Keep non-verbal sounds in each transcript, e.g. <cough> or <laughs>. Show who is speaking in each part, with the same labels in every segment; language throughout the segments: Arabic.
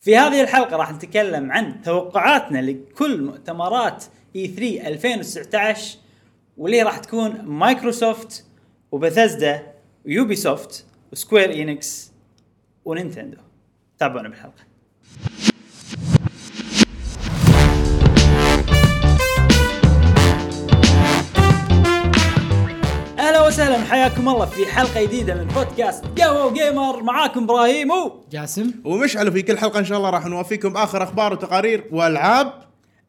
Speaker 1: في هذه الحلقة راح نتكلم عن توقعاتنا لكل مؤتمرات E اي 3 2019 واللي راح تكون مايكروسوفت وبثزدا ويوبي سوفت وسكوير انكس ونينتندو تابعونا بالحلقة اهلا وسهلا حياكم الله في حلقة جديدة من بودكاست قهوة وجيمر معاكم ابراهيم و
Speaker 2: جاسم
Speaker 3: ومشعل في كل حلقه ان شاء الله راح نوافيكم اخر اخبار وتقارير والعاب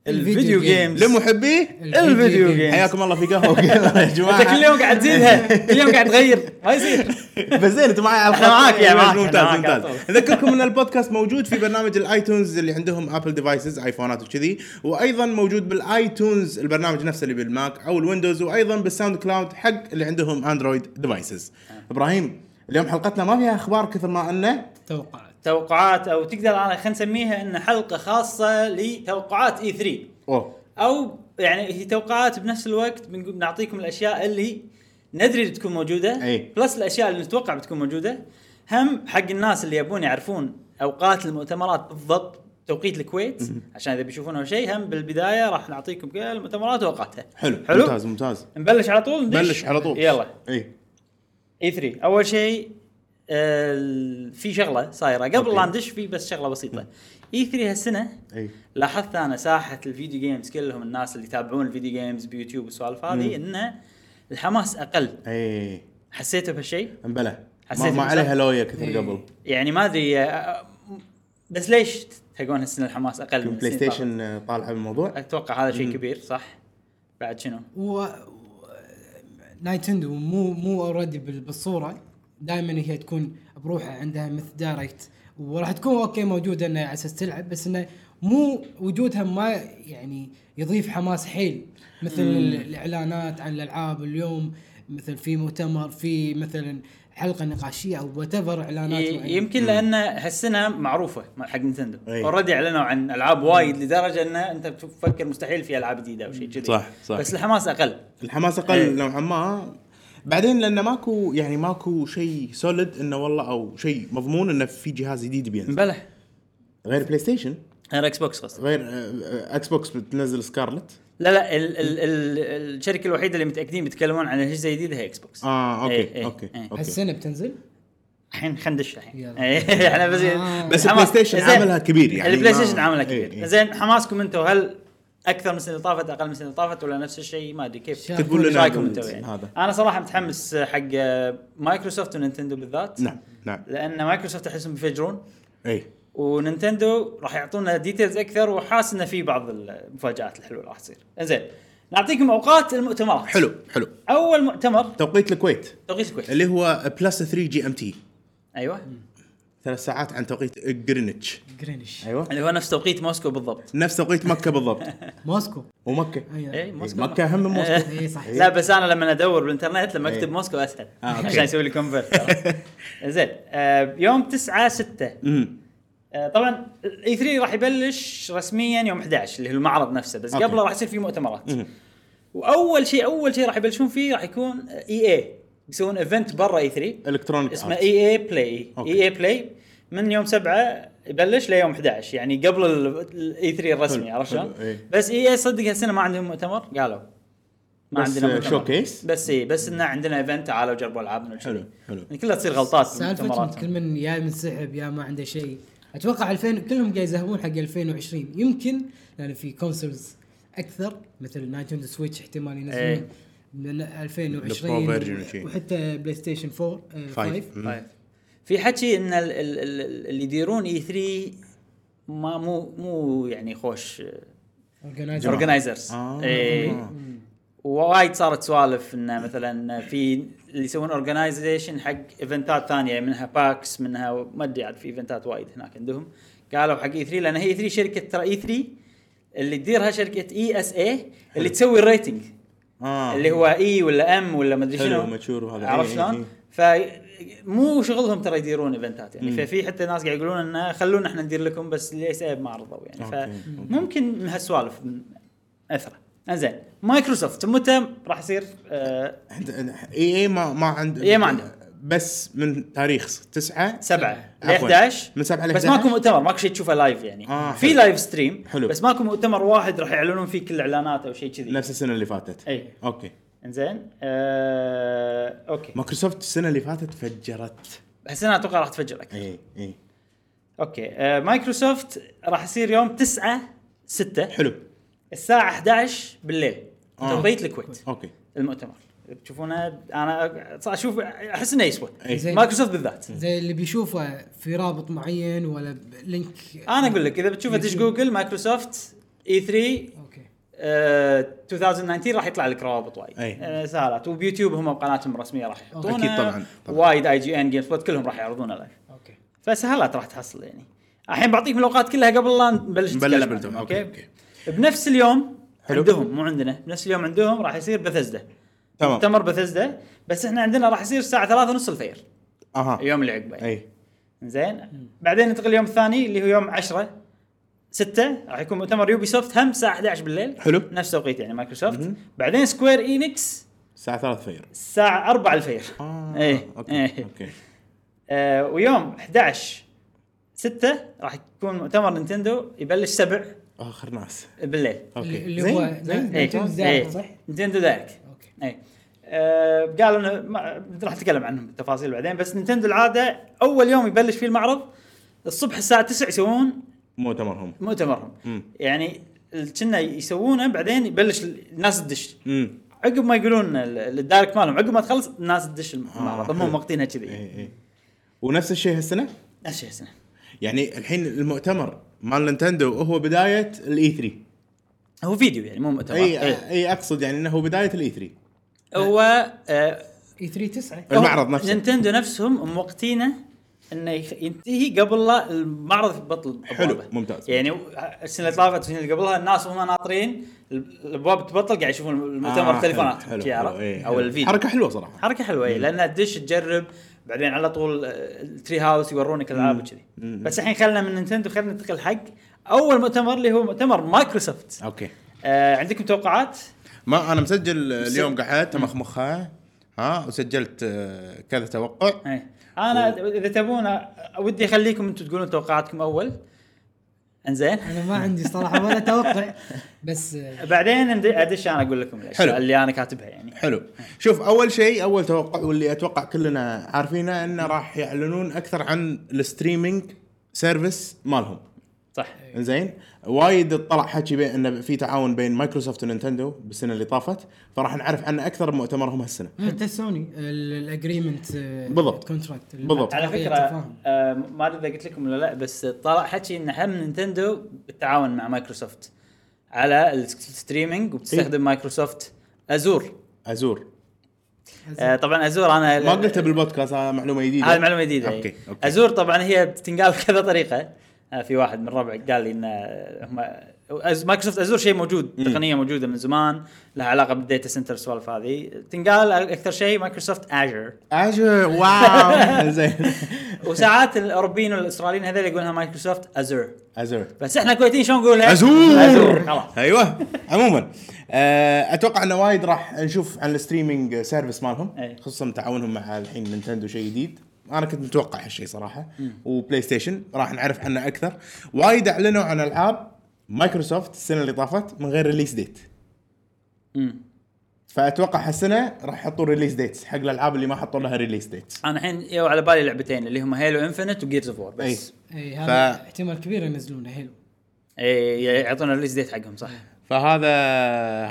Speaker 1: الفيديو
Speaker 2: الفيديو
Speaker 1: جيمز
Speaker 2: جيمز.
Speaker 3: لمحبيه
Speaker 1: الفيديو جيمز
Speaker 3: حياكم الله في <laughs> قهوه وقهوة يا
Speaker 1: انت كل
Speaker 3: جماعه
Speaker 1: يوم قاعد <laughs> تزيدها كل يوم قاعد تغير ما يصير
Speaker 3: <laughs> بس زين انت معي على
Speaker 1: أنا
Speaker 3: الخط.
Speaker 1: معاك يا معاك، أنا
Speaker 3: ممتاز
Speaker 1: معاك على
Speaker 3: ممتاز
Speaker 1: طول.
Speaker 3: اذكركم ان البودكاست موجود في برنامج الايتونز اللي عندهم ابل ديفايسز ايفونات وكذي وايضا موجود بالايتونز البرنامج نفسه اللي بالماك او الويندوز وايضا بالساوند كلاود حق اللي عندهم اندرويد ديفايسز ابراهيم اليوم حلقتنا ما فيها اخبار كثر ما انه
Speaker 2: توقعت
Speaker 1: <laughs> توقعات او تقدر انا خلينا نسميها ان حلقه خاصه لتوقعات اي 3
Speaker 3: اوه
Speaker 1: او يعني هي توقعات بنفس الوقت بنقول- بنعطيكم الاشياء اللي ندري اللي بتكون موجوده
Speaker 3: أي.
Speaker 1: بلس الاشياء اللي نتوقع بتكون موجوده هم حق الناس اللي يبون يعرفون اوقات المؤتمرات بالضبط توقيت الكويت عشان اذا بيشوفون او شيء هم بالبدايه راح نعطيكم كل المؤتمرات واوقاتها
Speaker 3: حلو
Speaker 1: حلو
Speaker 3: ممتاز ممتاز
Speaker 1: نبلش على طول ندش؟
Speaker 3: بلش على طول إيه.
Speaker 1: يلا
Speaker 3: اي
Speaker 1: اي 3 اول شيء آه، ال- في شغله صايره قبل
Speaker 3: أوكي.
Speaker 1: لا ندش في بس شغله بسيطه اي 3 هالسنه
Speaker 3: اي
Speaker 1: لاحظت انا ساحه الفيديو جيمز كلهم الناس اللي يتابعون الفيديو جيمز بيوتيوب والسوالف هذه انه الحماس اقل
Speaker 3: اي
Speaker 1: حسيتوا بهالشيء؟
Speaker 3: مبلى ما,
Speaker 1: حسيت
Speaker 3: ما
Speaker 1: بصح؟
Speaker 3: عليها لوية كثر
Speaker 2: إيه.
Speaker 3: قبل
Speaker 1: يعني ما ادري آه، بس ليش تلقون هالسنه الحماس اقل من
Speaker 3: بلاي
Speaker 1: السنين اللي
Speaker 3: ستيشن آه، طالعه بالموضوع
Speaker 1: طافت؟ اتوقع هذا شيء كبير صح؟ بعد شنو؟
Speaker 2: و... و- نايتندو مو مو اوريدي بال- بالصوره دائما هي تكون بروحها عندها مثل دايركت وراح تكون اوكي موجوده انه على اساس تلعب بس انه مو وجودها ما يعني يضيف حماس حيل مثل ال- الاعلانات عن الالعاب اليوم مثل في مؤتمر في مثلا حلقه نقاشيه او وات اعلانات
Speaker 1: ي-
Speaker 2: معينة.
Speaker 1: إيه، يمكن لان هالسنه معروفه مع- حق نينتندو
Speaker 3: أي.
Speaker 1: اوريدي اعلنوا عن العاب وايد لدرجه ان انت تفكر مستحيل في العاب جديده او شيء كذي
Speaker 3: صح، صح.
Speaker 1: بس الحماس اقل
Speaker 3: الحماس
Speaker 1: إيه.
Speaker 3: اقل نوعا ما بعدين لان ماكو يعني ماكو شيء سوليد انه والله او شيء مضمون انه في جهاز جديد بينزل
Speaker 1: بلى
Speaker 3: غير بلاي ستيشن
Speaker 1: غير اكس بوكس قصدي
Speaker 3: غير آه، آه، اكس بوكس بتنزل سكارلت
Speaker 1: لا لا ال ال ال الشركه الوحيده اللي متاكدين بيتكلمون عن اجهزه جديده هي اكس بوكس
Speaker 3: اه اوكي
Speaker 1: إيه، إيه،
Speaker 3: اوكي
Speaker 1: إيه.
Speaker 3: اوكي
Speaker 2: هالسنه بتنزل؟
Speaker 1: الحين خلينا ندش الحين <laughs>
Speaker 2: يلا.
Speaker 1: إيه، احنا بس
Speaker 2: آه.
Speaker 3: بس
Speaker 1: الحماس-
Speaker 3: البلاي ستيشن
Speaker 1: زين.
Speaker 3: عاملها كبير يعني
Speaker 1: البلاي
Speaker 3: ما-
Speaker 1: ستيشن عاملها
Speaker 3: إيه،
Speaker 1: كبير
Speaker 3: إيه.
Speaker 1: زين حماسكم انتم هل اكثر من السنه اللي طافت اقل من السنه اللي طافت ولا نفس الشيء ما ادري كيف
Speaker 2: شاف.
Speaker 3: تقول
Speaker 1: ايش
Speaker 3: لنا
Speaker 1: رايكم
Speaker 3: عن
Speaker 1: انتم يعني؟
Speaker 3: هذا
Speaker 1: انا صراحه متحمس حق آه، مايكروسوفت ونينتندو بالذات
Speaker 3: نعم نعم إيه.
Speaker 1: لان مايكروسوفت احسهم بيفجرون
Speaker 3: اي
Speaker 1: ونينتندو راح يعطونا ديتيلز اكثر وحاس انه في بعض المفاجات الحلوه راح تصير. زين نعطيكم اوقات المؤتمرات.
Speaker 3: حلو حلو
Speaker 1: اول مؤتمر
Speaker 3: توقيت الكويت
Speaker 1: توقيت الكويت.
Speaker 3: اللي هو بلس 3 جي ام تي
Speaker 1: ايوه
Speaker 3: ثلاث ساعات عن توقيت جرينتش
Speaker 2: جرينيش
Speaker 3: ايوه
Speaker 1: اللي هو نفس توقيت موسكو بالضبط.
Speaker 3: نفس توقيت مكه
Speaker 1: <laughs>
Speaker 3: بالضبط
Speaker 2: موسكو
Speaker 3: ومكه
Speaker 2: أيوة.
Speaker 1: اي إيه، موسكو
Speaker 3: مكة أهم من موسكو.
Speaker 1: إيه.
Speaker 2: اي صح
Speaker 1: لا بس انا لما ادور بالانترنت لما
Speaker 3: إيه.
Speaker 1: اكتب موسكو اسهل
Speaker 3: آه، أوكي.
Speaker 1: عشان يسوي لي كونفرت
Speaker 3: <laughs>
Speaker 1: زين آه، يوم 9 6
Speaker 3: امم
Speaker 1: آه، طبعا الاي 3 راح يبلش رسميا يوم 11 اللي هو المعرض نفسه بس
Speaker 3: أوكي.
Speaker 1: قبله راح يصير في مؤتمرات
Speaker 3: مهم.
Speaker 1: واول شيء اول شيء راح يبلشون فيه راح يكون اي اي بيسوون ايفنت برا اي 3
Speaker 3: الكترونيك
Speaker 1: اسمه إيه؟ اي
Speaker 3: آرت.
Speaker 1: اي بلاي
Speaker 3: أوكي.
Speaker 1: اي اي بلاي إيه من يوم سبعة يبلش ليوم 11 يعني قبل الاي 3 الرسمي
Speaker 3: حلو،
Speaker 1: عرفت شلون؟
Speaker 3: حلو، إيه.
Speaker 1: بس اي اي صدق هالسنه ما عندهم مؤتمر قالوا ما
Speaker 3: بس
Speaker 1: عندنا مؤتمر.
Speaker 3: showcase؟
Speaker 1: بس اي بس انه عندنا ايفنت تعالوا جربوا العابنا وشذي.
Speaker 3: حلو، حلو.
Speaker 1: يعني كلها تصير غلطات
Speaker 2: سالفه
Speaker 1: بالمؤتمرات
Speaker 2: كل من يا منسحب يا ما عنده شيء اتوقع 2000 كلهم قاعد يذهبون حق 2020 يمكن لان في كونسولز اكثر مثل نايتندو سويتش احتمال
Speaker 1: إيه.
Speaker 2: ينزلون من
Speaker 3: البرو
Speaker 2: 2020
Speaker 3: فيرجن وشي.
Speaker 2: وحتى آه، بلاي ستيشن 4
Speaker 3: فايف.
Speaker 2: 5
Speaker 3: مم.
Speaker 1: طيب. في حكي ان ال- ال- ال- اللي يديرون اي 3 ما مو مو يعني خوش
Speaker 2: اورجنايزر
Speaker 1: اورجنايزرز
Speaker 3: آه.
Speaker 1: وايد صارت سوالف انه مثلا في اللي يسوون اورجنايزيشن حق ايفنتات ثانيه منها باكس منها ما ادري عاد في ايفنتات وايد هناك عندهم قالوا حق اي 3 لان هي 3 شركه ترى اي 3 اللي تديرها شركه اي اس اي اللي تسوي الريتنج
Speaker 3: آه.
Speaker 1: اللي هو اي ولا ام ولا ما ادري
Speaker 3: حلو،
Speaker 1: شنو
Speaker 3: mature وهذا. إيه،
Speaker 1: عرفت
Speaker 3: إي،
Speaker 1: شلون؟ فمو شغلهم ترى يديرون ايفنتات يعني ففي حتى ناس قاعد يقولون انه خلونا احنا ندير لكم بس اللي سبب ما رضوا يعني
Speaker 3: أوكي،
Speaker 1: فممكن من هالسوالف م- اثره انزين مايكروسوفت متى راح يصير آه
Speaker 3: إيه، عند- عند- اي اي ما ما عند
Speaker 1: إي إيه، ما عندهم.
Speaker 3: بس من تاريخ 9
Speaker 1: سبعة ل
Speaker 3: عفواً.
Speaker 1: 11
Speaker 3: من سبعة ل
Speaker 1: بس
Speaker 3: 11.
Speaker 1: ماكو مؤتمر ماكو شيء تشوفه لايف يعني
Speaker 3: آه،
Speaker 1: في
Speaker 3: حلو.
Speaker 1: لايف ستريم
Speaker 3: حلو.
Speaker 1: بس ماكو مؤتمر واحد راح يعلنون فيه كل الاعلانات او شيء كذي
Speaker 3: نفس السنه اللي فاتت
Speaker 1: اي
Speaker 3: اوكي
Speaker 1: انزين آه... اوكي
Speaker 3: مايكروسوفت السنه اللي فاتت فجرت
Speaker 1: هسه انا اتوقع راح تفجر اكثر
Speaker 3: اي اي
Speaker 1: اوكي آه... مايكروسوفت راح يصير يوم 9 6
Speaker 3: حلو
Speaker 1: الساعه 11 بالليل
Speaker 3: آه.
Speaker 1: توقيت الكويت
Speaker 3: اوكي
Speaker 1: المؤتمر تشوفونه انا اشوف احس انه يسوى
Speaker 3: إي.
Speaker 2: زين.
Speaker 1: مايكروسوفت بالذات
Speaker 2: زي اللي بيشوفه في رابط معين ولا ب- لينك
Speaker 1: انا اقول لك اذا بتشوفه دش جوجل مايكروسوفت اي 3
Speaker 2: اوكي
Speaker 1: آه، 2019 راح يطلع لك روابط وايد
Speaker 3: أي.
Speaker 1: آه، سهلات وبيوتيوب هم قناتهم الرسميه راح يحطونها
Speaker 3: أكيد طبعاً، طبعاً.
Speaker 1: وايد اي جي ان جيم سبوت كلهم راح يعرضونه لايف
Speaker 2: اوكي
Speaker 1: فسهلات راح تحصل يعني الحين بعطيكم الاوقات كلها قبل لا نبلش
Speaker 3: نبلش
Speaker 1: نتكلم
Speaker 3: بالتوم،
Speaker 1: عنها،
Speaker 3: أوكي، أوكي.
Speaker 1: بنفس اليوم
Speaker 3: حلو.
Speaker 1: عندهم مو عندنا بنفس اليوم عندهم راح يصير بثزده
Speaker 3: تمام
Speaker 1: مؤتمر بثزده بس احنا عندنا راح يصير الساعه 3 ونص الفير
Speaker 3: اها
Speaker 1: اليوم اللي عقبه يعني.
Speaker 3: اي
Speaker 1: زين بعدين ننتقل اليوم الثاني اللي هو يوم 10 6 راح يكون مؤتمر يوبي سوفت هم الساعه 11 بالليل
Speaker 3: حلو.
Speaker 1: نفس توقيت يعني مايكروسوفت بعدين سكوير اينكس
Speaker 3: الساعه 3 فجر
Speaker 1: الساعه 4 الفجر
Speaker 3: اه
Speaker 1: إيه،
Speaker 3: اوكي
Speaker 1: إيه.
Speaker 3: اوكي
Speaker 1: آه ويوم 11 6 راح يكون مؤتمر نينتندو يبلش 7
Speaker 3: اخر ناس
Speaker 1: بالليل إيه،
Speaker 3: اوكي
Speaker 2: اللي هو
Speaker 3: زين، زين. إيه.
Speaker 2: نا- إيه، نينتندو دايركت، صح؟
Speaker 1: نينتندو دايركت
Speaker 2: اوكي
Speaker 1: اي آه قالوا انه ما- راح نتكلم عنهم بالتفاصيل بعدين بس نينتندو العاده اول يوم يبلش فيه المعرض الصبح الساعه 9 يسوون
Speaker 3: مؤتمرهم
Speaker 1: مؤتمرهم
Speaker 3: مم.
Speaker 1: يعني ال- كنا يسوونه بعدين يبلش ال- الناس تدش
Speaker 3: امم
Speaker 1: عقب ما يقولون ال- ال- الدايركت مالهم عقب ما تخلص الناس تدش المعرض
Speaker 3: آه،
Speaker 1: هم
Speaker 3: حلو.
Speaker 1: مقطينها كذي
Speaker 3: اي اي إيه. ونفس الشيء هالسنه
Speaker 1: نفس الشيء السنه
Speaker 3: يعني الحين المؤتمر مال نينتندو هو E بدايه الاي 3
Speaker 1: هو فيديو يعني مو مؤتمر
Speaker 3: اي
Speaker 1: إيه.
Speaker 3: اي اقصد يعني انه هو بدايه الاي 3
Speaker 1: هو آه،
Speaker 2: اي 3 9
Speaker 3: أه، المعرض
Speaker 1: هم-
Speaker 3: نفسه.
Speaker 1: نينتندو نفسهم موقتينه انه يخ- ينتهي قبل لا المعرض يبطل
Speaker 3: حلو،
Speaker 1: أبوابه.
Speaker 3: ممتاز.
Speaker 1: يعني السنه اللي طافت والسنه اللي قبلها الناس وهم ناطرين ال- الابواب تبطل قاعد يشوفون المؤتمر
Speaker 3: آه،
Speaker 1: بالتليفونات
Speaker 3: حلو، حلو،
Speaker 1: شي عرفت؟
Speaker 3: حلو، إيه،
Speaker 1: او
Speaker 3: حلو.
Speaker 1: الفيديو
Speaker 3: حركه حلوه صراحه
Speaker 1: حركه حلوه إيه، لان تدش تجرب بعدين على طول آه، التري هاوس يورونك العاب وكذي بس الحين خلنا من نينتندو خلينا ننتقل حق اول مؤتمر اللي هو مؤتمر مايكروسوفت
Speaker 3: اوكي
Speaker 1: آه عندكم توقعات
Speaker 3: ما انا مسجل اليوم قعدت امخمخها ها وسجلت آه، كذا توقع
Speaker 1: إيه. انا اذا تبون آه، ودي اخليكم انتم تقولون توقعاتكم اول انزين
Speaker 2: انا ما عندي صراحه ولا توقع
Speaker 1: <laughs>
Speaker 2: بس آه،
Speaker 1: بعدين ند- ادش انا اقول لكم الاشياء
Speaker 3: حلو.
Speaker 1: اللي انا كاتبها يعني
Speaker 3: حلو شوف اول شيء اول توقع واللي اتوقع كلنا عارفينه انه راح يعلنون اكثر عن الستريمينج سيرفيس مالهم
Speaker 1: صح
Speaker 3: زين وايد طلع حكي بين انه في تعاون بين مايكروسوفت ونينتندو بالسنه اللي طافت فراح نعرف عنه اكثر بمؤتمرهم هالسنه
Speaker 2: حتى سوني آه، الاجريمنت
Speaker 3: بالضبط.
Speaker 2: كونتراكت
Speaker 3: بالضبط.
Speaker 1: على فكره آه ما ادري اذا قلت لكم ولا لا بس طلع حكي ان هم نينتندو بالتعاون مع مايكروسوفت على
Speaker 3: إيه.
Speaker 1: الستريمينج وبتستخدم مايكروسوفت ازور
Speaker 3: ازور
Speaker 1: آه طبعا ازور انا
Speaker 3: ما قلتها بالبودكاست هذا معلومه جديده
Speaker 1: هذه معلومه جديده
Speaker 3: اوكي
Speaker 1: إيه.
Speaker 3: اوكي
Speaker 1: ازور طبعا هي بتنقال <laughs> بكذا طريقه آه، في واحد من ربعي قال لي ان آه، هم أز- مايكروسوفت ازور شيء موجود تقنيه موجوده من زمان لها علاقه بالديتا سنتر السوالف هذه تنقال اكثر شيء مايكروسوفت اجر
Speaker 3: اجر واو زين
Speaker 1: وساعات الاوروبيين والاستراليين هذول يقولونها مايكروسوفت ازور
Speaker 3: ازور
Speaker 1: بس احنا الكويتيين شلون نقولها؟
Speaker 3: ازور
Speaker 1: ازور خلاص
Speaker 3: ايوه عموما آه، اتوقع انه وايد راح نشوف عن الستريمينج سيرفيس مالهم
Speaker 1: أي.
Speaker 3: خصوصا تعاونهم مع الحين نينتندو شيء جديد انا كنت متوقع هالشيء صراحه وبلاي ستيشن راح نعرف عنه اكثر وايد اعلنوا عن العاب مايكروسوفت السنه اللي طافت من غير ريليس ديت
Speaker 1: أمم.
Speaker 3: فاتوقع هالسنه راح يحطون ريليس ديتس حق الالعاب اللي ما حطوا لها ريليس ديت
Speaker 1: انا الحين يو على بالي لعبتين اللي هم هيلو انفنت وجيرز اوف وور بس
Speaker 2: اي
Speaker 3: ف-
Speaker 2: هذا احتمال كبير ينزلونه حلو
Speaker 1: اي إيه، يعطونا الريليز ديت حقهم صح
Speaker 3: إيه. فهذا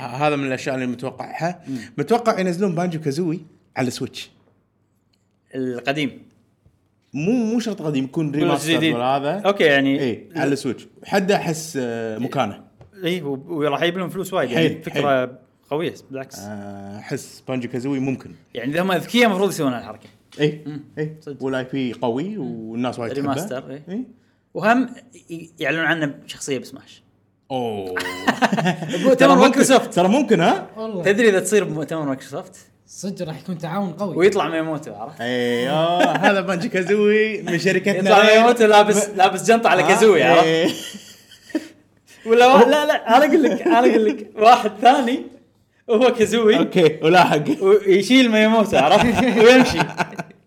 Speaker 3: هذا من الاشياء اللي متوقعها متوقع ينزلون بانجو كازوي على السويتش
Speaker 1: القديم
Speaker 3: مو مو شرط قديم يكون ريماستر
Speaker 1: جديد.
Speaker 3: ولا هذا
Speaker 1: اوكي يعني
Speaker 3: اي إيه، على السويتش حد احس
Speaker 1: إيه.
Speaker 3: آه، مكانه
Speaker 1: اي و- وراح يجيب لهم فلوس وايد
Speaker 3: حيل،
Speaker 1: يعني فكره قويه بالعكس
Speaker 3: آه، احس بانجو كازوي ممكن إيه،
Speaker 1: يعني اذا هم اذكياء المفروض يسوون هالحركه
Speaker 3: اي اي
Speaker 1: صدق.
Speaker 3: والاي بي قوي والناس وايد تحبه. إيه.
Speaker 1: ريماستر، إيه. إي.
Speaker 3: اي
Speaker 1: وهم ي- يعلنون عنه بشخصيه بسماش
Speaker 3: اوه
Speaker 1: مؤتمر
Speaker 3: ممكن-
Speaker 1: مايكروسوفت.
Speaker 3: ترى ممكن ها
Speaker 2: والله
Speaker 1: تدري اذا تصير بمؤتمر مايكروسوفت
Speaker 2: صدق راح يكون تعاون قوي
Speaker 1: ويطلع ميموتو <laughs> عرفت؟
Speaker 3: ايوه هذا بانجو كازوي من شركتنا آه، إيه.
Speaker 1: يطلع ميموتو لابس لابس جنطه على كازوي عرفت؟
Speaker 3: إي.
Speaker 1: ولا وا- لا لا انا اقول لك انا اقول <laughs> لك واحد ثاني هو كازوي
Speaker 3: اوكي ولاحق
Speaker 1: <laughs> ويشيل ميموتو عرفت ويمشي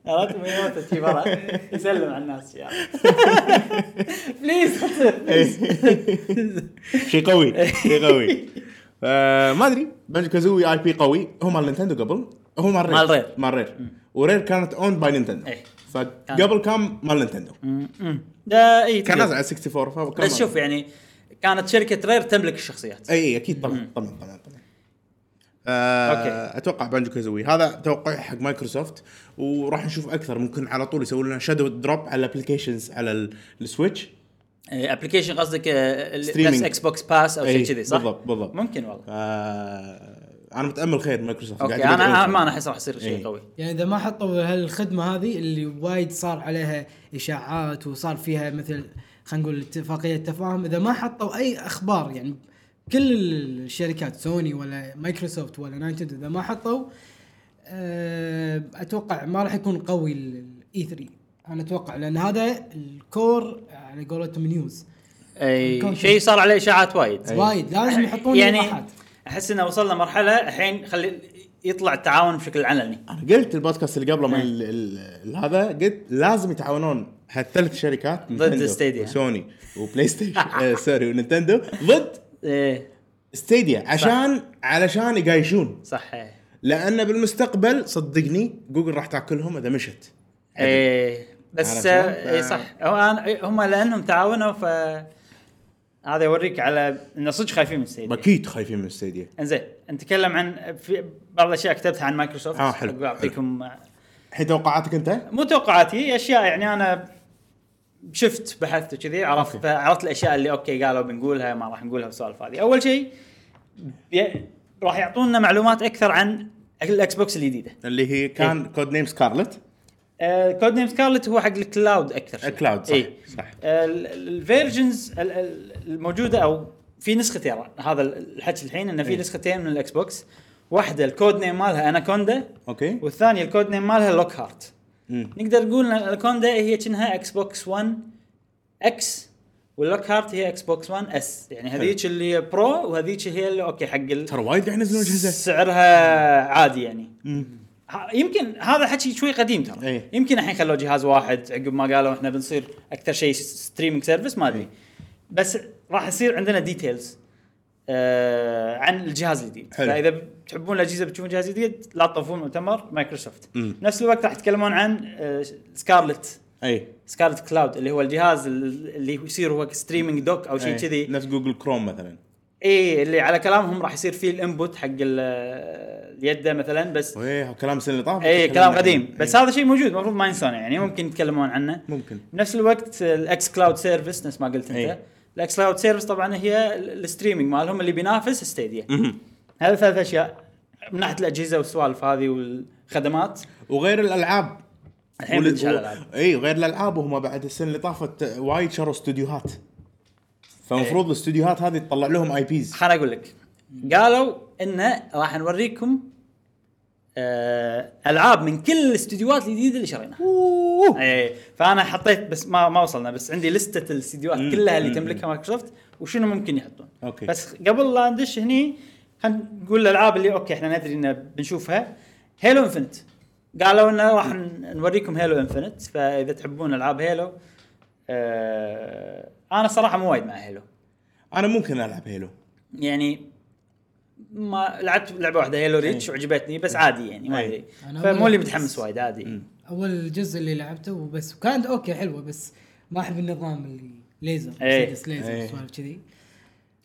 Speaker 1: عرفت ما يموت شي برا يسلم على الناس يا <laughs> بليز
Speaker 3: شيء قوي شيء قوي آه، ما ادري بنج كازوي اي بي قوي هو مال نينتندو قبل هو مال رير
Speaker 1: مال رير.
Speaker 3: مال رير ورير كانت اون باي نينتندو
Speaker 1: إيه.
Speaker 3: فقبل كان مال نينتندو
Speaker 1: اي
Speaker 3: كان نازل على 64 فكان مال-
Speaker 1: بس شوف يعني كانت شركه رير تملك الشخصيات
Speaker 3: اي اي اكيد طبعا طبعا طبعا طبعا آه،
Speaker 1: أوكي.
Speaker 3: اتوقع بانجو كازوي هذا توقع حق مايكروسوفت وراح نشوف اكثر ممكن على طول يسوي لنا شادو دروب على الابلكيشنز على ال- السويتش
Speaker 1: ابلكيشن إيه، قصدك آه، ال-
Speaker 3: Streaming.
Speaker 1: نفس اكس بوكس باس او شيء
Speaker 3: إيه،
Speaker 1: كذي صح؟
Speaker 3: بالضبط، بالضبط.
Speaker 1: ممكن والله
Speaker 3: آه، انا متامل خير مايكروسوفت
Speaker 1: اوكي
Speaker 3: قاعد
Speaker 1: انا
Speaker 3: يقدرون.
Speaker 1: ما انا احس راح يصير
Speaker 3: إيه.
Speaker 1: شيء قوي
Speaker 2: يعني اذا ما حطوا هالخدمه هذه اللي وايد صار عليها اشاعات وصار فيها مثل خلينا نقول اتفاقيه تفاهم اذا ما حطوا اي اخبار يعني كل الشركات سوني ولا مايكروسوفت ولا نايتندو اذا ما حطوا آه، اتوقع ما راح يكون قوي E الاي 3 انا اتوقع لان هذا الكور على قولتهم نيوز
Speaker 1: اي
Speaker 2: ممكن.
Speaker 1: إيه، شيء صار عليه اشاعات
Speaker 3: إيه.
Speaker 1: وايد
Speaker 2: إيه. وايد لازم يحطون
Speaker 1: يعني
Speaker 2: إيضاحات.
Speaker 1: احس انه وصلنا مرحله الحين خلي يطلع التعاون بشكل علني
Speaker 3: انا قلت البودكاست اللي قبله من ال- ال- ال- هذا قلت لازم يتعاونون هالثلاث شركات نينتندو
Speaker 1: ستيديا.
Speaker 3: وسوني وبلاي ستيشن <laughs> آه، سوري ونينتندو ضد
Speaker 1: ايه
Speaker 3: ستيديا عشان علشان يقايشون
Speaker 1: صح إيه.
Speaker 3: لان بالمستقبل صدقني جوجل راح تاكلهم اذا مشت
Speaker 1: ايه بس
Speaker 3: عرفت شلون؟ آه.
Speaker 1: اي صح هو أنا- هم لانهم تعاونوا ف هذا يوريك على انه صدق خايفين من ستيديا
Speaker 3: اكيد خايفين من ستيديا
Speaker 1: انزين نتكلم عن في بعض الاشياء كتبتها عن مايكروسوفت
Speaker 3: آه، حلو،
Speaker 1: أقول اعطيكم
Speaker 3: الحين توقعاتك انت؟
Speaker 1: مو توقعاتي اشياء يعني انا شفت بحثت وكذي عرفت
Speaker 3: أوكي.
Speaker 1: فعرفت الاشياء اللي اوكي قالوا بنقولها ما راح نقولها والسوالف هذه اول شيء بي- راح يعطونا معلومات اكثر عن الاكس بوكس الجديده
Speaker 3: اللي هي كان كود نيم سكارلت
Speaker 1: آه، كود نيم سكارلت هو حق الكلاود اكثر شيء.
Speaker 3: الكلاود صح
Speaker 1: إيه.
Speaker 3: صح
Speaker 1: الفيرجنز الموجوده او في نسختين هذا الحكي الحين انه في
Speaker 3: إيه.
Speaker 1: نسختين من الاكس بوكس واحده الكود نيم مالها اناكوندا
Speaker 3: اوكي
Speaker 1: والثانيه الكود نيم مالها لوك هارت
Speaker 3: مم.
Speaker 1: نقدر نقول ان الاناكوندا هي كأنها اكس بوكس 1 اكس واللوك هارت هي اكس بوكس 1 اس يعني هذيك اللي هي برو وهذيك هي اللي اوكي حق ال-
Speaker 3: ترى وايد راح ينزلون اجهزه
Speaker 1: سعرها عادي يعني
Speaker 3: مم.
Speaker 1: ه- يمكن هذا حكي شوي قديم ترى
Speaker 3: إيه.
Speaker 1: يمكن الحين خلوه جهاز واحد عقب ما قالوا احنا بنصير اكثر شيء ستريمينج سيرفيس ما
Speaker 3: إيه.
Speaker 1: ادري بس راح يصير عندنا ديتيلز آه عن الجهاز الجديد
Speaker 3: حلو.
Speaker 1: فاذا تحبون الاجهزه بتشوفون جهاز جديد لا تطوفون مؤتمر مايكروسوفت
Speaker 3: مم.
Speaker 1: نفس الوقت راح يتكلمون عن آه سكارلت
Speaker 3: اي
Speaker 1: سكارلت كلاود اللي هو الجهاز ال- اللي يصير هو ستريمينج دوك او شيء
Speaker 3: أي.
Speaker 1: كذي
Speaker 3: نفس جوجل كروم مثلا
Speaker 1: اي إيه، اللي على كلامهم راح يصير فيه الانبوت حق ال- اليد مثلا بس
Speaker 3: ايه كلام السنه اللي طاف
Speaker 1: اي كلام قديم
Speaker 3: إيه.
Speaker 1: بس هذا شيء موجود المفروض ما ينسونه يعني ممكن يتكلمون عنه
Speaker 3: ممكن
Speaker 1: بنفس الوقت الاكس كلاود سيرفيس نفس ما قلت انت
Speaker 3: إيه.
Speaker 1: الاكس كلاود سيرفيس طبعا هي ال- الستريمينج مالهم اللي بينافس ستيديا
Speaker 3: مهم.
Speaker 1: هذا ثلاث اشياء من ناحيه الاجهزه والسوالف هذه والخدمات
Speaker 3: وغير الالعاب
Speaker 1: الحين
Speaker 3: وال-
Speaker 1: بنشعل الألعاب.
Speaker 3: اي غير الالعاب إيه، وهم بعد السنه اللي طافت وايد شروا استوديوهات فالمفروض
Speaker 1: إيه.
Speaker 3: الاستوديوهات هذه تطلع لهم اي بيز
Speaker 1: خليني اقول لك قالوا انه راح نوريكم آه، العاب من كل الاستديوهات الجديده اللي شريناها اي فانا إيه، حطيت بس ما ما وصلنا بس عندي لسته الاستديوهات
Speaker 3: مم.
Speaker 1: كلها اللي
Speaker 3: مم.
Speaker 1: تملكها مايكروسوفت وشنو ممكن يحطون
Speaker 3: أوكي.
Speaker 1: بس قبل لا ندش هني خلينا نقول الالعاب اللي اوكي احنا ندري ان بنشوفها هيلو انفنت قالوا انه راح ن- نوريكم هيلو انفنت فاذا تحبون العاب هيلو آه انا صراحه مو وايد مع هيلو
Speaker 3: انا ممكن العب هيلو
Speaker 1: يعني ما لعبت لعبه واحده هيلو ريتش
Speaker 3: إيه.
Speaker 1: وعجبتني بس عادي يعني ما
Speaker 3: أي.
Speaker 1: ادري
Speaker 2: أنا
Speaker 1: فمو
Speaker 2: أول-
Speaker 1: اللي متحمس وايد عادي
Speaker 3: إيه. مم.
Speaker 2: اول جزء اللي لعبته وبس وكانت اوكي حلوه بس ما احب النظام اللي ليزر
Speaker 1: إيه.
Speaker 2: مسدس ليزر
Speaker 3: إيه.
Speaker 2: وسوالف كذي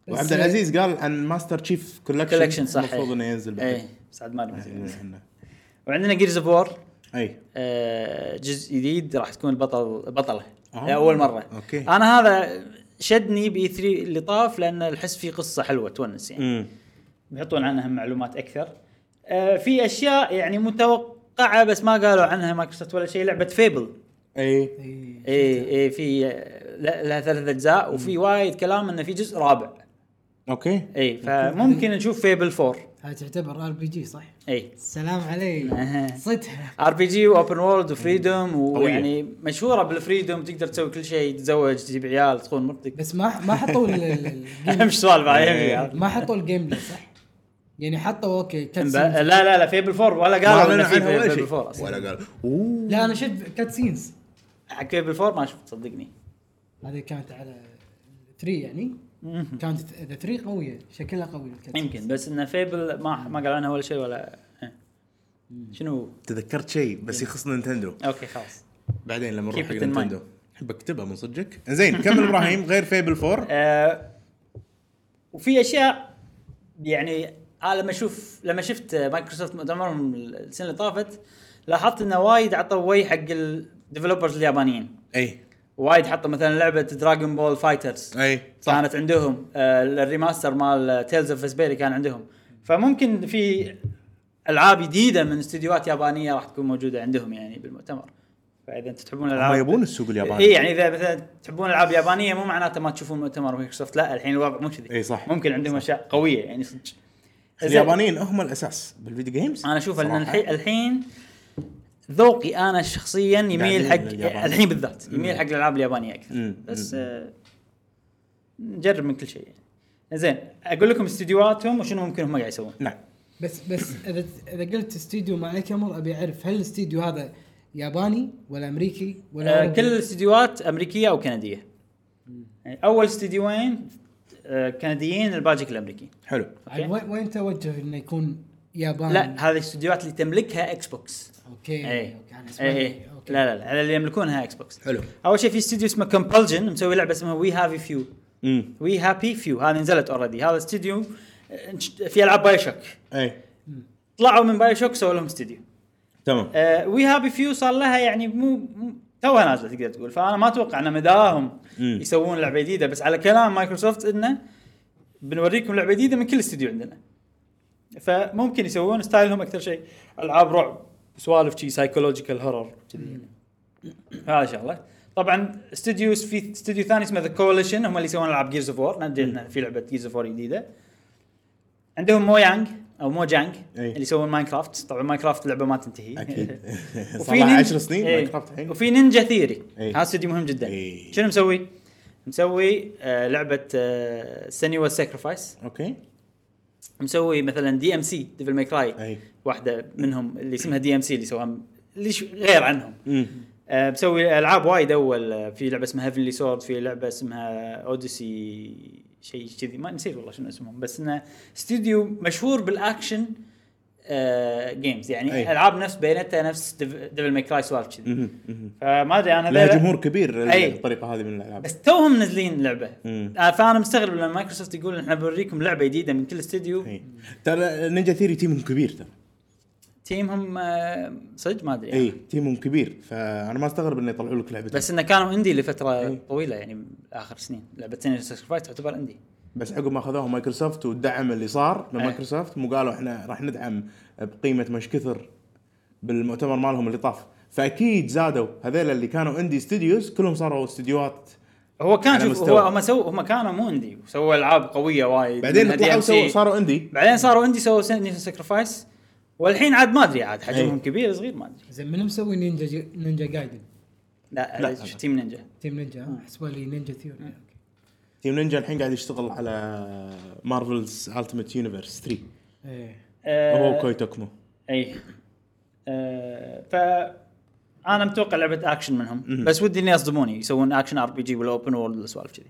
Speaker 2: بس- آه،
Speaker 3: وعبد العزيز قال عن ماستر تشيف كولكشن
Speaker 1: كولكشن صح
Speaker 3: المفروض
Speaker 1: إيه.
Speaker 3: انه ينزل إيه.
Speaker 1: ايه
Speaker 3: بعد
Speaker 1: بس عاد ما أدري متى ينزل.
Speaker 3: عنه.
Speaker 1: وعندنا جيرز اوف وور
Speaker 3: اي
Speaker 1: آه، جزء جديد راح تكون البطل بطله
Speaker 3: آه.
Speaker 1: اول مره
Speaker 3: أوكي.
Speaker 1: انا هذا شدني بي 3 اللي طاف لان الحس فيه قصه حلوه تونس يعني
Speaker 3: امم
Speaker 1: بيحطون عنها معلومات اكثر آه، في اشياء يعني متوقعه بس ما قالوا عنها مايكروسوفت ولا شيء لعبه فيبل
Speaker 3: اي
Speaker 2: إيه.
Speaker 1: اي اي في آه، لا- لها ثلاث اجزاء وفي وايد كلام انه في جزء رابع
Speaker 3: اوكي
Speaker 1: اي فممكن نشوف إيه. فيبل 4
Speaker 2: هاي تعتبر ار بي جي صح؟
Speaker 1: اي
Speaker 2: السلام عليك
Speaker 1: أها.
Speaker 2: صدحه
Speaker 1: ار بي جي واوبن وورلد وفريدوم
Speaker 3: قوية.
Speaker 1: ويعني مشهوره بالفريدوم يعني تقدر تسوي كل شيء تتزوج تجيب عيال تخون
Speaker 3: <laughs>
Speaker 1: مرتك
Speaker 2: بس ما ما حطوا ال- ال- ال-
Speaker 3: إيه.
Speaker 1: اهم سوالف هاي
Speaker 2: ما حطوا الجيم بلاي صح؟ يعني حطوا اوكي كات
Speaker 1: ب...
Speaker 2: سينز.
Speaker 1: <laughs> لا لا لا فيبل فور ولا
Speaker 3: ما
Speaker 1: قالوا
Speaker 3: اعلنوا
Speaker 1: انه في
Speaker 3: عنها ولا
Speaker 1: فيبل
Speaker 3: شيء
Speaker 1: فور
Speaker 3: <laughs>
Speaker 1: اصلا
Speaker 3: ولا قال اوه
Speaker 2: لا انا شفت كات سينز
Speaker 1: حق فيبل فور ما شفت صدقني
Speaker 2: هذه كانت على 3 يعني
Speaker 1: مهم.
Speaker 2: كانت ذا 3 قويه شكلها قوي الكات
Speaker 1: يمكن بس انه فيبل ما ما قال عنها ولا شيء ولا إيه. شنو
Speaker 3: تذكرت شيء بس يخص نينتندو
Speaker 1: اوكي خلاص
Speaker 3: بعدين لما نروح
Speaker 1: إيه. Keep
Speaker 3: حق
Speaker 1: it in mind.
Speaker 3: نينتندو احب اكتبها من صدقك زين كمل ابراهيم غير فيبل فور
Speaker 1: آه، وفي اشياء يعني انا لما اشوف لما شفت مايكروسوفت مؤتمرهم السنه اللي طافت لاحظت انه وايد عطوا وي حق الديفلوبرز اليابانيين
Speaker 3: اي
Speaker 1: وايد حطوا مثلا لعبه دراجون بول فايترز
Speaker 3: اي إيه، صح
Speaker 1: كانت عندهم آه، الريماستر مال آه، تيلز اوف سبيري كان عندهم فممكن في العاب جديده من استديوهات يابانيه راح تكون موجوده عندهم يعني بالمؤتمر فاذا انتم تحبون الالعاب
Speaker 3: هم يبون السوق الياباني
Speaker 1: اي يعني اذا مثلا تحبون العاب يابانيه مو معناته ما تشوفون مؤتمر مايكروسوفت لا الحين الوضع مو كذي
Speaker 3: إي إيه، صح.
Speaker 1: ممكن عندهم اشياء قويه يعني صدق زين.
Speaker 3: اليابانيين هم الاساس بالفيديو جيمز
Speaker 1: انا اشوف ان
Speaker 3: صراحة.
Speaker 1: الحين الحين ذوقي انا شخصيا يميل
Speaker 3: قاعدين
Speaker 1: حق
Speaker 3: لليابان.
Speaker 1: الحين بالذات يميل حق الالعاب اليابانيه اكثر
Speaker 3: مم.
Speaker 1: بس آه، نجرب من كل شيء يعني زين اقول لكم استديوهاتهم وشنو ممكن هم قاعد يسوون
Speaker 3: نعم
Speaker 2: بس بس اذا اذا قلت استديو ما عليك امر ابي اعرف هل الاستديو هذا ياباني ولا امريكي ولا
Speaker 1: آه،
Speaker 2: أوروبي؟
Speaker 1: كل الاستديوهات امريكيه او كنديه يعني اول استديوين آه، كنديين الباجيك الامريكي
Speaker 3: حلو
Speaker 2: عاد وين وين توجه انه يكون ياباني؟
Speaker 1: لا هذه الاستديوهات اللي تملكها اكس بوكس
Speaker 2: اوكي
Speaker 1: اي
Speaker 2: اوكي انا اسمع
Speaker 1: اي
Speaker 2: اوكي
Speaker 1: إيه. لا لا لا اللي يملكونها اكس بوكس
Speaker 3: حلو
Speaker 1: اول شيء في استوديو اسمه كومبلجن مسوي لعبه اسمها وي هافي فيو
Speaker 3: امم
Speaker 1: وي هابي فيو هذه نزلت اوريدي هذا استوديو آه، في العاب باي شوك
Speaker 3: اي
Speaker 1: طلعوا من باي شوك سووا لهم استوديو
Speaker 3: تمام
Speaker 1: آه وي هابي فيو صار لها يعني مو مو- توها نازله تقدر تقول فانا ما اتوقع ان مداهم
Speaker 3: مم.
Speaker 1: يسوون لعبه جديده بس على كلام مايكروسوفت انه بنوريكم لعبه جديده من كل استوديو عندنا فممكن يسوون ستايلهم اكثر شيء العاب رعب سوالف شي سايكولوجيكال هورر هذا شغله طبعا استوديو في استوديو ثاني اسمه ذا كوليشن هم اللي يسوون العاب جيرز اوف وور ندري إن في لعبه جيرز اوف وور جديده عندهم مويانج او موجانج
Speaker 3: أي.
Speaker 1: اللي يسوون ماينكرافت طبعا ماينكرافت لعبه ما تنتهي
Speaker 3: <laughs> اكيد
Speaker 1: <laughs>
Speaker 3: صار
Speaker 1: إيه. وفي
Speaker 3: لها
Speaker 1: نينج-
Speaker 3: 10 سنين
Speaker 1: إيه.
Speaker 3: ماينكرافت الحين
Speaker 1: وفي نينجا ثيري
Speaker 3: إيه.
Speaker 1: هذا استوديو مهم جدا
Speaker 3: إيه.
Speaker 1: شنو مسوي؟ مسوي آه لعبه آه سنيوا ساكرفايس
Speaker 3: اوكي
Speaker 1: مسوي مثلا دي ام سي ديفل ماي كراي
Speaker 3: اي
Speaker 1: واحده منهم اللي اسمها دي ام سي اللي سواها اللي ش- غير عنهم
Speaker 3: امم
Speaker 1: آه مسوي العاب وايد اول آه، في لعبه اسمها هيفنلي سورد في لعبه اسمها اوديسي شيء كذي ما نسيت والله شنو اسمهم بس انه استوديو مشهور بالاكشن آه جيمز يعني
Speaker 3: أي.
Speaker 1: العاب نفس بينتا نفس ديفل ماي كراي سوالف كذي
Speaker 3: أمم، أمم.
Speaker 1: فما ادري انا
Speaker 3: لها
Speaker 1: ذيلا-
Speaker 3: جمهور كبير
Speaker 1: أي.
Speaker 3: الطريقه هذه من الالعاب
Speaker 1: بس توهم منزلين لعبه
Speaker 3: مم.
Speaker 1: آه، فانا مستغرب لما مايكروسوفت يقول احنا بنوريكم لعبه جديده من كل استوديو
Speaker 3: إي. ترى نينجا ثيري تيمهم كبير ترى
Speaker 1: تيمهم آه، صدق ما ادري
Speaker 3: اي تيمهم كبير فانا ما استغرب انه يطلعوا لك لعبه بس
Speaker 1: بس انه كانوا اندي
Speaker 3: إيه.
Speaker 1: لفتره طويله يعني اخر سنين لعبه سنين سكرفايس تعتبر اندي
Speaker 3: بس عقب ما اخذوها مايكروسوفت والدعم اللي صار من
Speaker 1: إيه.
Speaker 3: مايكروسوفت مو قالوا احنا راح ندعم بقيمه مش كثر بالمؤتمر مالهم اللي طاف فاكيد زادوا هذيل اللي كانوا اندي استوديوز كلهم صاروا استديوهات
Speaker 1: هو كان
Speaker 3: على
Speaker 1: شوف
Speaker 3: مستوى.
Speaker 1: هو هم سووا هم كانوا مو اندي وسووا العاب قويه وايد
Speaker 3: بعدين
Speaker 1: منها
Speaker 3: طلعوا
Speaker 1: DMC.
Speaker 3: سووا- صاروا اندي
Speaker 1: بعدين صاروا اندي سووا سنين سكرفايس والحين عاد ما ادري عاد حجمهم
Speaker 3: أي.
Speaker 1: كبير صغير ما ادري
Speaker 2: زين من مسوي نينجا جي- نينجا جايدن؟
Speaker 1: لا,
Speaker 3: لا.
Speaker 1: شو تيم نينجا
Speaker 2: تيم نينجا ها؟ حسبها لي نينجا ثيوري اوكي
Speaker 3: تيم نينجا الحين قاعد يشتغل على مارفلز التيمت يونيفرس 3
Speaker 2: ايه
Speaker 3: هو
Speaker 1: آه،
Speaker 3: كوي توكمو
Speaker 1: اي آه ف انا متوقع لعبه اكشن منهم بس ودي اني يصدموني يسوون اكشن ار بي جي ولا اوبن وورلد والسوالف كذي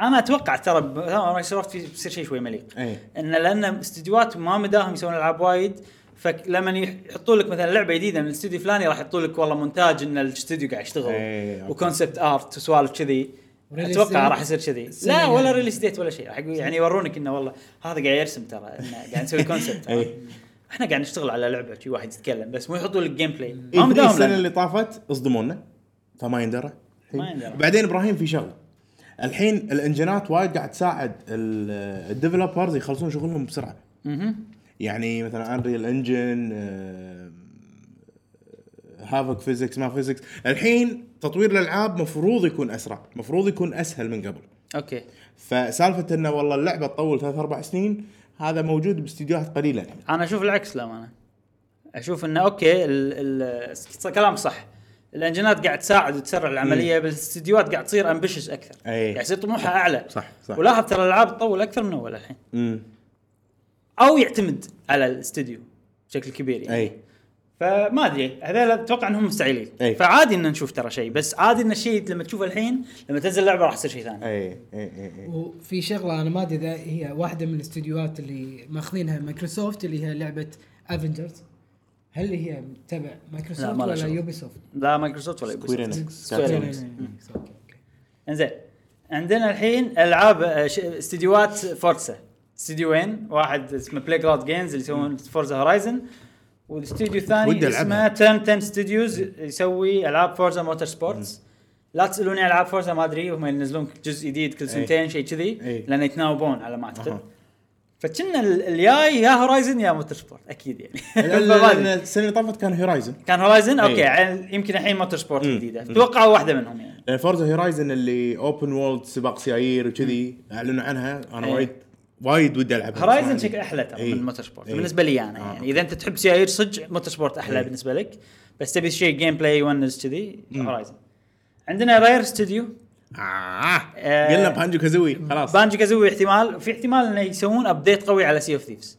Speaker 1: انا اتوقع ترى ب- ترى مايكروسوفت في- بيصير شيء شوي مليق
Speaker 3: اي
Speaker 1: ان لان استديوهات ما مداهم يسوون العاب وايد فلما يحطون لك مثلا لعبه جديده من الاستوديو الفلاني راح يحطون لك والله مونتاج ان الاستوديو قاعد يشتغل
Speaker 3: إيه، أوكي.
Speaker 1: وكونسبت ارت وسوالف كذي
Speaker 2: Release
Speaker 1: اتوقع
Speaker 2: date.
Speaker 1: راح يصير كذي
Speaker 2: السنة
Speaker 1: لا ولا
Speaker 2: يعني.
Speaker 1: ريليس ديت ولا شيء راح يقول- يعني يورونك انه والله هذا قاعد يرسم ترى إنه قاعد نسوي كونسبت
Speaker 3: <laughs> إيه.
Speaker 1: احنا قاعد نشتغل على لعبه شي واحد يتكلم بس مو يحطوا لك جيم بلاي ما
Speaker 3: إيه
Speaker 1: مداهم
Speaker 3: السنه
Speaker 1: لنا.
Speaker 3: اللي طافت اصدمونا فما يندرى
Speaker 1: ما يندرى.
Speaker 3: بعدين ابراهيم في شغله الحين الانجنات وايد قاعد تساعد الديفلوبرز يخلصون شغلهم بسرعه
Speaker 1: مهم.
Speaker 3: يعني مثلا انريل انجن آه، هافك فيزكس آه، ما فيزكس الحين تطوير الالعاب مفروض يكون اسرع مفروض يكون اسهل من قبل
Speaker 1: اوكي
Speaker 3: فسالفه انه والله اللعبه تطول ثلاث اربع سنين هذا موجود باستديوهات قليله الحين
Speaker 1: انا اشوف العكس للامانه اشوف انه اوكي ال ال كلامك صح الانجنات قاعد تساعد
Speaker 3: إيه.
Speaker 1: وتسرع العمليه بالاستديوهات قاعد تصير يعني امبيشس اكثر
Speaker 3: أي.
Speaker 1: قاعد يصير طموحها اعلى
Speaker 3: إيه. صح، صح.
Speaker 1: ولاحظ ترى الالعاب تطول اكثر من اول الحين
Speaker 3: امم
Speaker 1: او يعتمد على الاستوديو بشكل كبير يعني
Speaker 3: اي
Speaker 1: فما ادري هذول اتوقع انهم مستعيلين
Speaker 3: أي.
Speaker 1: فعادي ان نشوف ترى شيء بس عادي ان الشيء لما تشوفه الحين لما تنزل لعبه راح يصير شيء ثاني
Speaker 3: اي اي اي
Speaker 2: وفي شغله انا ما ادري اذا هي واحده من الاستديوهات اللي ماخذينها مايكروسوفت اللي هي لعبه افنجرز هل هي تبع
Speaker 1: لا،
Speaker 2: مايكروسوفت
Speaker 1: ما لها
Speaker 2: ولا
Speaker 1: شغل.
Speaker 2: يوبي سوفت؟
Speaker 1: لا مايكروسوفت ولا يوبيسوفت.
Speaker 3: سكوير
Speaker 1: Enix. انزين عندنا الحين العاب آه، ش- استديوهات فورتسا استديوين واحد اسمه بلاي جراوند جيمز اللي يسوون فورزا هورايزن والاستوديو
Speaker 3: ودي
Speaker 1: الثاني اسمه
Speaker 3: ألعبها.
Speaker 1: 10 10 ستوديوز يسوي العاب فورزا موتور سبورتس لا تسالوني عن العاب فورزا ما ادري هم ينزلون جزء جديد كل سنتين شيء كذي
Speaker 3: إي.
Speaker 1: لان يتناوبون على ما اعتقد
Speaker 3: إيه. أها.
Speaker 1: فكنا ال- الجاي يا هورايزن يا موتور سبورت اكيد يعني <laughs> فما أدري.
Speaker 3: السنه اللي طافت كان هورايزن
Speaker 1: كان هورايزن اوكي
Speaker 3: إي.
Speaker 1: عن- يمكن الحين موتور سبورت
Speaker 3: إيه. مم.
Speaker 1: جديده اتوقعوا واحده منهم يعني
Speaker 3: لان فورزا هورايزن اللي اوبن وولد سباق سيايير وكذي اعلنوا عنها انا
Speaker 1: إيه.
Speaker 3: وايد وايد ودي العبها
Speaker 1: هورايزن شكل احلى ترى
Speaker 3: إيه.
Speaker 1: من موتور سبورت
Speaker 3: إيه.
Speaker 1: بالنسبه لي انا
Speaker 3: آه.
Speaker 1: يعني اذا انت تحب سيايير صدق موتور سبورت احلى
Speaker 3: إيه.
Speaker 1: بالنسبه لك بس تبي شيء جيم بلاي يونس كذي
Speaker 3: مم.
Speaker 1: هورايزن عندنا راير ستوديو
Speaker 3: آه.
Speaker 1: آه.
Speaker 3: قلنا بانجو كازوي خلاص
Speaker 1: بانجو كازوي احتمال وفي احتمال انه يسوون ابديت قوي على سي اوف ثيفز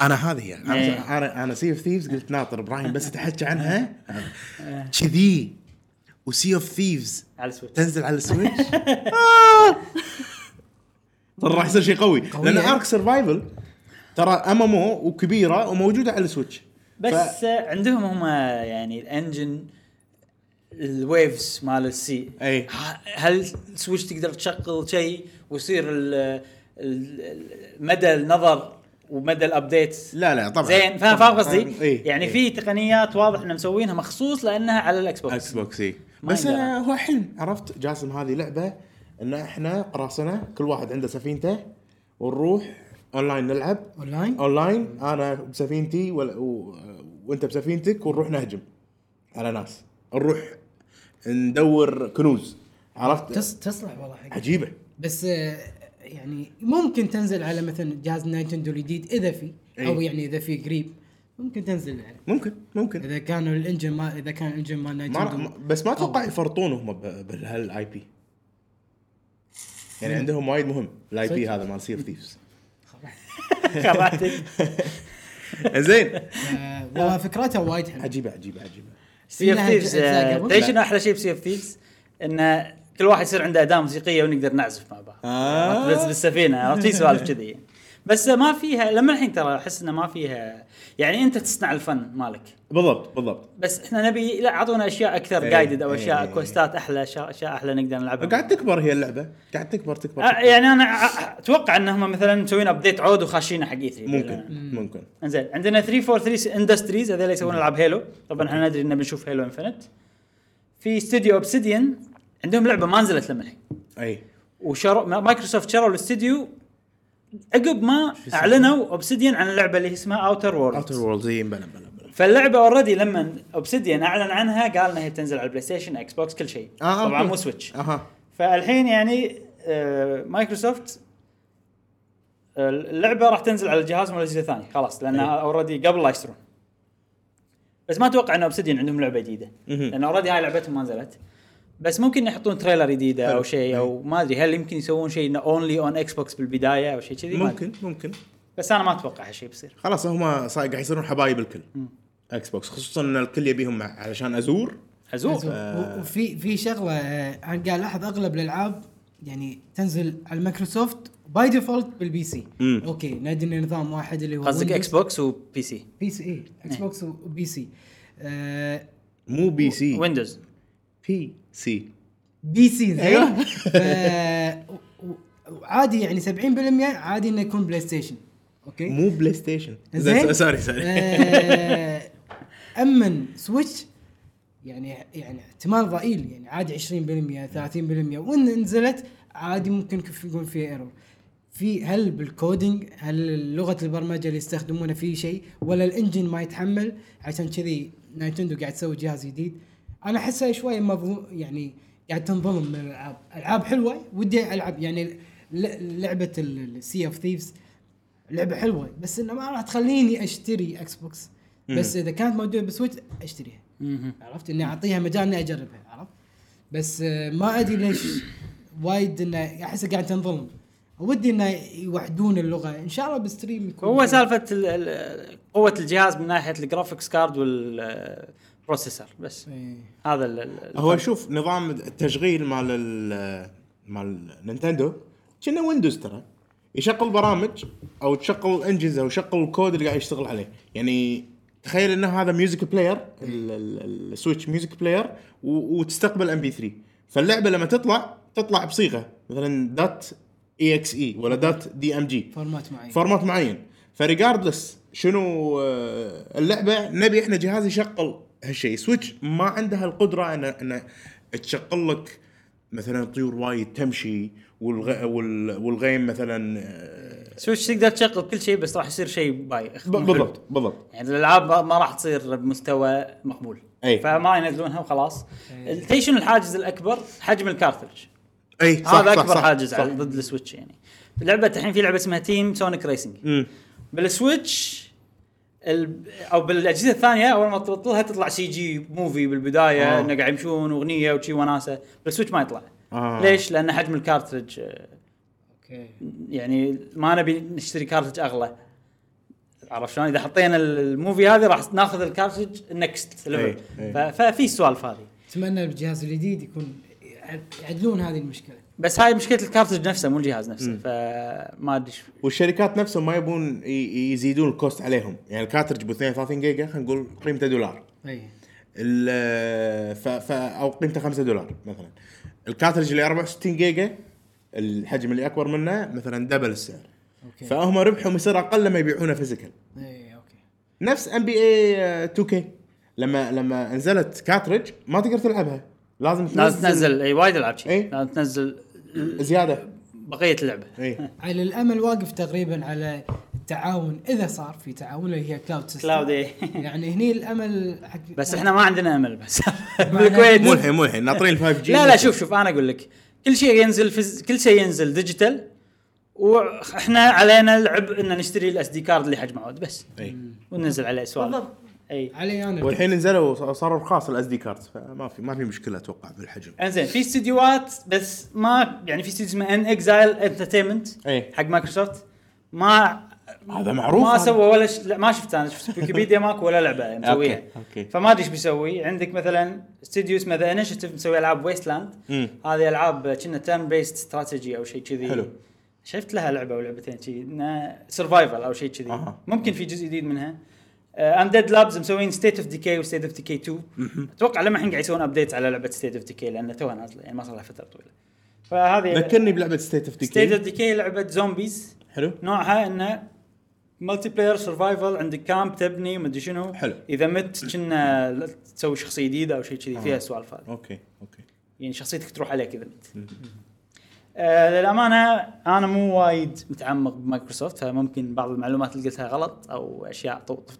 Speaker 3: انا هذه هي. انا
Speaker 1: إيه.
Speaker 3: انا, أنا سي اوف ثيفز قلت ناطر ابراهيم بس يتحكى
Speaker 1: <laughs>
Speaker 3: عنها
Speaker 1: آه.
Speaker 3: كذي وسي اوف ثيفز
Speaker 1: على السويتش
Speaker 3: تنزل على السويتش آه. ترى راح يصير شيء قوي يعني. لان
Speaker 2: قوية.
Speaker 3: ارك سرفايفل ترى ام ام او وكبيره وموجوده على السويتش
Speaker 1: بس آه، عندهم هم يعني الانجن الويفز مال السي
Speaker 3: إيه.
Speaker 1: ه- هل السويتش تقدر تشغل شيء ويصير ال- ال- مدى النظر ومدى الابديت
Speaker 3: لا لا طبعا
Speaker 1: زين فاهم فاهم قصدي؟
Speaker 3: إيه،
Speaker 1: يعني
Speaker 3: إيه.
Speaker 1: في تقنيات واضح انهم مسوينها مخصوص لانها على الاكس بوكس
Speaker 3: اكس بوكس اي
Speaker 1: ما
Speaker 3: بس
Speaker 1: يندرى.
Speaker 3: أنا هو حلم عرفت جاسم هذه لعبه ان احنا قراصنه كل واحد عنده سفينته ونروح اونلاين نلعب
Speaker 2: اونلاين
Speaker 3: اونلاين انا بسفينتي و... و... وانت بسفينتك ونروح نهجم على ناس نروح ندور كنوز عرفت
Speaker 2: تص- تصلح والله حق
Speaker 3: عجيبه
Speaker 2: بس آه، يعني ممكن تنزل على مثلا جهاز نايتندو الجديد اذا في او
Speaker 3: إيه.
Speaker 2: يعني اذا في قريب ممكن تنزل عليه
Speaker 3: ممكن ممكن
Speaker 2: اذا كانوا الانجن ما اذا كان الانجن مال
Speaker 3: ما...
Speaker 2: نايتندو
Speaker 3: ما- بس ما اتوقع يفرطون هم ب- بهالاي بي يعني عندهم وايد مهم الاي بي هذا مال سير <laughs> ثيفز
Speaker 1: <laughs>
Speaker 3: <laughs> زين
Speaker 2: آه، والله فكرتها وايد حلوه
Speaker 3: عجيبه عجيبه عجيبه
Speaker 1: سي اوف
Speaker 2: لها
Speaker 1: ثيفز
Speaker 2: أجزاء قبل؟
Speaker 1: تدري آه، شنو احلى شيء بسي اوف ثيفز؟ انه كل واحد يصير عنده اداه موسيقيه ونقدر نعزف مع بعض
Speaker 3: آه.
Speaker 1: عرفت؟ بس بالسفينه عرفت في سوالف كذي يعني. بس ما فيها لما الحين ترى احس انه ما فيها يعني انت تصنع الفن مالك
Speaker 3: بالضبط بالضبط
Speaker 1: بس احنا نبي لا اعطونا اشياء اكثر
Speaker 3: إيه،
Speaker 1: جايدد او
Speaker 3: إيه،
Speaker 1: اشياء
Speaker 3: إيه.
Speaker 1: كوستات احلى اشياء أشياء احلى نقدر نلعبها
Speaker 3: قاعد تكبر هي اللعبه قاعد تكبر تكبر,
Speaker 1: آه،
Speaker 3: تكبر.
Speaker 1: يعني انا أ- اتوقع انهم مثلا مسوين ابديت عود وخاشينه حق E اي 3
Speaker 3: ممكن ممكن
Speaker 1: انزين عندنا 343 اندستريز هذول يسوون العاب هيلو طبعا احنا ندري ان بنشوف هيلو انفنت في استوديو اوبسيديان عندهم لعبه ما نزلت لما الحين
Speaker 3: اي
Speaker 1: وشروا ما- مايكروسوفت شروا الاستوديو عقب ما
Speaker 3: اسمها؟
Speaker 1: اعلنوا اوبسيديان عن اللعبه اللي اسمها اوتر
Speaker 3: اوتر
Speaker 1: وورلد
Speaker 3: وورلد زين بلا بلا بلا
Speaker 1: فاللعبه اوريدي لما اوبسيديان اعلن عنها قال انها هي بتنزل على البلاي ستيشن اكس بوكس كل شيء
Speaker 3: آه،
Speaker 1: طبعا
Speaker 3: أوكي.
Speaker 1: مو سويتش
Speaker 3: اها
Speaker 1: فالحين يعني آه، مايكروسوفت آه، اللعبه راح تنزل على الجهاز مال اجهزه ثانيه خلاص لان
Speaker 3: إيه.
Speaker 1: اوريدي قبل لا يشترون بس ما اتوقع ان اوبسيديان عندهم لعبه جديده
Speaker 3: مهم.
Speaker 1: لان اوريدي هاي لعبتهم ما نزلت بس ممكن يحطون تريلر جديده او
Speaker 3: حلو. إيه.
Speaker 1: شيء او ما ادري هل يمكن يسوون شيء انه اونلي اون اكس بوكس بالبدايه او شيء كذي ما أدري.
Speaker 3: ممكن ممكن
Speaker 1: بس انا ما اتوقع هالشيء بيصير
Speaker 3: خلاص هم صا- قاعد يصيرون حبايب الكل اكس بوكس خصوصا ان الكل يبيهم مع- علشان ازور
Speaker 1: ازور
Speaker 2: و- وفي في شغله آه، انا قاعد الاحظ اغلب الالعاب يعني تنزل على مايكروسوفت باي ديفولت بالبي سي
Speaker 3: مم.
Speaker 2: اوكي ندري إن نظام واحد اللي هو إيه،
Speaker 1: قصدك اكس بوكس وبي سي
Speaker 2: بي سي اي اكس بوكس وبي سي آه،
Speaker 3: مو بي سي
Speaker 1: ويندوز
Speaker 3: بي سي
Speaker 2: بي سي زين
Speaker 3: أيوة.
Speaker 2: آه، و- و- وعادي يعني 70% عادي انه يكون بلاي ستيشن اوكي
Speaker 3: مو بلاي ستيشن
Speaker 2: زين إيه.
Speaker 3: زين سوري سوري
Speaker 2: آه، اما سويتش يعني يعني احتمال ضئيل يعني عادي 20% 30% وان نزلت عادي ممكن كيف يكون فيها ايرور في هل بالكودينج هل لغه البرمجه اللي يستخدمونه في شيء ولا الانجن ما يتحمل عشان كذي نايتندو قاعد تسوي جهاز جديد انا احسها شوي مظلوم يعني قاعد تنظلم من الالعاب العاب حلوه ودي العب يعني ل- لعبه السي اوف ثيفز لعبه حلوه بس انه ما راح تخليني اشتري اكس بوكس بس اذا كانت موجوده بسويتش اشتريها
Speaker 1: مهم.
Speaker 2: عرفت اني اعطيها مجال اني اجربها عرفت بس آه، ما ادري ليش وايد انه احس قاعد تنظلم ودي انه يوحدون اللغه ان شاء الله بستريم يكون
Speaker 1: هو
Speaker 2: فيه.
Speaker 1: سالفه ال- ال- قوه الجهاز من ناحيه الجرافكس كارد والبروسيسور بس
Speaker 2: إيه.
Speaker 1: هذا ال- ال-
Speaker 3: هو شوف نظام التشغيل مال ال مال نينتندو كنا ويندوز ترى يشغل برامج او تشغل اجهزه او يشغل الكود اللي قاعد يشتغل عليه يعني تخيل انه هذا ميوزك بلاير السويتش ميوزك بلاير و- وتستقبل ام بي 3 فاللعبه لما تطلع تطلع بصيغه مثلا دات اي اكس اي E ولا دات دي ام جي
Speaker 2: فورمات معين
Speaker 3: إيه. فورمات معين فريجاردلس شنو آه، اللعبه نبي احنا جهاز يشغل هالشيء سويتش ما عندها القدره ان ان تشغل لك مثلا طيور وايد تمشي والغ... وال... والغيم مثلا آه،
Speaker 1: سويتش تقدر تشغل كل شيء بس راح يصير شيء بايخ
Speaker 3: ب... بالضبط بالضبط
Speaker 1: يعني الالعاب ما- ما راح تصير بمستوى مقبول
Speaker 3: أي.
Speaker 1: فما ينزلونها وخلاص ال- تدري شنو الحاجز الاكبر حجم الكارترج
Speaker 3: اي صح
Speaker 1: هذا
Speaker 3: صح
Speaker 1: اكبر
Speaker 3: صح
Speaker 1: حاجز
Speaker 3: صح
Speaker 1: على- ضد السويتش يعني لعبه الحين في لعبه اسمها تيم سونيك ريسنج
Speaker 3: مم.
Speaker 1: بالسويتش ال... او بالاجهزه الثانيه اول ما تبطلها تطلع سي جي موفي بالبدايه
Speaker 3: آه.
Speaker 1: انه قاعد يمشون واغنيه وشي وناسه بالسويتش ما يطلع
Speaker 3: آه.
Speaker 1: ليش؟ لان حجم الكارترج آه،
Speaker 2: اوكي
Speaker 1: يعني ما نبي نشتري كارترج اغلى عرفت شلون؟ اذا حطينا ال- الموفي هذه راح ناخذ الكارترج نكست ليفل
Speaker 3: أي.
Speaker 1: ففي السوالف هذه
Speaker 2: اتمنى الجهاز الجديد يكون يعد- يعدلون هذه المشكله
Speaker 1: بس هاي مشكله الكارترج نفسه مو الجهاز نفسه فما ادري شو-
Speaker 3: والشركات نفسهم ما يبون ي- ي- يزيدون الكوست عليهم يعني الكارترج ب 32 جيجا خلينا نقول قيمته دولار
Speaker 2: اي
Speaker 3: ال- ف ف او قيمته 5 دولار مثلا الكارترج اللي 64 جيجا الحجم اللي اكبر منه مثلا دبل السعر
Speaker 2: اوكي
Speaker 3: فهم ربحهم يصير اقل لما يبيعونه فيزيكال
Speaker 2: اي اوكي
Speaker 3: نفس ام بي اي 2 كي آه، لما لما نزلت كارترج ما تقدر تلعبها لازم
Speaker 1: لازم تنزل اي وايد العاب شي.
Speaker 3: أي.
Speaker 1: لازم تنزل
Speaker 3: زياده
Speaker 1: بقيه اللعبه
Speaker 3: اي
Speaker 1: <laughs>
Speaker 2: على الامل واقف تقريبا على التعاون اذا صار في تعاون اللي هي كلاود سيستم
Speaker 1: كلاود اي
Speaker 2: <laughs> يعني هني الامل حق
Speaker 1: إيه. بس احنا ما عندنا امل بس <laughs>
Speaker 2: ما
Speaker 1: بالكويت
Speaker 3: مو الحين مو الحين ناطرين 5 جي
Speaker 1: لا لا شوف شوف انا اقول لك كل شيء ينزل فز... كل شيء ينزل ديجيتال واحنا علينا العبء ان نشتري الاس دي كارد اللي حجمه عود بس وننزل عليه سوالف
Speaker 2: بالضبط.
Speaker 1: اي
Speaker 2: علي انا
Speaker 3: إيه. والحين نزلوا ص- صاروا رخاص الاس دي كارت فما في ما في مشكله اتوقع بالحجم
Speaker 1: انزين في استديوهات بس ما يعني في استديو اسمه ان اكزايل انترتينمنت
Speaker 3: اي
Speaker 1: حق مايكروسوفت ما
Speaker 3: هذا معروف
Speaker 1: ما
Speaker 3: هذا.
Speaker 1: سوى ولا ش... لا ما شفت انا شفت ويكيبيديا ماكو ولا لعبه مسويها
Speaker 3: أوكي، أوكي.
Speaker 1: فما ادري ايش بيسوي عندك مثلا استديو اسمه ذا انشيتيف مسوي العاب ويست لاند
Speaker 3: مم.
Speaker 1: هذه العاب كنا تيرن بيست استراتيجي او شيء كذي
Speaker 3: حلو.
Speaker 1: شفت لها لعبه ولعبتين كذي سرفايفل او شيء كذي
Speaker 3: أها.
Speaker 1: ممكن في جزء جديد منها اندد لابز مسوين ستيت اوف ديكي وستيت اوف ديكي 2 اتوقع لما الحين قاعد يسوون ابديت على لعبه ستيت اوف ديكي لان توها نازله يعني ما صار لها فتره طويله فهذه
Speaker 3: ذكرني بلعبه ستيت اوف
Speaker 1: ستيت اوف
Speaker 3: ديكي
Speaker 1: ديكي لعبه زومبيز
Speaker 3: حلو
Speaker 1: نوعها انه ملتي بلاير سرفايفل عندك كامب تبني مدري شنو
Speaker 3: حلو.
Speaker 1: اذا مت كنا تسوي شخصيه جديده او شيء كذي
Speaker 3: آه.
Speaker 1: فيها سوالف هذه
Speaker 3: اوكي اوكي
Speaker 1: يعني شخصيتك تروح عليك اذا مت آه للامانه انا مو وايد متعمق بمايكروسوفت فممكن بعض المعلومات اللي قلتها غلط او اشياء طو- طف-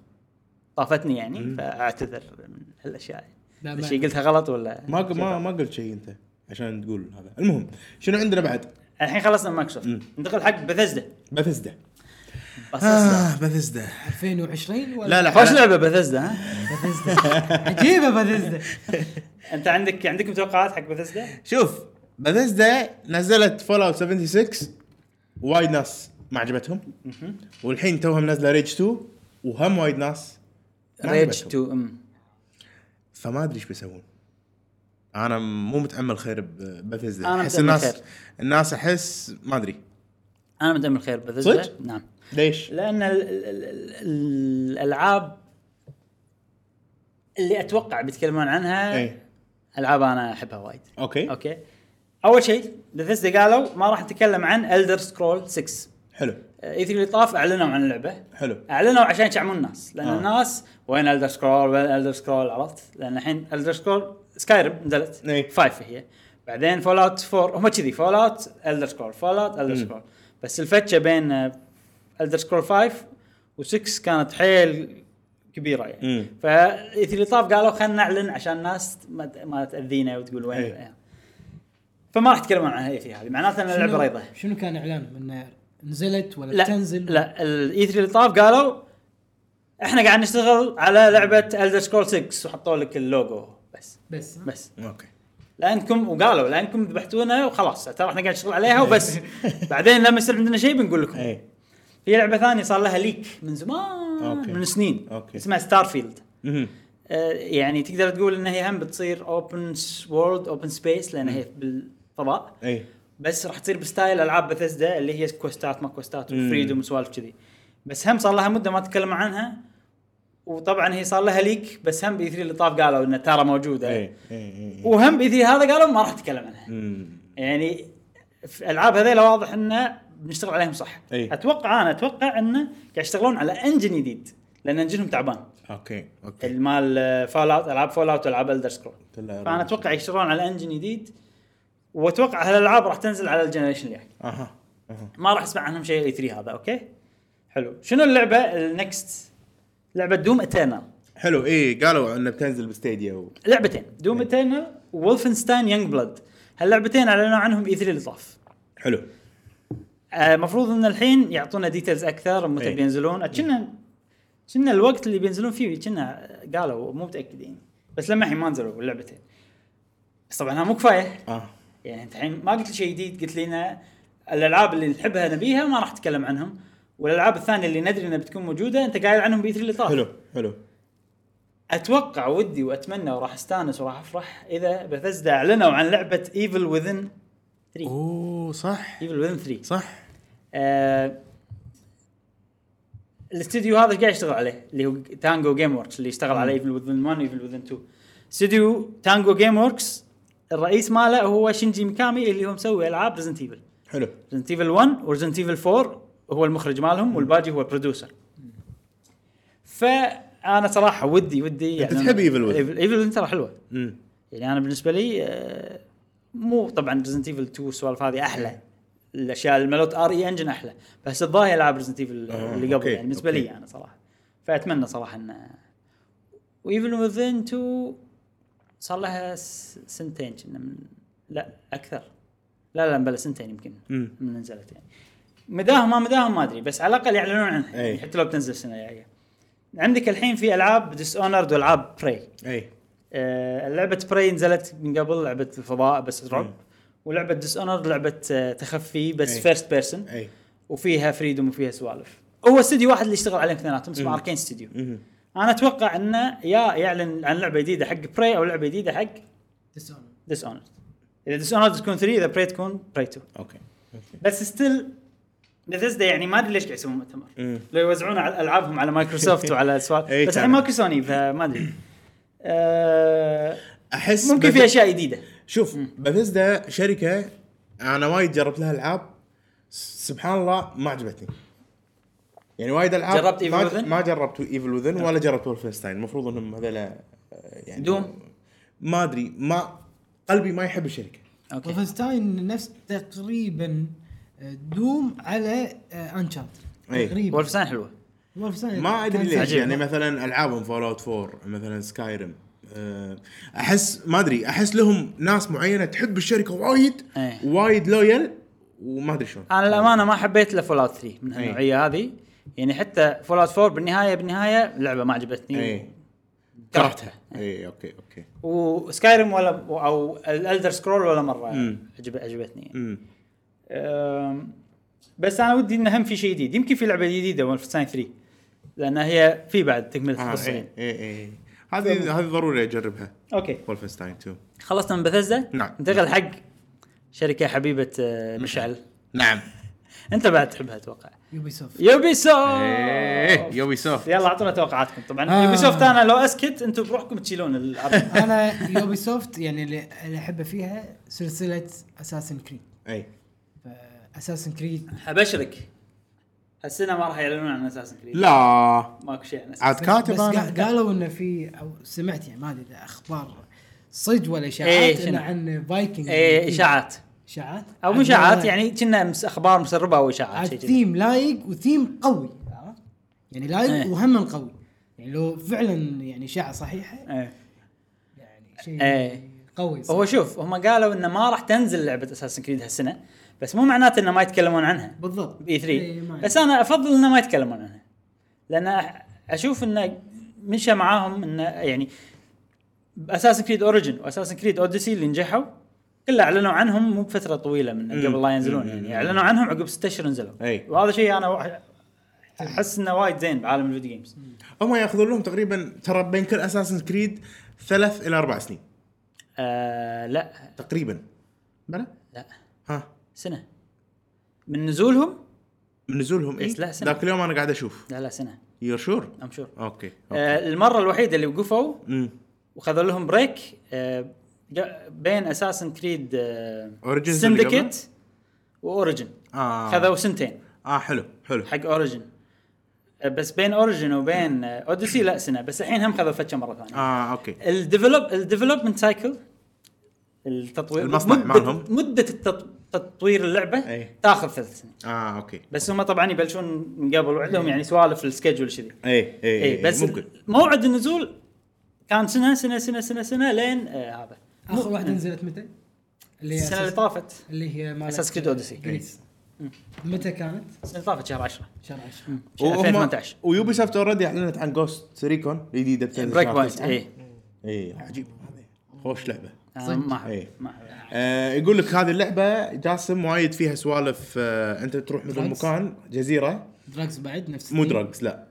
Speaker 1: طافتني يعني فاعتذر من هالاشياء
Speaker 2: لا، ما-
Speaker 1: الشيء قلتها غلط ولا
Speaker 3: ما ما ما قلت شيء انت عشان تقول هذا المهم شنو عندنا بعد
Speaker 1: الحين خلصنا من مايكروسوفت ننتقل حق بثزدا
Speaker 3: بثزدا
Speaker 1: بثزدا
Speaker 3: بثزدا
Speaker 2: 2020 ولا
Speaker 3: <laughs> آه، لا لا
Speaker 1: خوش
Speaker 3: على-
Speaker 1: لعبه بثزدا ها
Speaker 2: بثزدا عجيبه
Speaker 1: <laughs>
Speaker 2: بثزدا
Speaker 1: انت عندك عندك توقعات حق بثزدا؟
Speaker 3: شوف بثزدا نزلت فول اوت 76 وايد ناس ما عجبتهم والحين توها منزله ريج 2 وهم وايد ناس ما
Speaker 1: ريج
Speaker 3: عجبتهم.
Speaker 1: 2 ام
Speaker 3: فما ادري ايش بيسوون انا مو متامل خير ببثزدا
Speaker 1: أنا
Speaker 3: احس
Speaker 1: متأمل
Speaker 3: الناس
Speaker 1: خير.
Speaker 3: الناس احس ما ادري
Speaker 1: انا متامل خير بثزدا
Speaker 3: صدق؟
Speaker 1: نعم
Speaker 3: ليش؟
Speaker 1: لان ال ال ال ال الالعاب اللي اتوقع بيتكلمون عنها
Speaker 3: اي
Speaker 1: العاب انا احبها وايد
Speaker 3: اوكي
Speaker 1: اوكي اول شيء بثزدا قالوا ما راح نتكلم عن الدر سكرول 6
Speaker 3: حلو
Speaker 1: اي 3 اللي طاف اعلنوا عن اللعبه
Speaker 3: حلو
Speaker 1: اعلنوا عشان يشعمون الناس لان
Speaker 3: آه.
Speaker 1: آه. الناس وين الدر سكرول وين الدر سكرول عرفت لان الحين الدر سكرول سكايرم نزلت
Speaker 3: إي.
Speaker 1: فايف هي بعدين فول اوت 4 هم كذي فول اوت الدر سكرول فول اوت الدر سكرول بس الفتشه بين الدر سكرول 5 و6 كانت حيل كبيره
Speaker 3: مم.
Speaker 1: يعني فاللي طاف قالوا خلينا نعلن عشان الناس ما ت- ما تاذينا وتقول وين يعني.
Speaker 3: إي.
Speaker 1: فما راح يتكلمون عن هي 3 هذه معناته ان اللعبه
Speaker 2: شنو-
Speaker 1: ريضه
Speaker 2: شنو كان اعلانهم انه نزلت ولا
Speaker 1: لا
Speaker 2: بتنزل
Speaker 1: لا الاي 3 اللي طاف قالوا احنا قاعد نشتغل على لعبه الدر سكرول 6 وحطوا لك اللوجو بس
Speaker 2: بس
Speaker 1: بس
Speaker 3: اوكي
Speaker 1: لانكم وقالوا لانكم ذبحتونا وخلاص ترى احنا قاعد نشتغل عليها
Speaker 3: <laughs>
Speaker 1: وبس بعدين لما يصير عندنا شيء بنقول لكم
Speaker 3: اي
Speaker 1: في لعبه ثانيه صار لها ليك من زمان
Speaker 3: أوكي.
Speaker 1: من سنين
Speaker 3: أوكي.
Speaker 1: اسمها ستارفيلد
Speaker 3: مهم.
Speaker 1: آه، يعني تقدر تقول ان هي هم بتصير اوبن وورلد اوبن سبيس لان هي بالفضاء
Speaker 3: اي
Speaker 1: بس راح تصير بستايل العاب بثزدا اللي هي كوستات ما كوستات
Speaker 3: مم.
Speaker 1: وفريدوم وسوالف كذي بس هم صار لها مده ما تكلموا عنها وطبعا هي صار لها ليك بس هم بي 3 اللي طاف قالوا انها ترى موجوده
Speaker 3: اي اي اي
Speaker 1: وهم بي 3 هذا قالوا ما راح نتكلم عنها
Speaker 3: إيه، مم.
Speaker 1: يعني في العاب هذيلا واضح انه بنشتغل عليهم صح
Speaker 3: إي.
Speaker 1: اتوقع انا اتوقع انه قاعد يشتغلون على انجن جديد لان انجنهم تعبان
Speaker 3: اوكي اوكي
Speaker 1: المال فول اوت العاب فول اوت والعاب الدر سكرول
Speaker 3: كلها
Speaker 1: فانا اتوقع يشتغلون على انجن جديد واتوقع هالالعاب راح تنزل على الجنريشن الجاي
Speaker 3: اها اها
Speaker 1: ما راح اسمع عنهم شيء اي 3 هذا اوكي حلو شنو اللعبه النكست لعبه دوم اترنال
Speaker 3: حلو اي قالوا انه بتنزل بستيديا و...
Speaker 1: لعبتين دوم
Speaker 3: إيه.
Speaker 1: اترنال وولفنستاين يونج بلاد هاللعبتين اعلنوا عنهم اي 3 اللي طاف آه،
Speaker 3: حلو
Speaker 1: المفروض ان الحين يعطونا ديتيلز اكثر متى
Speaker 3: إيه.
Speaker 1: بينزلون كنا كنا الوقت اللي بينزلون فيه كنا قالوا مو متاكدين بس لما الحين ما نزلوا اللعبتين بس طبعا ها مو كفايه
Speaker 3: اه
Speaker 1: يعني انت الحين ما قلت لي شيء جديد قلت لنا الالعاب اللي نحبها نبيها ما راح نتكلم عنهم والالعاب الثانيه اللي ندري انها بتكون موجوده انت قايل عنهم بي 3 اللي طاف
Speaker 3: حلو حلو
Speaker 1: اتوقع ودي واتمنى وراح استانس وراح افرح اذا بثزدا اعلنوا عن لعبه ايفل وذن 3
Speaker 3: اوه صح
Speaker 1: ايفل وذن 3
Speaker 3: صح
Speaker 1: آه، الاستوديو هذا قاعد يشتغل عليه اللي هو تانجو جيم وركس اللي يشتغل على ايفل وذن 1 وايفل وذن 2 استوديو تانجو جيم وركس الرئيس ماله هو شينجي ميكامي اللي هو مسوي العاب ريزنت ايفل
Speaker 3: حلو
Speaker 1: ريزنت ايفل 1 وريزنت ايفل 4 هو المخرج مالهم والباقي هو البرودوسر فانا صراحه ودي ودي يعني
Speaker 3: أنت تحب Evil Within.
Speaker 1: ايفل وذن ترى حلوه
Speaker 3: امم
Speaker 1: يعني انا بالنسبه لي آه، مو طبعا ريزنت ايفل 2 والسوالف هذه احلى الاشياء الملوت ار اي انجن احلى بس الظاهر العاب ريزنت ايفل
Speaker 3: آه،
Speaker 1: اللي قبل
Speaker 3: أوكي،
Speaker 1: يعني بالنسبه لي
Speaker 3: أوكي.
Speaker 1: انا صراحه فاتمنى صراحه ان وايفل وذن 2 صار لها س- سنتين كنا من لا اكثر لا لا بلا سنتين يمكن
Speaker 3: مم.
Speaker 1: من نزلت يعني مداهم ما مداهم ما ادري بس على الاقل يعلنون عنها
Speaker 3: أي.
Speaker 1: يعني حتى لو بتنزل السنه الجايه عندك الحين في العاب ديس اونرد والعاب براي
Speaker 3: اي
Speaker 1: آه، لعبه براي نزلت من قبل لعبه الفضاء بس رعب
Speaker 3: مم.
Speaker 1: ولعبه ديس اونر لعبه آه، تخفي بس
Speaker 3: أي.
Speaker 1: فيرست بيرسون
Speaker 3: اي
Speaker 1: وفيها فريدوم وفيها سوالف هو استوديو واحد اللي اشتغل عليهم اثنيناتهم اسمه
Speaker 3: مم.
Speaker 1: اركين استوديو
Speaker 3: مهم.
Speaker 1: انا اتوقع انه يا يعلن عن لعبه جديده حق براي او لعبه جديده حق
Speaker 2: Dishonored.
Speaker 1: ديس اونر اذا ديس اونر تكون 3 اذا براي تكون براي 2
Speaker 3: اوكي اوكي
Speaker 1: بس ستيل بثزدا يعني ما ادري ليش قاعد يسوون مؤتمر
Speaker 3: مم.
Speaker 1: لو يوزعون على العابهم على مايكروسوفت وعلى سوالف
Speaker 3: إي
Speaker 1: بس
Speaker 3: فعلاً.
Speaker 1: الحين ماكو سوني فما ادري آه،
Speaker 3: احس
Speaker 1: ممكن
Speaker 3: بث-
Speaker 1: في اشياء جديده
Speaker 3: شوف بثزدا شركه انا وايد جربت لها العاب س- سبحان الله ما عجبتني يعني وايد العاب
Speaker 1: جربت Evil
Speaker 3: ما-
Speaker 1: Within؟ نعم.
Speaker 3: ما جربت ايفل وذن ولا جربت ولفنستاين المفروض انهم هذول يعني
Speaker 1: Doom؟
Speaker 3: ما ادري ما قلبي ما يحب الشركه
Speaker 1: اوكي
Speaker 2: وولفنستاين نفس تقريبا دوم على آه، انشارت
Speaker 3: أي.
Speaker 2: تقريبا
Speaker 1: وولفستاين حلوه
Speaker 2: وولفنستاين
Speaker 3: إيه. ما ادري
Speaker 2: كان
Speaker 3: ليش
Speaker 1: إيه، عجيب.
Speaker 3: يعني مثلا العابهم فول اوت 4 مثلا سكايرم احس آه، ما ادري احس لهم ناس معينه تحب الشركه وايد
Speaker 1: إيه.
Speaker 3: وايد لويال وما ادري شلون
Speaker 1: انا الامانه ما حبيت الا فول اوت 3 من
Speaker 3: أي.
Speaker 1: النوعيه هذه يعني حتى فول اوت 4 بالنهايه بالنهايه لعبه ما عجبتني
Speaker 3: اي
Speaker 1: إيه. كرهتها
Speaker 3: اي اوكي اوكي
Speaker 1: وسكايرم ولا او الالدر سكرول ولا مره
Speaker 3: مم.
Speaker 1: عجب عجبتني
Speaker 3: امم
Speaker 1: أم، بس انا ودي انه هم في شيء جديد يمكن في لعبه جديده ولفستاين 3 لان هي في بعد تكمله
Speaker 3: آه
Speaker 1: القصه
Speaker 3: اي
Speaker 1: يعني.
Speaker 3: اي اي هذه هذه ضروري اجربها
Speaker 1: اوكي
Speaker 3: ولفنستاين 2
Speaker 1: خلصنا من بثزة
Speaker 3: نعم.
Speaker 1: انتقل حق شركه حبيبه آه، مشعل
Speaker 3: نعم
Speaker 1: انت بعد تحبها اتوقع
Speaker 2: يوبي سوفت
Speaker 1: يوبي
Speaker 3: ايه
Speaker 1: سوفت
Speaker 3: يوبي سوفت
Speaker 1: يلا اعطونا توقعاتكم طبعا آه.
Speaker 2: آه.
Speaker 1: يوبي سوفت انا لو اسكت انتم بروحكم تشيلون الارض <laughs>
Speaker 2: انا يوبي سوفت يعني اللي اللي احبه فيها سلسله اساسن كريد
Speaker 3: اي
Speaker 2: اساسن كريد
Speaker 1: ابشرك هالسنه ما راح يعلنون عن اساسن كريد
Speaker 3: لا
Speaker 1: ماكو شيء عن
Speaker 3: عاد
Speaker 1: اساسن
Speaker 3: كاتب
Speaker 2: بس
Speaker 3: انا
Speaker 2: قا- قالوا انه في او سمعت يعني ما ادري إذا اخبار صدق ولا
Speaker 1: إيه،
Speaker 2: اشاعات
Speaker 1: شنو؟
Speaker 2: إنه عن فايكنج
Speaker 1: ايه اشاعات
Speaker 2: اشاعات
Speaker 1: او مو
Speaker 2: عن-
Speaker 1: اشاعات يعني كنا مس- اخبار مسربه او اشاعات
Speaker 2: عاد
Speaker 1: شيء كذي.
Speaker 2: ثيم لايق وثيم قوي عرفت؟ يعني لايق
Speaker 1: إيه.
Speaker 2: وهم قوي يعني لو فعلا يعني اشاعه صحيحه
Speaker 1: ايه.
Speaker 2: يعني شيء
Speaker 1: إيه.
Speaker 2: قوي
Speaker 1: هو
Speaker 2: صح.
Speaker 1: شوف هم قالوا انه ما راح تنزل لعبه اساسن كريد هالسنه بس مو معناته انه ما يتكلمون عنها
Speaker 2: بالضبط
Speaker 1: باي 3
Speaker 2: إيه، ما
Speaker 1: E بس
Speaker 2: أدري.
Speaker 1: انا افضل انه ما يتكلمون عنها لان أح- اشوف انه مشى معاهم انه يعني اساسن كريد اوريجن واساسن كريد اوديسي اللي نجحوا كلها اعلنوا عنهم مو بفتره طويله من
Speaker 3: مم.
Speaker 1: قبل لا ينزلون
Speaker 3: مم.
Speaker 1: يعني اعلنوا عنهم عقب ست اشهر نزلوا
Speaker 3: أي.
Speaker 1: وهذا شيء انا واحد- احس انه وايد زين بعالم الفيديو جيمز
Speaker 3: هم ياخذون لهم تقريبا ترى بين كل اساسن كريد ثلاث الى اربع سنين
Speaker 1: آه لا
Speaker 3: تقريبا بلى
Speaker 1: لا
Speaker 3: ها
Speaker 1: سنه من نزولهم
Speaker 3: من نزولهم اي
Speaker 1: بس لا سنة.
Speaker 3: إيه؟ ذاك اليوم انا قاعد اشوف
Speaker 1: لا لا سنه
Speaker 3: يور شور
Speaker 1: ام شور
Speaker 3: اوكي
Speaker 1: آه المره الوحيده اللي وقفوا
Speaker 3: امم
Speaker 1: وخذوا لهم بريك آه جا- بين آه، اساسن كريد
Speaker 3: Origins اللي قبله؟
Speaker 1: سندكيت واوريجن
Speaker 3: اه
Speaker 1: خذوا سنتين
Speaker 3: اه حلو حلو
Speaker 1: حق اوريجن بس بين اوريجن وبين اوديسي لا سنه بس الحين هم خذوا فتشه مره ثانيه
Speaker 3: اه اوكي
Speaker 1: الديفلوب الديفلوبمنت سايكل التطوير
Speaker 3: المصنع
Speaker 1: مدة-
Speaker 3: مالهم. إيه.
Speaker 1: مده التط- تطوير اللعبه
Speaker 3: أي.
Speaker 1: تاخذ ثلاث سنين
Speaker 3: اه اوكي
Speaker 1: بس هم طبعا يبلشون من قبل
Speaker 3: إيه.
Speaker 1: وعندهم يعني سوالف السكجول كذي
Speaker 3: اي اي
Speaker 1: اي إيه، بس
Speaker 3: إيه، ممكن
Speaker 1: موعد النزول كان سنه سنه سنه سنه سنه لين آه هذا
Speaker 2: اخر واحده نزلت متى؟ اللي هي
Speaker 1: السنه اللي
Speaker 2: أساس-
Speaker 1: طافت
Speaker 2: اللي هي مالت
Speaker 1: أساس إيه. كريد أوديسي.
Speaker 2: جريس متى كانت؟
Speaker 1: السنه اللي طافت شهر 10
Speaker 2: شهر 10
Speaker 1: شهر 2018
Speaker 3: ويوبي سوفت اوريدي اعلنت عن جوست ريكون الجديده بتنزل
Speaker 1: بريك
Speaker 3: يعني شهر
Speaker 1: بوينت
Speaker 3: تسعة.
Speaker 1: اي
Speaker 3: اي إيه، عجيب هذه. خوش لعبه
Speaker 1: أنا آه، ما أحب-
Speaker 3: إي.
Speaker 1: ما أحب.
Speaker 3: آه يقول لك هذه اللعبه جاسم وايد فيها سوالف آه انت تروح مثل
Speaker 2: Drugs.
Speaker 3: مكان جزيره
Speaker 2: دراجز بعد نفس
Speaker 3: مو
Speaker 2: الشيء.
Speaker 3: دراجز لا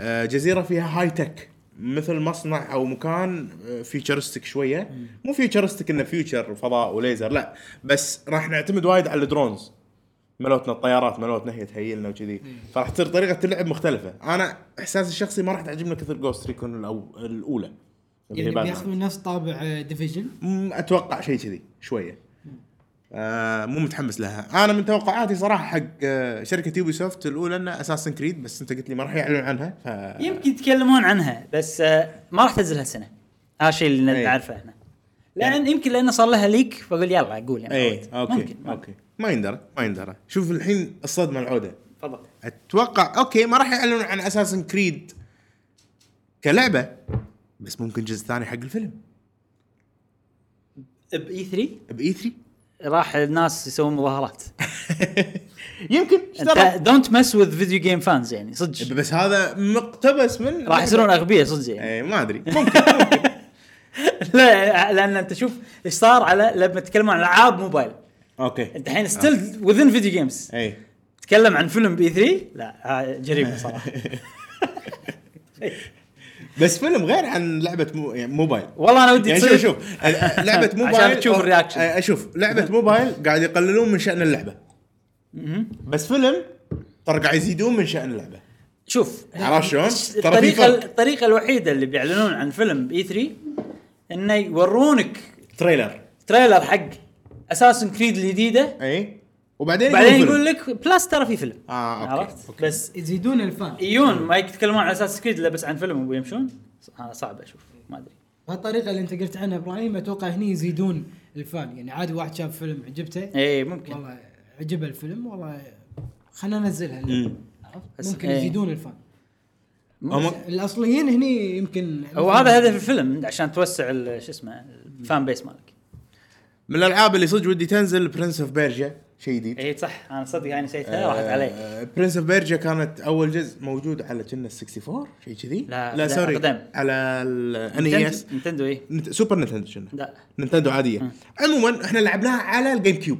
Speaker 3: آه جزيره فيها هاي تك مثل مصنع او مكان آه، فيوتشرستك شويه مو فيوتشرستك انه فيوتشر وفضاء وليزر لا بس راح نعتمد وايد على الدرونز ملوتنا الطيارات ملوتنا هي تهيلنا وكذي فراح تصير طريقه اللعب مختلفه انا احساسي الشخصي ما راح تعجبنا كثر جوست ريكون الأو- الاولى
Speaker 1: طيب،
Speaker 3: اللي هي
Speaker 2: يعني
Speaker 3: باتمان.
Speaker 2: بياخذون نفس طابع آه، ديفيجن
Speaker 3: مم، اتوقع شيء كذي شويه آه مو متحمس لها انا من توقعاتي صراحه حق آه شركه يوبي سوفت الاولى انه اساسن كريد بس انت قلت لي ما راح يعلنون عنها ف
Speaker 1: يمكن يتكلمون عنها بس آه، ما راح تنزل هالسنه هذا الشيء اللي
Speaker 3: إي.
Speaker 1: نعرفه احنا
Speaker 3: يعني
Speaker 1: لان يمكن لانه صار لها ليك فاقول يلا قول يعني
Speaker 3: اي اوكي
Speaker 1: ممكن
Speaker 3: اوكي إيه، ما يندرى ما يندرى شوف الحين الصدمه العوده
Speaker 1: تفضل
Speaker 3: اتوقع اوكي ما راح يعلنون عن اساسن كريد كلعبه بس ممكن جزء ثاني حق الفيلم
Speaker 1: باي 3
Speaker 3: باي 3
Speaker 1: E راح الناس يسوون
Speaker 3: <laughs>
Speaker 1: مظاهرات
Speaker 3: يمكن
Speaker 1: انت
Speaker 3: اشترى
Speaker 1: دونت مس وذ فيديو جيم فانز يعني صدق
Speaker 3: بس هذا مقتبس من
Speaker 1: راح يصيرون اغبياء صدق يعني
Speaker 3: اي
Speaker 1: <laughs>
Speaker 3: ما ادري ممكن
Speaker 1: لا لان انت شوف ايش صار على لما تتكلمون عن العاب موبايل
Speaker 3: اوكي
Speaker 1: انت الحين ستيل وذن فيديو جيمز
Speaker 3: اي
Speaker 1: تتكلم عن فيلم باي 3 لا ها-
Speaker 3: <laughs>
Speaker 1: جريمه صراحه
Speaker 3: بس فيلم غير عن لعبه مو... يعني موبايل
Speaker 1: والله انا ودي
Speaker 3: يعني شوف شوف ال- لعبه موبايل
Speaker 1: <laughs> عشان تشوف الرياكشن.
Speaker 3: آه، اشوف لعبه موبايل قاعد يقللون من شان اللعبه
Speaker 1: مهم.
Speaker 3: بس فيلم ترى قاعد يزيدون من شان اللعبه
Speaker 1: شوف
Speaker 3: عرفت شلون؟ ترى في
Speaker 1: الطريقه
Speaker 3: فرق.
Speaker 1: الطريقه الوحيده اللي بيعلنون عن فيلم باي 3 انه يورونك
Speaker 3: تريلر
Speaker 1: تريلر حق اساسن كريد الجديده
Speaker 3: اي وبعدين
Speaker 1: بعدين
Speaker 3: إيه، يقولون
Speaker 1: يقول لك بلاس ترى في فيلم
Speaker 3: آه، أوكي،
Speaker 1: عرفت بس
Speaker 2: يزيدون الفان
Speaker 1: يجون ما يتكلمون على اساس كريد الا بس عن فيلم ويمشون انا صعب اشوف ما ادري
Speaker 2: هالطريقه اللي انت قلت عنها ابراهيم اتوقع هني يزيدون الفان يعني عادي واحد شاف فيلم عجبته
Speaker 1: اي إيه، ممكن
Speaker 2: والله عجبه الفيلم والله خلينا ننزلها
Speaker 3: مم.
Speaker 1: بس-
Speaker 2: عرفت؟ ممكن
Speaker 1: إيه.
Speaker 2: يزيدون الفان
Speaker 3: هم-
Speaker 2: الاصليين هني يمكن
Speaker 1: هو هذا هدف الفيلم عشان توسع ال- شو اسمه الفان بيس مالك
Speaker 3: من الالعاب اللي صدق ودي تنزل برنس اوف بيرجيا شيء جديد آه،
Speaker 1: اي إيه، صح انا صدق انا نسيتها راحت علي
Speaker 3: برنس اوف بيرجيا كانت اول جزء موجود على كنا 64 شيء كذي
Speaker 1: لا،
Speaker 3: لا
Speaker 1: لا،
Speaker 3: سوري
Speaker 1: أقدم.
Speaker 3: على
Speaker 1: E
Speaker 3: E الان اي اس
Speaker 1: نتندو اي
Speaker 3: سوبر نتندو كنا
Speaker 1: إيه. لا
Speaker 3: نينتندو عاديه عموما احنا لعبناها على الجيم كيوب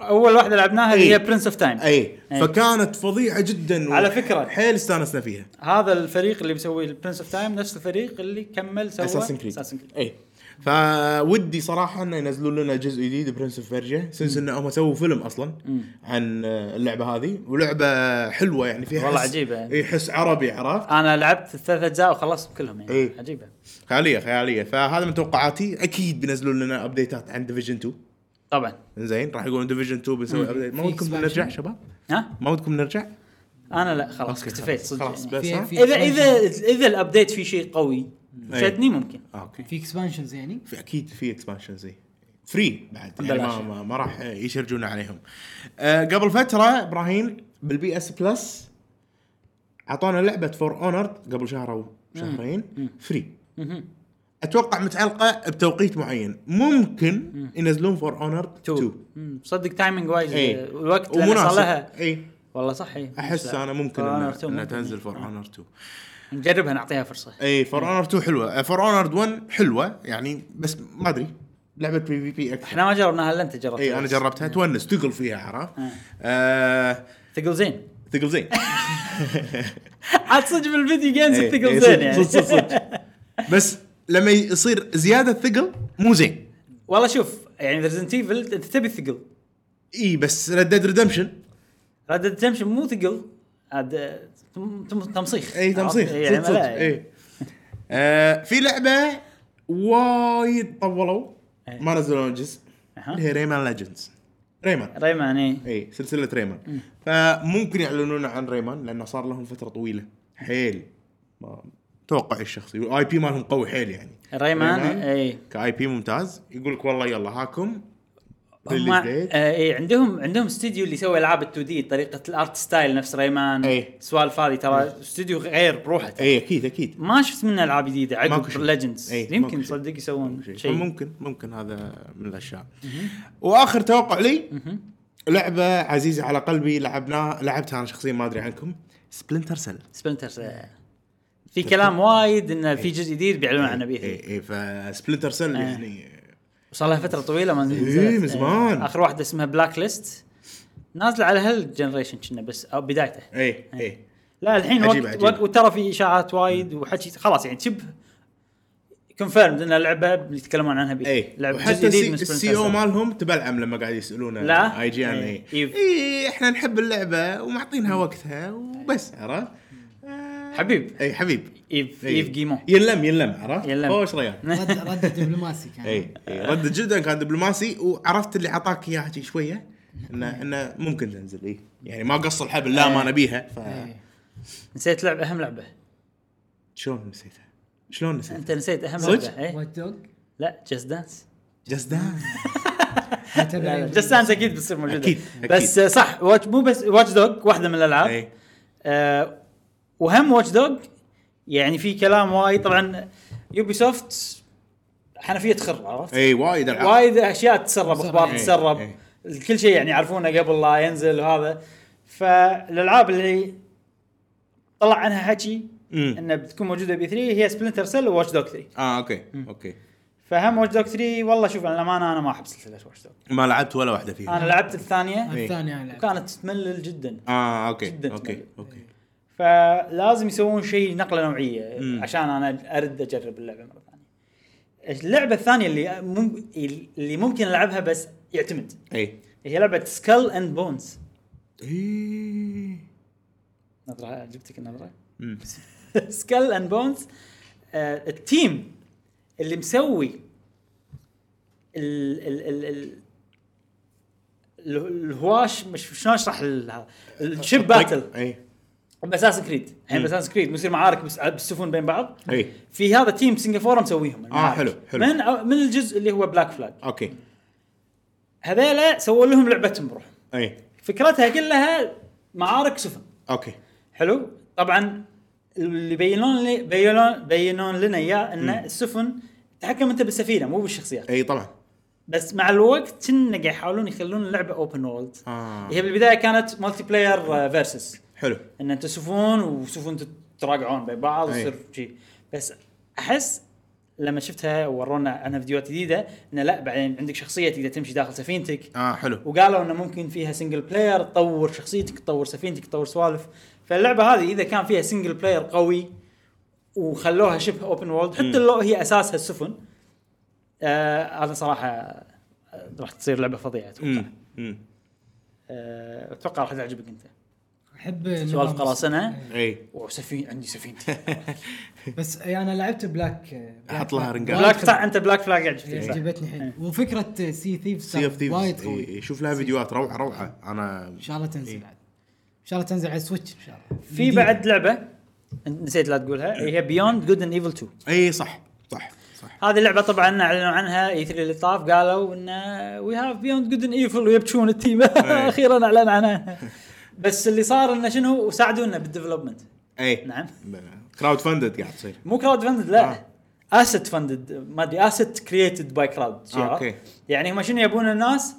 Speaker 1: اول واحده لعبناها اللي هي
Speaker 3: إي.
Speaker 1: برنس اوف تايم
Speaker 3: اي
Speaker 1: إي.
Speaker 3: فكانت فظيعه جدا
Speaker 1: على فكرة.
Speaker 3: حيل استانسنا فيها
Speaker 1: هذا الفريق اللي مسوي البرنس اوف تايم نفس الفريق اللي كمل سوى
Speaker 3: اساسن كريد
Speaker 1: اساسن كريد
Speaker 3: اي فودي صراحه انه ينزلون لنا جزء جديد برنس اوف بيرجيا سنس ان هم سووا فيلم اصلا عن اللعبه هذه ولعبه حلوه يعني فيها
Speaker 1: والله
Speaker 3: حس-
Speaker 1: عجيبة يعني.
Speaker 3: اي حس عربي عرفت
Speaker 1: انا لعبت الثلاث اجزاء وخلصت كلهم يعني
Speaker 3: إي.
Speaker 1: عجيبه
Speaker 3: خياليه خياليه فهذا من توقعاتي اكيد بينزلون لنا ابديتات عن ديفيجن 2
Speaker 1: طبعا
Speaker 3: زين راح يقولون ديفيجن 2 بنسوي ابديت ما
Speaker 2: في
Speaker 3: ودكم
Speaker 2: expansion؟
Speaker 3: نرجع شباب
Speaker 1: ها
Speaker 3: ما ودكم نرجع
Speaker 1: انا لا خلاص اكتفيت صدق
Speaker 3: خلاص
Speaker 1: يعني.
Speaker 3: بس
Speaker 2: في-
Speaker 3: ها؟
Speaker 2: في-
Speaker 1: اذا اذا اذا الابديت في شيء قوي فادني ممكن
Speaker 3: اوكي
Speaker 2: في اكسبانشنز يعني
Speaker 3: في اكيد في اكسبانشنز اي فري بعد يعني
Speaker 1: بلاش.
Speaker 3: ما, ما, ما راح يشرجون عليهم آه قبل فتره ابراهيم بالبي اس بلس اعطونا لعبه فور اونر قبل شهر او شهرين فري
Speaker 1: مهم.
Speaker 3: اتوقع متعلقه بتوقيت معين ممكن ينزلون فور اونر 2
Speaker 1: تو مم، صدق تايمنج وايز
Speaker 3: إي.
Speaker 1: الوقت لان صار
Speaker 3: إيه. ومناسب
Speaker 1: لها
Speaker 3: اي
Speaker 1: والله صح اي
Speaker 3: احس انا ممكن
Speaker 1: فأنا
Speaker 3: انها
Speaker 1: أرتو
Speaker 3: إنها
Speaker 1: ممكن.
Speaker 3: تنزل فور اونر 2
Speaker 1: نجربها نعطيها فرصه
Speaker 3: اي فور اونر 2 حلوه فور اونر 1 حلوه يعني بس ما ادري لعبه بي في بي اكثر
Speaker 1: احنا ما جربناها الا انت جربتها
Speaker 3: اي انا
Speaker 1: بس.
Speaker 3: إيه، جربتها تونس تقل فيها عرفت آه،
Speaker 1: ثقل زين <laughs>
Speaker 3: ثقل زين
Speaker 1: عاد صدق بالفيديو جيمز
Speaker 3: إيه،
Speaker 1: الثقل
Speaker 3: إيه،
Speaker 1: زين
Speaker 3: صدق-
Speaker 1: يعني
Speaker 3: صدق- صدق. بس لما يصير زياده ثقل مو زين
Speaker 1: <laughs> والله شوف يعني ريزنت ايفل انت تبي الثقل
Speaker 3: اي بس ردد ريدمشن
Speaker 1: ريد ديد ريدمشن مو ثقل عاد آه، تم- تم- تمصيخ
Speaker 3: اي تمصيخ
Speaker 1: عرفت؟ يعني
Speaker 3: صدق صدق
Speaker 1: لا، يعني.
Speaker 3: اي آه، في لعبه وايد طولوا
Speaker 1: إيه.
Speaker 3: ما نزلوا جزء
Speaker 1: أها.
Speaker 3: اللي هي ريمان ليجندز ريمان
Speaker 1: ريمان اي
Speaker 3: اي سلسله ريمان فممكن يعلنون عن ريمان لانه صار لهم فتره طويله حيل ما توقع الشخصي والاي بي مالهم قوي حيل يعني
Speaker 1: ريمان اي
Speaker 3: كاي بي ممتاز يقول لك والله يلا هاكم
Speaker 1: هم
Speaker 3: ريليز ديت
Speaker 1: اي عندهم عندهم استديو اللي يسوي العاب ال 2 دي طريقه الارت ستايل نفس ريمان
Speaker 3: إي.
Speaker 1: السوالف هذه ترى استوديو غير بروحه ترى.
Speaker 3: اي اكيد اكيد
Speaker 1: ما شفت منه العاب جديده
Speaker 3: ماكو
Speaker 1: عقب
Speaker 3: شيء.
Speaker 1: ليجندز
Speaker 3: إي،
Speaker 1: يمكن
Speaker 3: ماكو شيء.
Speaker 1: تصدق يسوون شيء
Speaker 3: ممكن ممكن هذا من الاشياء واخر توقع لي لعبه عزيزه على قلبي لعبناها لعبتها انا شخصيا ما ادري عنكم سبلنتر سيل
Speaker 1: سبلنتر آه. في كلام وايد انه
Speaker 3: إيه.
Speaker 1: في جزء جديد بيعلنون عنه به
Speaker 3: اي اي فسبلنتر سيل
Speaker 1: آه.
Speaker 3: يعني
Speaker 1: وصار لها فتره طويله ما نزلت
Speaker 3: إي، إيه، من زمان.
Speaker 1: آه، اخر واحده اسمها بلاك ليست نازله على هالجنريشن كنا بس او بدايته
Speaker 3: اي
Speaker 1: آه.
Speaker 3: اي
Speaker 1: لا الحين
Speaker 3: عجيب،
Speaker 1: وقت,
Speaker 3: عجيب.
Speaker 1: وقت وترى في اشاعات وايد وحكي خلاص يعني شبه كونفيرمد ان اللعبه بيتكلمون عنها بي
Speaker 3: اي
Speaker 1: لعبه
Speaker 3: إيه. وحتى E
Speaker 1: جزء جديد
Speaker 3: السي,
Speaker 1: من
Speaker 3: السي او مالهم تبلعم لما قاعد يسالونه
Speaker 1: لا؟
Speaker 3: اي جي ان اي
Speaker 1: إيه. إيف.
Speaker 3: اي احنا نحب اللعبه ومعطينها وقتها وبس عرفت؟ آه،
Speaker 1: حبيب
Speaker 3: اي حبيب
Speaker 1: ايف
Speaker 3: إي.
Speaker 1: ايف جيمون
Speaker 3: إيه. ينلم ينلم عرفت؟
Speaker 1: ينلم.
Speaker 3: خوش ريال
Speaker 2: رد رد دبلوماسي كان
Speaker 1: إيه.
Speaker 3: اي اي رد جدا كان دبلوماسي وعرفت اللي اعطاك اياه شي شويه
Speaker 1: إيه.
Speaker 3: انه انه ممكن تنزل اي يعني ما قص الحبل لا ما نبيها ف
Speaker 2: إيه.
Speaker 1: نسيت لعبه اهم لعبه
Speaker 3: شلون نسيتها؟ شلون نسيتها؟
Speaker 1: انت نسيت اهم
Speaker 3: صدق؟
Speaker 1: لعبه إي.
Speaker 2: وايت دوغ
Speaker 1: لا جاست دانس
Speaker 3: جاست دانس
Speaker 1: جاست دانس اكيد بتصير موجوده
Speaker 3: أكيد، أكيد.
Speaker 1: بس آه، صح واتش مو بس واتش دوج واحده من الالعاب
Speaker 3: اي
Speaker 1: آه وهم واتش دوج يعني في كلام وايد طبعا يوبي سوفت حنفيه تخر عرفت؟
Speaker 3: اي إيه، وايد العاب
Speaker 1: وايد اشياء تسرب اخبار
Speaker 3: إيه،
Speaker 1: تسرب
Speaker 3: إيه.
Speaker 1: كل شيء يعني يعرفونه قبل لا ينزل وهذا فالالعاب اللي طلع عنها حكي
Speaker 3: مم.
Speaker 1: انها بتكون موجوده بي 3 هي سبلنتر سيل وواتش دوج 3
Speaker 3: اه اوكي اوكي
Speaker 1: فهم واتش دوج 3 والله شوف انا للامانه انا ما احب سلسله واتش دوج
Speaker 3: ما لعبت ولا واحده فيها
Speaker 1: انا لعبت الثانيه
Speaker 3: إيه.
Speaker 2: الثانيه انا لعبت.
Speaker 1: وكانت تملل جدا
Speaker 3: اه اوكي
Speaker 1: جداً إيه.
Speaker 3: اوكي
Speaker 1: تملل.
Speaker 3: اوكي
Speaker 1: فلازم يسوون شيء نقله نوعيه
Speaker 3: مم.
Speaker 1: عشان انا ارد اجرب اللعبه مره ثانيه اللعبه الثانيه اللي مم... اللي ممكن العبها بس يعتمد
Speaker 3: اي
Speaker 1: هي لعبه سكال اند بونز
Speaker 3: إيه.
Speaker 1: نظره جبتك النظره <laughs>
Speaker 3: مم.
Speaker 1: سكال اند بونز آه، التيم اللي مسوي ال ال ال ال ال- الهواش مش شلون اشرح ال- هذا؟ الشيب باتل
Speaker 3: اي
Speaker 1: باساسن كريد الحين باساسن كريد بيصير معارك بس بالسفن بين بعض
Speaker 3: اي
Speaker 1: في هذا تيم سنغافوره مسويهم المعارك.
Speaker 3: آه، حلو، حلو.
Speaker 1: من من الجزء اللي هو بلاك فلاج
Speaker 3: اوكي
Speaker 1: هذيلا سووا لهم لعبتهم بروحهم
Speaker 3: اي
Speaker 1: فكرتها كلها معارك سفن
Speaker 3: اوكي
Speaker 1: حلو طبعا اللي بينون لي بينون بينون لنا اياه ان السفن تحكم انت بالسفينه مو بالشخصيات
Speaker 3: اي طبعا
Speaker 1: بس مع الوقت كنا قاعد يحاولون يخلون اللعبه اوبن وورلد
Speaker 3: آه.
Speaker 1: هي بالبدايه كانت آه، مالتي بلاير فيرسس
Speaker 3: حلو
Speaker 1: ان انت سفن وسفن تتراجعون بين بعض
Speaker 3: أي.
Speaker 1: ويصير شيء بس احس لما شفتها ورونا عنها فيديوهات جديده انه لا بعدين عندك شخصيه تقدر تمشي داخل سفينتك
Speaker 3: اه حلو
Speaker 1: وقالوا انه ممكن فيها سنجل بلاير تطور شخصيتك تطور سفينتك تطور سوالف فاللعبه هذه اذا كان فيها سنجل بلاير قوي وخلوها شبه اوبن وورلد حتى لو هي اساسها السفن آه انا صراحه آه، راح تصير لعبه فظيعه اتوقع
Speaker 3: امم امم
Speaker 1: آه، اتوقع راح تعجبك انت
Speaker 2: احب
Speaker 1: سوالف
Speaker 2: نظام-
Speaker 1: قراصنه
Speaker 3: اي
Speaker 1: وسفين عندي سفينتي إيه.
Speaker 2: بس انا لعبت بلاك
Speaker 3: أحط لها رنجات.
Speaker 1: بلاك صح انت بلاك فلاج
Speaker 2: اللي
Speaker 1: عجبتك
Speaker 3: إيه.
Speaker 1: صح؟
Speaker 2: عجبتني حيل وفكره سي ثيف
Speaker 3: سي اوف
Speaker 2: وايد
Speaker 3: ثيفز
Speaker 2: قوي
Speaker 3: شوف لها فيديوهات روعه روعه انا
Speaker 2: ان شاء الله تنزل
Speaker 3: إيه.
Speaker 2: عاد ان شاء الله تنزل على السويتش ان شاء الله
Speaker 1: في بعد لعبه نسيت لا تقولها هي بيوند جود اند ايفل 2
Speaker 3: اي صح صح صح
Speaker 1: هذه اللعبه طبعا اعلنوا عنها اي 3 اللي طاف قالوا انه وي هاف بيوند جود اند ايفل ويبكون التيم <laughs> اخيرا اعلن عنها بس اللي صار انه شنو وساعدونا بالديفلوبمنت
Speaker 3: اي
Speaker 1: نعم.
Speaker 3: كراود فندد قاعد تصير
Speaker 1: مو كراود فندد لا
Speaker 3: آه.
Speaker 1: اسيت فندد ما ادري اسيت كريتد باي كراود
Speaker 3: آه، أوكي.
Speaker 1: يعني هم شنو يبون الناس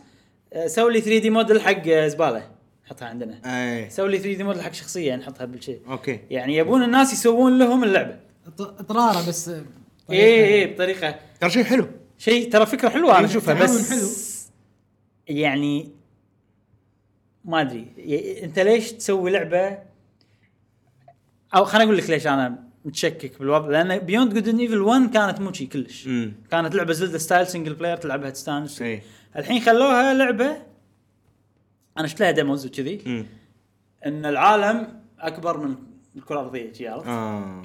Speaker 1: آه، سوي لي 3 دي موديل حق آه، زباله حطها عندنا
Speaker 3: اي
Speaker 1: سوي لي 3 دي موديل حق شخصيه نحطها بالشيء
Speaker 3: اوكي
Speaker 1: يعني يبون الناس يسوون لهم اللعبه
Speaker 2: إط- اطراره بس آه، اي
Speaker 1: اي اي بطريقه
Speaker 3: ترى شيء حلو
Speaker 1: شيء ترى فكره حلوه انا
Speaker 2: إيه،
Speaker 1: اشوفها
Speaker 2: تعاون
Speaker 1: بس
Speaker 2: حلو.
Speaker 1: يعني ما ادري ي- انت ليش تسوي لعبه او خليني اقول لك ليش انا متشكك بالوضع لان بيوند جود ايفل 1 كانت مو شي كلش
Speaker 3: مم.
Speaker 1: كانت لعبه زلده ستايل سنجل بلاير تلعبها تستانس
Speaker 3: إيه.
Speaker 1: الحين خلوها لعبه انا شفت لها ديموز وكذي
Speaker 3: امم
Speaker 1: ان العالم اكبر من الكره الارضيه شي عرفت
Speaker 3: اه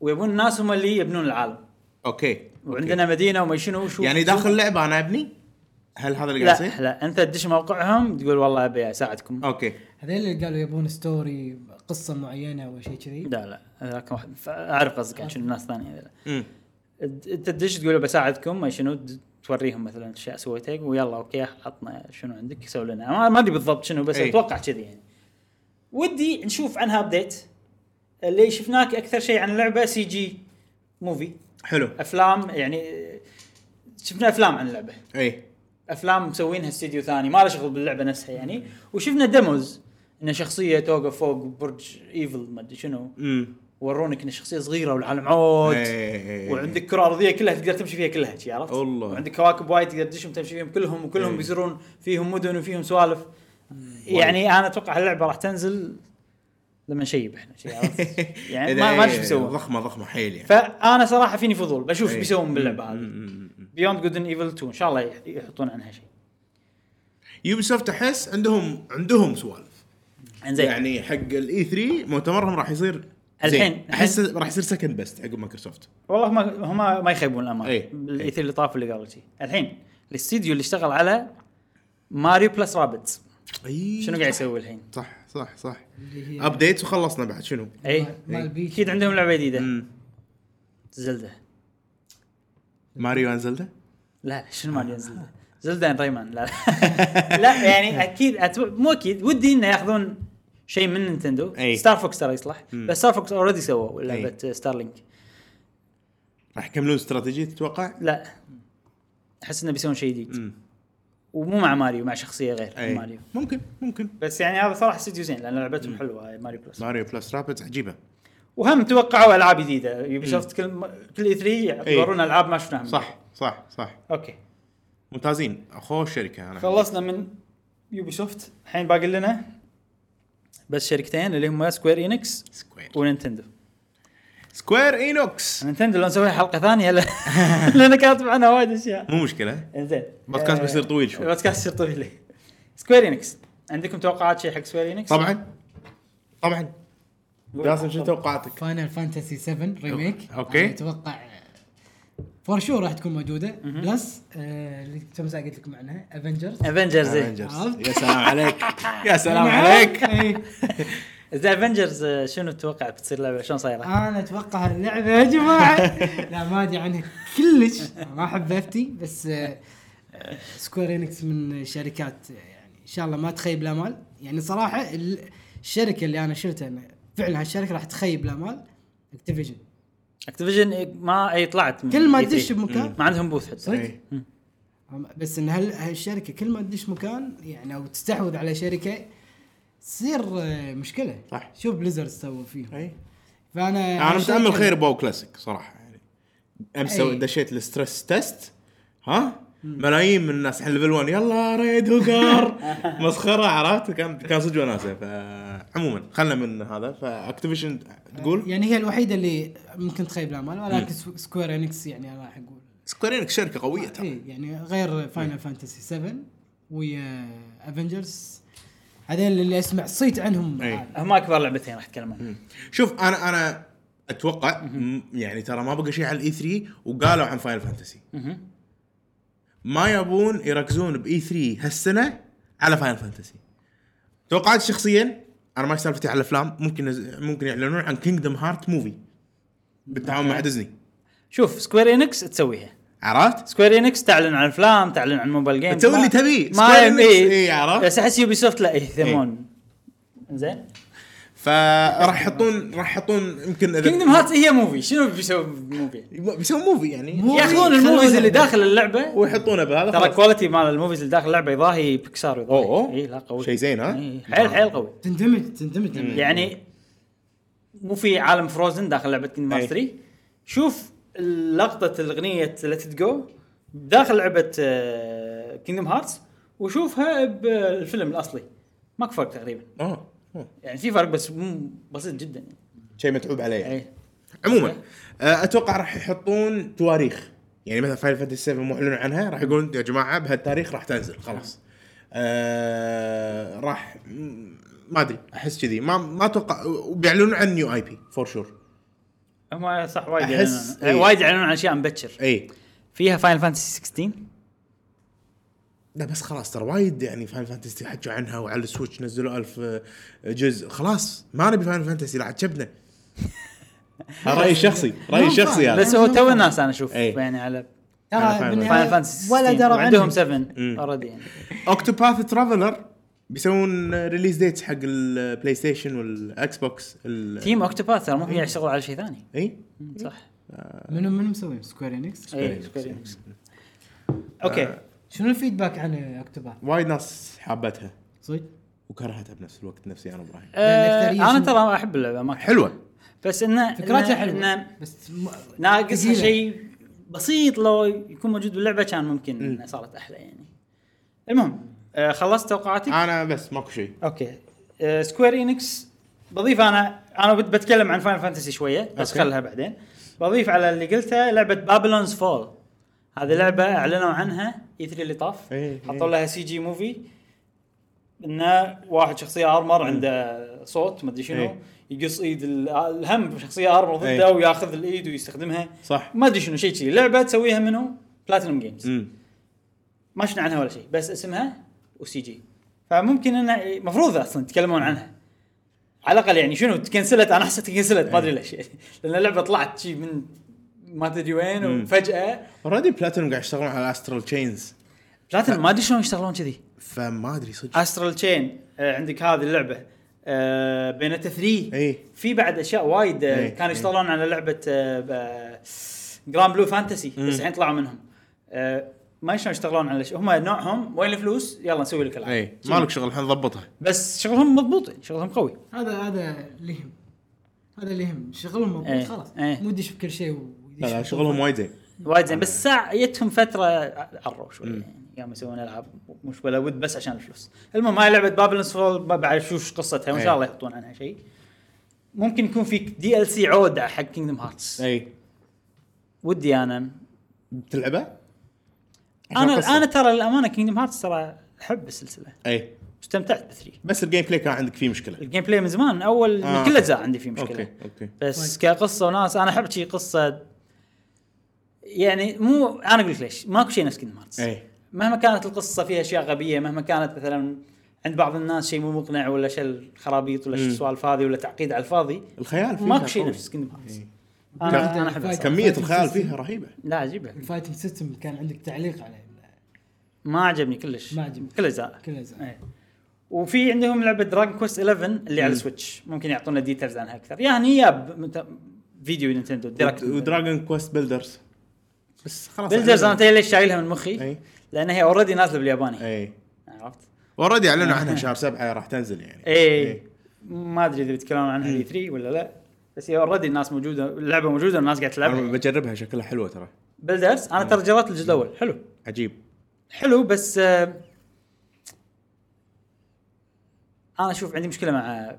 Speaker 1: ويبون الناس هم اللي يبنون العالم
Speaker 3: اوكي
Speaker 1: وعندنا مدينه وما شنو وشو
Speaker 3: يعني داخل اللعبه انا ابني هل هذا اللي قاعد
Speaker 1: لا
Speaker 3: يصير؟
Speaker 1: لا انت تدش موقعهم تقول والله ابي اساعدكم
Speaker 3: اوكي
Speaker 2: هذول اللي قالوا يبون ستوري قصه معينه او شيء كذي
Speaker 1: لا لا هذاك واحد فا- اعرف قصدك عن شنو الناس ثانيه هذول.
Speaker 3: امم
Speaker 1: انت أنت تدش تقول بساعدكم ما شنو ت- توريهم مثلا اشياء سويتها ويلا اوكي عطنا شنو عندك سوي لنا ما- ما ادري بالضبط شنو بس
Speaker 3: إي.
Speaker 1: اتوقع كذي يعني ودي نشوف عنها ابديت اللي شفناك اكثر شيء عن اللعبه سي جي موفي
Speaker 3: حلو
Speaker 1: افلام يعني شفنا افلام عن اللعبه
Speaker 3: اي
Speaker 1: افلام مسوينها استديو ثاني ما له شغل باللعبه نفسها يعني وشفنا ديموز ان شخصيه توقف فوق برج ايفل ما ادري شنو
Speaker 3: امم
Speaker 1: ورونك ان الشخصيه صغيره والعالم عود
Speaker 3: إيه.
Speaker 1: وعندك كره ارضيه كلها تقدر تمشي فيها كلها شي عرفت؟
Speaker 3: والله.
Speaker 1: وعندك كواكب وايد تقدر تدشهم تمشي فيهم كلهم وكلهم
Speaker 3: إيه.
Speaker 1: يصيرون فيهم مدن وفيهم سوالف يعني انا اتوقع هاللعبه راح تنزل لما نشيب احنا شي
Speaker 3: <laughs>
Speaker 1: عرفت؟ يعني ما ما ادري شو بيسوون
Speaker 3: ضخمه ضخمه حيل يعني
Speaker 1: فانا صراحه فيني فضول بشوف ايش
Speaker 3: إيه.
Speaker 1: بيسوون باللعبه
Speaker 3: مم،
Speaker 1: هذه
Speaker 3: مم، مم، مم.
Speaker 1: بيوند جود ايفل 2 ان شاء الله يح- يحطون عنها شيء
Speaker 3: يوبي سوفت احس عندهم عندهم سوالف
Speaker 1: انزين
Speaker 3: يعني حق الاي 3 مؤتمرهم راح يصير زين.
Speaker 1: الحين-
Speaker 3: احس راح يصير سكند بست عقب مايكروسوفت
Speaker 1: والله هم هم ما يخيبون الامانه
Speaker 3: إيه.
Speaker 1: الايثر اللي طاف اللي قالوا شي الحين الاستديو اللي اشتغل على ماريو بلس رابتس
Speaker 3: اي
Speaker 1: شنو قاعد يسوي الحين؟
Speaker 3: صح صح صح
Speaker 2: اللي هي
Speaker 3: ابديت وخلصنا بعد شنو؟
Speaker 1: اي
Speaker 2: مال- مال بيتش.
Speaker 1: اكيد إيه. عندهم لعبه جديده
Speaker 3: مم.
Speaker 1: زلده
Speaker 3: ماريو اند زلدا؟
Speaker 1: لا شنو ماريو زلده زلده إن ريمان لا <laughs> لا يعني اكيد أتو... مو اكيد ودي انه ياخذون شيء من نينتندو
Speaker 3: إي.
Speaker 1: ستار فوكس ترى يصلح بس ستار فوكس اوريدي سووا
Speaker 3: إيه.
Speaker 1: لعبه ستارلينك
Speaker 3: راح يكملون استراتيجيه تتوقع؟
Speaker 1: لا احس انه بيسوون شيء جديد
Speaker 3: مم. إيه.
Speaker 1: ومو مع ماريو مع شخصيه غير
Speaker 3: أي.
Speaker 1: ماريو
Speaker 3: ممكن ممكن
Speaker 1: بس يعني هذا صراحه استديو زين لان لعبتهم حلوه هاي ماريو بلس
Speaker 3: ماريو بلس رابتس عجيبه
Speaker 1: وهم توقعوا العاب جديده يوبي شفت كل كل اي 3 يعتبرون العاب ما شفناها من
Speaker 3: إيه. صح صح صح
Speaker 1: قبل. اوكي
Speaker 3: ممتازين خوش شركه انا
Speaker 1: خلصنا من يوبي سوفت الحين باقي لنا بس شركتين اللي هم سكوير انكس
Speaker 3: سكوير
Speaker 1: ونينتندو
Speaker 3: سكوير اينوكس
Speaker 1: نينتندو لو نسوي حلقه ثانيه لا
Speaker 3: <laughs>
Speaker 1: لان كاتب عنها وايد اشياء
Speaker 3: مو مشكله
Speaker 1: زين
Speaker 3: بودكاست بيصير طويل شوي.
Speaker 1: البودكاست يصير طويل سكوير انكس عندكم توقعات شيء حق سكوير انكس؟
Speaker 3: طبعا طبعا جاسم شنو توقعاتك؟
Speaker 2: فاينل فانتسي 7 ريميك
Speaker 3: أوكي.
Speaker 2: أنا اتوقع فور شور راح تكون موجوده بلس آه، اللي تو مساء قلت لكم عنها افنجرز
Speaker 1: افنجرز
Speaker 3: Avengers. يا سلام عليك يا سلام
Speaker 2: نعم.
Speaker 3: عليك
Speaker 2: إيه.
Speaker 1: زين افنجرز آه، شنو تتوقع بتصير لعبه شلون
Speaker 3: طيب.
Speaker 1: صايره؟
Speaker 2: انا اتوقع اللعبه يا
Speaker 3: <laughs>
Speaker 2: جماعه لا ما ادري عنها كلش ما احب افتي بس سكوير انكس من شركات يعني ان شاء الله ما تخيب الامال يعني صراحه ال- الشركه اللي انا شفتها إن فعلا هالشركه راح تخيب الامال اكتيفيجن
Speaker 1: اكتيفيجن إيه، ما اي طلعت من
Speaker 2: كل ما
Speaker 1: E3.
Speaker 2: تدش بمكان
Speaker 1: ما عندهم بوث حتى
Speaker 2: صدق بس ان هال- هالشركه كل ما تدش مكان يعني او تستحوذ على شركه تصير آه، مشكله
Speaker 3: صح.
Speaker 2: شوف بليزرد سووا فيهم
Speaker 3: إي.
Speaker 2: فانا
Speaker 3: انا
Speaker 2: هالشركة-
Speaker 3: متامل خير باو كلاسيك صراحه يعني امس
Speaker 2: أي.
Speaker 3: دشيت الستريس تيست ها ملايين من الناس على ليفل 1 يلا ريد هوجر مسخره عرفت كان كان صدق وناسه فعموما خلنا من هذا فاكتيفيشن تقول
Speaker 2: يعني هي الوحيده اللي ممكن تخيب الامال ولكن سو- سكوير انكس يعني انا راح اقول
Speaker 3: سكوير انك شركه قويه ترى
Speaker 2: إيه يعني غير فاينل فانتسي 7 ويا افنجرز هذين اللي اسمع صيت عنهم
Speaker 3: إيه.
Speaker 2: عالي.
Speaker 1: هم اكبر لعبتين راح اتكلم عنها
Speaker 3: شوف انا انا اتوقع م- يعني ترى ما بقى شيء على الاي 3 وقالوا عن فاينل فانتسي
Speaker 1: مهم.
Speaker 3: ما يبون يركزون باي 3 هالسنه على فاينل فانتسي توقعات شخصيا انا ما سالفتي على الافلام ممكن يز- ممكن يعلنون عن كينجدم هارت موفي بالتعاون مع ديزني
Speaker 1: شوف سكوير انكس تسويها
Speaker 3: عرفت؟
Speaker 1: سكوير انكس تعلن عن افلام تعلن عن موبايل جيم
Speaker 3: تسوي اللي تبيه.
Speaker 1: ما
Speaker 3: Square Enix،
Speaker 1: إيه.
Speaker 3: إيه، عرفت؟
Speaker 1: بس احس يوبي سوفت لا يهتمون زين
Speaker 3: ف فراح يحطون راح يحطون يمكن إذا-
Speaker 1: كينجدم هارتس هي موفي شنو بيسوي موفي؟
Speaker 3: بيسوون موفي يعني
Speaker 2: مو-
Speaker 1: ياخذون
Speaker 2: خلونا
Speaker 1: الموفيز اللي
Speaker 2: نبدأ.
Speaker 1: داخل اللعبه
Speaker 3: ويحطونه بهذا
Speaker 1: ترى
Speaker 3: خلاص.
Speaker 1: الكواليتي مال الموفيز اللي داخل اللعبه يضاهي بيكسار يضاهي
Speaker 3: أوه.
Speaker 1: اي إيه، لا قوي إيه.
Speaker 3: شيء زين، ها؟
Speaker 1: إي، حيل حيل قوي
Speaker 2: تندمج تندمج لما-
Speaker 1: يعني مو في عالم فروزن داخل لعبه كينجدم
Speaker 3: أي.
Speaker 1: هارتس 3 شوف لقطه الاغنيه ليت جو داخل لعبه كينجدم هارتس وشوفها بالفيلم الاصلي ماكو فرق تقريبا
Speaker 3: اه آه.
Speaker 1: يعني في فرق بس مو- بسيط جدا يعني.
Speaker 3: شيء متعوب عليه يعني.
Speaker 1: اي
Speaker 3: عموما آه، اتوقع راح يحطون تواريخ يعني مثلا فاينل فانتسي 7 مو اعلنوا عنها راح يقولون يا جماعه بهالتاريخ راح تنزل خلاص آه راح م- ما ادري احس كذي ما ما اتوقع وبيعلنون عن نيو اي بي فور شور
Speaker 1: هم صح وايد
Speaker 3: أحس-
Speaker 1: يعلنون
Speaker 3: إي.
Speaker 1: وايد يعلنون عن اشياء مبكر
Speaker 3: اي
Speaker 1: فيها فاينل فانتسي 16
Speaker 3: لا بس خلاص ترى وايد يعني فاينل فانتسي حكوا عنها وعلى السويتش نزلوا ألف آه، جزء خلاص ما نبي فاينل فانتسي لا عاد شبنا رايي شخصي رايي
Speaker 2: نعم،
Speaker 3: شخصي
Speaker 2: فعلاً.
Speaker 3: هذا
Speaker 1: بس هو تو الناس انا اشوف
Speaker 3: إي.
Speaker 1: يعني على
Speaker 3: أنا
Speaker 2: ترى
Speaker 3: فاهم.
Speaker 1: فاينل
Speaker 2: بالنهايه
Speaker 1: فانتسي
Speaker 2: يعني ولا دروا
Speaker 1: عندهم
Speaker 2: عنهم
Speaker 1: 7 اوريدي يعني
Speaker 3: اوكتوباث ترافلر بيسوون ريليز ديتس حق البلاي ستيشن والاكس بوكس ال- إيه؟
Speaker 1: تيم اوكتوباث ترى ما في يشتغل على شيء ثاني
Speaker 3: اي
Speaker 1: مم، صح
Speaker 2: منو منو مسوي سكوير انكس
Speaker 1: إي،
Speaker 3: Enix.
Speaker 1: Square Enix. <laughs> اوكي
Speaker 2: شنو الفيدباك عن اكتوبر
Speaker 3: وايد ناس حابتها
Speaker 2: صدق
Speaker 3: وكرهتها بنفس الوقت نفسي انا ابراهيم
Speaker 1: آه،
Speaker 2: الأكثرية
Speaker 1: انا
Speaker 2: شنو؟
Speaker 1: ترى احب اللعبه ما أكره.
Speaker 3: حلوه
Speaker 1: بس انه
Speaker 2: فكرتها
Speaker 1: إنه- إنه
Speaker 2: حلوه بس م-
Speaker 1: ناقصها
Speaker 2: ثقيلة.
Speaker 1: شيء بسيط لو يكون موجود باللعبه كان ممكن إنها صارت احلى يعني المهم آه، خلصت توقعاتك
Speaker 3: انا بس ماكو شيء
Speaker 1: اوكي سكوير انكس آه، بضيف انا انا بت- بتكلم عن فاينل فانتسي شويه بس
Speaker 3: أوكي.
Speaker 1: خلها بعدين بضيف على اللي قلته لعبه بابلونز فول هذه لعبه اعلنوا عنها اي 3 اللي طاف
Speaker 3: إيه،
Speaker 1: حطوا لها سي جي موفي انه واحد شخصيه ارمر عنده صوت مدري شنو
Speaker 3: إيه.
Speaker 1: يقص ايد ال- الهم شخصيه ارمر ضده
Speaker 3: إيه.
Speaker 1: وياخذ الايد ويستخدمها
Speaker 3: صح
Speaker 1: ما ادري شنو شيء كذي لعبه تسويها منو بلاتينوم جيمز
Speaker 3: امم
Speaker 1: ما شفنا عنها ولا شيء بس اسمها وسي جي فممكن انه مفروض اصلا يتكلمون عنها على الاقل يعني شنو تكنسلت انا حسيت تكنسلت ما ادري
Speaker 3: إيه.
Speaker 1: ليش <laughs> لان اللعبه طلعت شي من ما تدري وين وفجاه
Speaker 3: اوريدي بلاتينوم قاعد يشتغلون على استرال تشينز
Speaker 1: بلاتينوم ما ادري شلون يشتغلون كذي
Speaker 3: فما ادري صدق
Speaker 1: استرال تشين uh, عندك هذه اللعبه آه بينتا 3
Speaker 3: إي.
Speaker 1: في بعد اشياء وايد آه
Speaker 3: إي،
Speaker 1: كانوا
Speaker 3: إي.
Speaker 1: يشتغلون على uh, لعبه جرام بلو فانتسي بس الحين طلعوا منهم آه ما شلون يشتغلون على هم نوعهم وين الفلوس يلا نسوي لك العاب
Speaker 3: اي إيه. مالك شغل الحين نضبطها
Speaker 1: بس شغلهم مضبوط يعني شغلهم قوي
Speaker 2: هذا هذا اللي يهم هذا اللي يهم شغلهم مضبوط
Speaker 1: إيه،
Speaker 2: خلاص
Speaker 1: إيه.
Speaker 2: مو يدش بكل شيء و-
Speaker 3: لا لا شغلهم وايد زين
Speaker 1: وايد زين بس ساعة جتهم فتره عروا شوي يعني يوم يسوون العاب مش ولا ود بس عشان الفلوس المهم هاي لعبه بابلنس فول ما بعرف شو إيش قصتها وان
Speaker 3: إيه.
Speaker 1: شاء الله يحطون عنها شيء ممكن يكون في دي ال سي عوده حق كينجدم هارتس
Speaker 3: اي
Speaker 1: ودي انا
Speaker 3: بتلعبها؟ عشان
Speaker 1: انا
Speaker 3: قصة.
Speaker 1: انا ترى للامانه كينجدم هارتس ترى احب السلسله
Speaker 3: اي
Speaker 1: استمتعت بثري
Speaker 3: إيه. بس الجيم بلاي كان عندك فيه مشكله
Speaker 1: الجيم بلاي من زمان اول
Speaker 3: آه،
Speaker 1: من كل
Speaker 3: أوكي.
Speaker 1: اجزاء عندي فيه مشكله
Speaker 3: اوكي اوكي
Speaker 1: بس كقصه وناس انا احب شي قصه يعني مو انا اقول لك ليش ماكو شيء نفس كيندم هارتس
Speaker 3: اي
Speaker 1: مهما كانت القصه فيها اشياء غبيه مهما كانت مثلا عند بعض الناس شيء مو مقنع ولا شل خرابيط ولا شو
Speaker 3: مم.
Speaker 1: السوالف هذه ولا تعقيد على الفاضي
Speaker 3: الخيال فيها
Speaker 1: ماكو شيء
Speaker 3: قوي.
Speaker 1: نفس كيندم هارتس
Speaker 3: إيه.
Speaker 1: انا انا
Speaker 2: فايت-
Speaker 1: احب
Speaker 3: كميه الخيال فيها رهيبه
Speaker 1: لا عجيبه
Speaker 2: الفايتنج سيستم كان عندك تعليق عليه
Speaker 1: ما عجبني كلش
Speaker 2: ما عجبك.
Speaker 1: كل اجزاء
Speaker 2: كل أجزاء.
Speaker 1: إيه. وفي عندهم لعبه دراجون كويست 11 اللي على السويتش ممكن يعطونا ديتيلز عنها اكثر يعني يا ب- مت- فيديو نينتندو ديركت
Speaker 3: ودراجون كويست بيلدرز بس خلاص
Speaker 1: بلدرز انا تدري ليش شايلها من مخي؟
Speaker 3: اي.
Speaker 1: لان هي اوريدي نازله بالياباني
Speaker 3: اي
Speaker 1: عرفت؟
Speaker 3: اوريدي اعلنوا إيه. عنها شهر سبعه راح تنزل يعني
Speaker 1: إيه، اي ما ادري اذا بيتكلمون عنها اي 3 ولا لا بس هي اوريدي الناس موجوده اللعبه موجوده والناس قاعده
Speaker 3: انا
Speaker 1: تلعبها
Speaker 3: بجربها شكلها حلوه ترى
Speaker 1: بلدرز انا ترى جربت الجزء الاول حلو
Speaker 3: عجيب
Speaker 1: حلو بس آه، انا اشوف عندي مشكله مع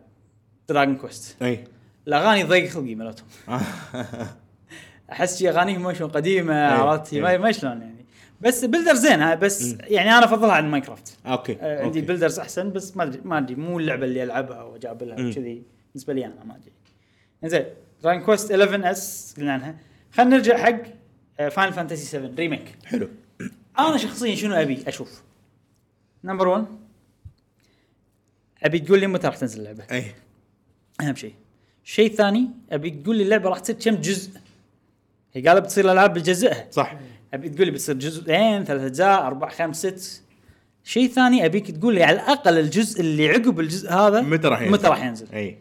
Speaker 1: دراجون كويست
Speaker 3: اي
Speaker 1: الاغاني ضيق خلقي
Speaker 3: <laughs>
Speaker 1: مالتهم احس شي اغانيهم شلون قديمه عرفت ما
Speaker 3: إيه.
Speaker 1: ما شلون يعني بس بلدر زين بس يعني انا افضلها عن ماينكرافت
Speaker 3: اوكي
Speaker 1: آه، عندي
Speaker 3: اوكي.
Speaker 1: بلدرز احسن بس ما ادري ما ادري مو اللعبه اللي العبها واجاب لها
Speaker 3: مم.
Speaker 1: كذي بالنسبه لي انا ما ادري زين ران كويست 11 اس قلنا عنها خلينا نرجع حق آه، فاينل فانتسي 7 ريميك
Speaker 3: حلو
Speaker 1: انا شخصيا شنو ابي اشوف نمبر 1 ابي تقول لي متى راح تنزل اللعبه
Speaker 3: اي
Speaker 1: اهم شيء الشيء الثاني ابي تقول لي اللعبه راح تصير كم جزء هي قالت بتصير الالعاب بجزئها
Speaker 3: صح
Speaker 1: ابي تقول لي بتصير جزئين ثلاث اجزاء اربع خمس ست شيء ثاني ابيك تقول لي على الاقل الجزء اللي عقب الجزء هذا
Speaker 3: متى راح ينزل؟ إيه،
Speaker 1: متى راح ينزل
Speaker 3: اي